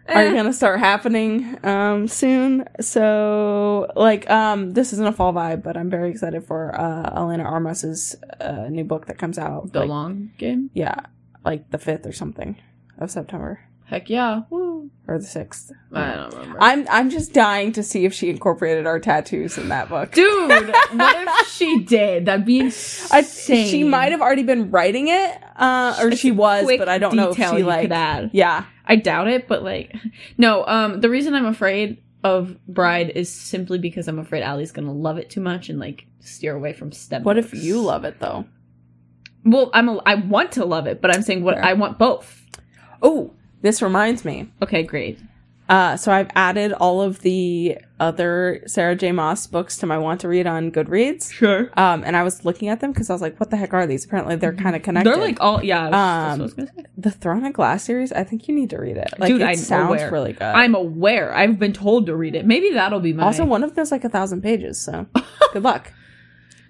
Speaker 1: are
Speaker 2: Eh.
Speaker 1: gonna start happening um soon. So like um this isn't a fall vibe, but I'm very excited for uh Elena Armas's uh, new book that comes out.
Speaker 2: The
Speaker 1: like,
Speaker 2: long game.
Speaker 1: yeah, like the fifth or something of September.
Speaker 2: Heck yeah. Woo.
Speaker 1: Or the sixth.
Speaker 2: I don't remember.
Speaker 1: I'm I'm just dying to see if she incorporated our tattoos in that book.
Speaker 2: Dude, what if she did? That'd be
Speaker 1: I,
Speaker 2: insane.
Speaker 1: she might have already been writing it, uh, or
Speaker 2: It's
Speaker 1: she
Speaker 2: a
Speaker 1: was,
Speaker 2: quick
Speaker 1: but I don't know if
Speaker 2: detail
Speaker 1: she
Speaker 2: you
Speaker 1: like.
Speaker 2: could add.
Speaker 1: Yeah,
Speaker 2: I doubt it, but like, no. Um, the reason I'm afraid of Bride is simply because I'm afraid Allie's gonna love it too much and like steer away from step.
Speaker 1: what if
Speaker 2: books.
Speaker 1: you love it though?
Speaker 2: Well, I'm. A, I want to love it, but I'm saying what
Speaker 1: Fair.
Speaker 2: I want both.
Speaker 1: Oh, this reminds me.
Speaker 2: Okay, great.
Speaker 1: Uh, so I've added all of the other Sarah J. Moss books to my want to read on Goodreads,
Speaker 2: Sure.
Speaker 1: um, and I was looking at them because I was like, "What the heck are these?" Apparently, they're kind of connected.
Speaker 2: They're like all yeah. that's what I was
Speaker 1: Um,
Speaker 2: gonna say.
Speaker 1: the Throne of Glass series. I think you need to read it. Like,
Speaker 2: Dude,
Speaker 1: it
Speaker 2: I'm
Speaker 1: sounds
Speaker 2: aware.
Speaker 1: really good.
Speaker 2: I'm aware. I've been told to read it. Maybe that'll be my.
Speaker 1: Uh, also one of them's like a thousand pages, so good luck.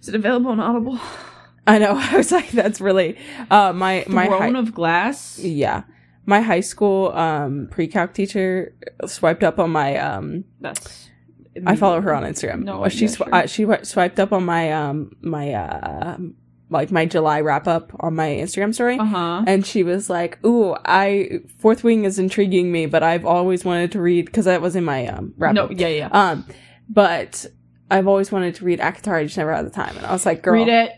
Speaker 2: is it available on Audible?
Speaker 1: I know. I was like, that's really uh, my my
Speaker 2: Throne
Speaker 1: high,
Speaker 2: of Glass.
Speaker 1: yeah. My high school um, pre-calc teacher swiped up on my. Um,
Speaker 2: That's.
Speaker 1: I follow her on Instagram.
Speaker 2: No,
Speaker 1: Uh, she
Speaker 2: yeah,
Speaker 1: sw-
Speaker 2: sure.
Speaker 1: uh, she w- swiped up on my um, my uh, like my July wrap up on my Instagram story,
Speaker 2: Uh huh.
Speaker 1: and she was like, "Ooh, I Fourth Wing is intriguing me, but I've always wanted to read because that was in my um, wrap
Speaker 2: No.
Speaker 1: up.
Speaker 2: Yeah. Yeah.
Speaker 1: Um, but I've always wanted to read Akatar. I just never had the time, and I was like, "Girl,
Speaker 2: read it.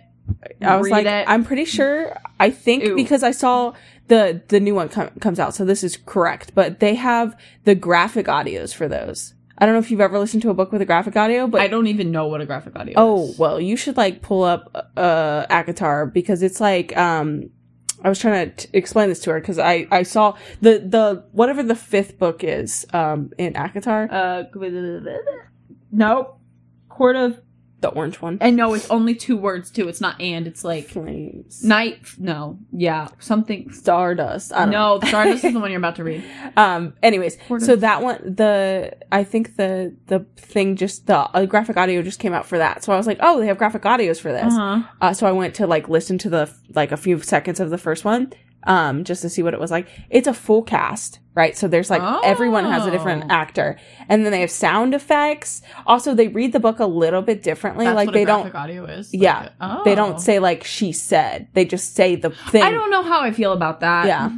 Speaker 1: I was
Speaker 2: Read
Speaker 1: like,
Speaker 2: it.
Speaker 1: I'm pretty sure. I think
Speaker 2: Ew.
Speaker 1: because I saw the the new one com- comes out, so this is correct. But they have the graphic audios for those. I don't know if you've ever listened to a book with a graphic audio, but
Speaker 2: I don't even know what a graphic audio.
Speaker 1: oh
Speaker 2: is.
Speaker 1: well, you should like pull up uh Akatar because it's like um. I was trying to t- explain this to her because I, I saw the, the whatever the fifth book is um in Akatar
Speaker 2: Uh, nope. Court of.
Speaker 1: the orange one
Speaker 2: And no, it's only two words too. It's not and. It's like
Speaker 1: flames
Speaker 2: night. No. Yeah. Something.
Speaker 1: stardust I don't know.
Speaker 2: No. Sorry, this is the one you're about to read.
Speaker 1: um anyways
Speaker 2: Quarter.
Speaker 1: so that one the i think the the thing just the uh, graphic audio just came out for that so i was like oh they have graphic audios for this uh
Speaker 2: Uh-huh.
Speaker 1: so i went to like listen to the like a few seconds of the first one um just to see what it was like it's a full cast right so there's like everyone has a
Speaker 2: Oh.
Speaker 1: different actor and then they have sound effects also they read the book a little bit differently
Speaker 2: That's
Speaker 1: like
Speaker 2: what a
Speaker 1: they
Speaker 2: graphic
Speaker 1: don't
Speaker 2: audio is.
Speaker 1: Yeah.
Speaker 2: Like, oh.
Speaker 1: they don't say like she said they just say the thing
Speaker 2: I don't know how I feel about that.
Speaker 1: Yeah.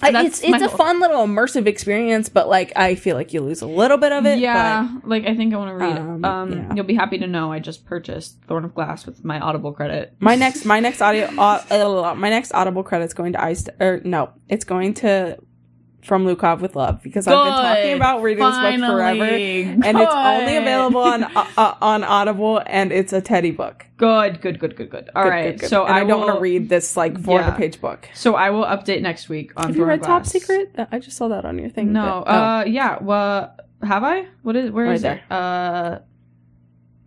Speaker 1: I-
Speaker 2: That's
Speaker 1: it's it's
Speaker 2: my
Speaker 1: a
Speaker 2: whole-
Speaker 1: fun little immersive experience, but like I feel like you lose a little bit of it.
Speaker 2: yeah, like I think I want to read
Speaker 1: Um,
Speaker 2: it. Um,
Speaker 1: yeah.
Speaker 2: You'll be happy to know I just purchased Thorn of Glass with my Audible credit.
Speaker 1: But my next my next audio uh, uh, my next audible credit's going to Ice or no, it's going to From Lukov with Love because I've been talking
Speaker 2: Good.
Speaker 1: about reading this book forever
Speaker 2: Finally.
Speaker 1: and it's only
Speaker 2: Good.
Speaker 1: available on uh, uh, on Audible and it's a Teddy book.
Speaker 2: Good, good, good, good, good. All
Speaker 1: Good,
Speaker 2: right.
Speaker 1: good, good.
Speaker 2: So
Speaker 1: and I, don't want
Speaker 2: will-
Speaker 1: to read this like 400
Speaker 2: Yeah.
Speaker 1: page book.
Speaker 2: So I will update next week on.
Speaker 1: Have you
Speaker 2: Throne
Speaker 1: read
Speaker 2: of
Speaker 1: Top
Speaker 2: Glass.
Speaker 1: Secret? That- Uh, I just saw that on your thing.
Speaker 2: No.
Speaker 1: but- oh.
Speaker 2: Uh, yeah. Well, have I? What is? Where
Speaker 1: Right
Speaker 2: is it? Uh,
Speaker 1: It's-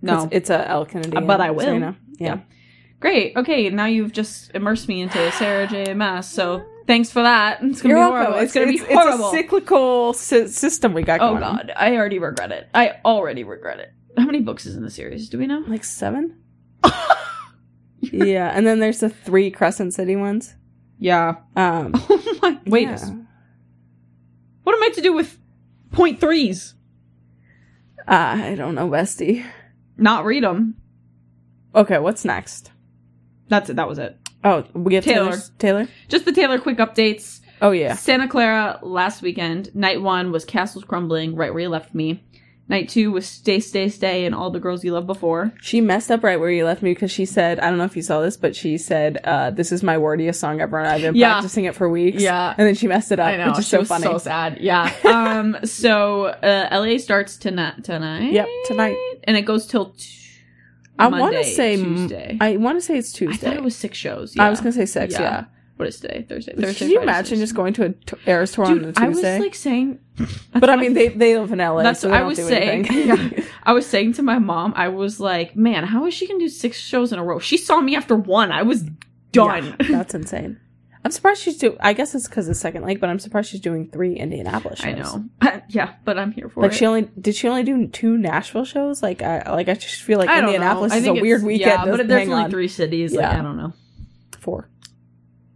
Speaker 2: no.
Speaker 1: it's, a El Kennedy.
Speaker 2: Uh, but
Speaker 1: and
Speaker 2: I will.
Speaker 1: Serena. Yeah.
Speaker 2: Great. Okay. Now you've just immersed me into Sarah J. Mass. So thanks for that. It's gonna
Speaker 1: You're
Speaker 2: be
Speaker 1: welcome.
Speaker 2: horrible. It's, gonna be
Speaker 1: it's
Speaker 2: horrible.
Speaker 1: a cyclical sy- system we got
Speaker 2: oh
Speaker 1: going on.
Speaker 2: God. I already regret it. I already regret it. How many books is in the series? Do we know?
Speaker 1: Like seven? yeah, and then there's the three Crescent City ones.
Speaker 2: Yeah.
Speaker 1: Um,
Speaker 2: Oh my. Wait.
Speaker 1: yeah.
Speaker 2: What am I to do with point threes?
Speaker 1: Uh, I don't know, Westy.
Speaker 2: Not read them.
Speaker 1: Okay, what's next?
Speaker 2: That's it. That was it.
Speaker 1: Oh, we have
Speaker 2: Taylor.
Speaker 1: Taylor. Taylor?
Speaker 2: Just the Taylor quick updates.
Speaker 1: Oh, yeah.
Speaker 2: Santa Clara last weekend. Night one was Castles Crumbling, right where you left me. Night two was Stay, Stay, Stay, and All the Girls You Loved Before.
Speaker 1: She messed up right where you left me because she said, I don't know if you saw this, but she said, uh, this is my wordiest song ever and I've been
Speaker 2: Yeah.
Speaker 1: practicing it for weeks.
Speaker 2: Yeah.
Speaker 1: And then she messed it up, which is so funny.
Speaker 2: sad. Yeah. um. So uh, LA starts tonight. Tonight.
Speaker 1: Yep, tonight.
Speaker 2: And it goes till. T-
Speaker 1: I want to
Speaker 2: Monday,
Speaker 1: say, m-
Speaker 2: Tuesday.
Speaker 1: I want to say it's
Speaker 2: I
Speaker 1: Tuesday.
Speaker 2: thought it was six shows.
Speaker 1: I was going to say six, yeah.
Speaker 2: What is today? Thursday.
Speaker 1: Could
Speaker 2: Thursday.
Speaker 1: you
Speaker 2: Friday,
Speaker 1: imagine
Speaker 2: Thursday.
Speaker 1: just going to a t- Eras tour on a
Speaker 2: Dude,
Speaker 1: Tuesday?
Speaker 2: I was like saying,
Speaker 1: but I mean, they they live in LA.
Speaker 2: that's
Speaker 1: so
Speaker 2: what
Speaker 1: they
Speaker 2: I
Speaker 1: don't
Speaker 2: was
Speaker 1: do
Speaker 2: saying.
Speaker 1: anything.
Speaker 2: Yeah. I was saying to my mom, I was like, man, how is she gonna do six shows in a row? She saw me after one. I was done.
Speaker 1: Yeah, that's insane. I'm surprised she's doing. I guess it's because of Second Lake, but I'm surprised she's doing three Indianapolis shows.
Speaker 2: I know. yeah, but I'm here for
Speaker 1: Like
Speaker 2: it.
Speaker 1: she only did she only do two Nashville shows? Like I like I just feel like
Speaker 2: I don't know.
Speaker 1: Indianapolis
Speaker 2: I
Speaker 1: is a
Speaker 2: think it's-
Speaker 1: weird weekend.
Speaker 2: Yeah, but
Speaker 1: doesn't
Speaker 2: there's
Speaker 1: hang
Speaker 2: only
Speaker 1: on.
Speaker 2: three cities. Like,
Speaker 1: Yeah.
Speaker 2: I don't know.
Speaker 1: four.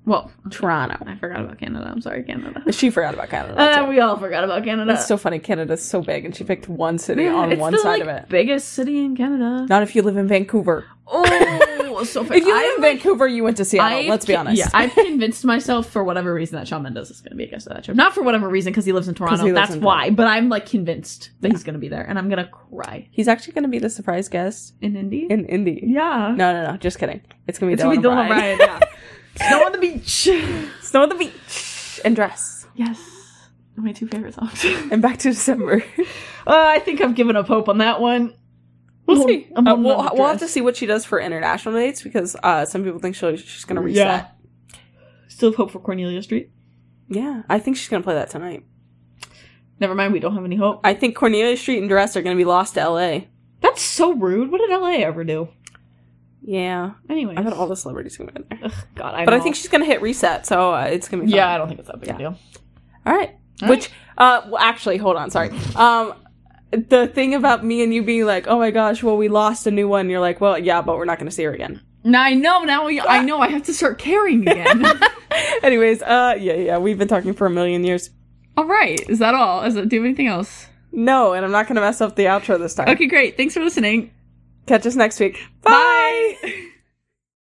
Speaker 2: Well,
Speaker 1: Toronto.
Speaker 2: I forgot about Canada. I'm sorry, Canada.
Speaker 1: She forgot about Canada.
Speaker 2: Uh,
Speaker 1: too.
Speaker 2: we all forgot about Canada.
Speaker 1: That's so funny. Canada's so big, and she picked one city
Speaker 2: Yeah,
Speaker 1: on
Speaker 2: it's
Speaker 1: one
Speaker 2: the,
Speaker 1: side
Speaker 2: like,
Speaker 1: of it.
Speaker 2: Biggest city in Canada.
Speaker 1: Not if you live in Vancouver.
Speaker 2: Oh, so far.
Speaker 1: If you live in Vancouver, you went to Seattle.
Speaker 2: I've
Speaker 1: let's be
Speaker 2: con-
Speaker 1: honest.
Speaker 2: Yeah, I've convinced myself for whatever reason that Shawn Mendes is going to be a guest of that show. Not for whatever reason because he lives in
Speaker 1: 'Cause
Speaker 2: Toronto.
Speaker 1: he lives
Speaker 2: That's
Speaker 1: in
Speaker 2: why. But I'm like convinced that he's going to be there, and I'm going to cry
Speaker 1: He's actually going to be the surprise guest
Speaker 2: in Indy.
Speaker 1: in Indy.
Speaker 2: yeah,
Speaker 1: No, no, no. Just kidding. It's going to be
Speaker 2: it's
Speaker 1: Dylan
Speaker 2: going to be Dylan
Speaker 1: O'Brien.
Speaker 2: O'Brien. yeah. Snow on the beach.
Speaker 1: Snow on the beach and dress.
Speaker 2: yes, my two favorite songs.
Speaker 1: And back to December.
Speaker 2: Uh, I think I've given up hope on that one.
Speaker 1: We'll see.
Speaker 2: I'm
Speaker 1: Uh,
Speaker 2: on
Speaker 1: we'll,
Speaker 2: the
Speaker 1: we'll have to
Speaker 2: dress.
Speaker 1: see what she does for international dates because uh, some people think she'll, she's going to reset.
Speaker 2: Yeah. Still have hope for Cornelia Street.
Speaker 1: Yeah, I think she's going to play that tonight.
Speaker 2: Never mind, we don't have any hope.
Speaker 1: I think Cornelia Street and Dress are going to be lost to LA.
Speaker 2: That's so rude. What did LA ever do?
Speaker 1: Yeah,
Speaker 2: Anyway,
Speaker 1: I bet all the celebrities going to be in there.
Speaker 2: Ugh, God, I
Speaker 1: But I
Speaker 2: know.
Speaker 1: think she's going to hit reset, so uh, it's going to be fun.
Speaker 2: yeah, I don't think it's that big
Speaker 1: Yeah.
Speaker 2: a deal.
Speaker 1: All right.
Speaker 2: All
Speaker 1: Which, uh, well, actually, hold on. Sorry. Um, the thing about me and you being like, oh my gosh, well, we lost a new one. You're like, well, yeah, but we're not going to see her again.
Speaker 2: Now I know. Now we, I know. I have to start caring again.
Speaker 1: Anyways, uh, yeah, yeah, we've been talking for a million years.
Speaker 2: all right. Is that all? Is that, do you have anything else?
Speaker 1: No, and I'm not going to mess up the outro this time.
Speaker 2: Okay, great. Thanks for listening.
Speaker 1: Catch us next week. Bye.
Speaker 2: Bye.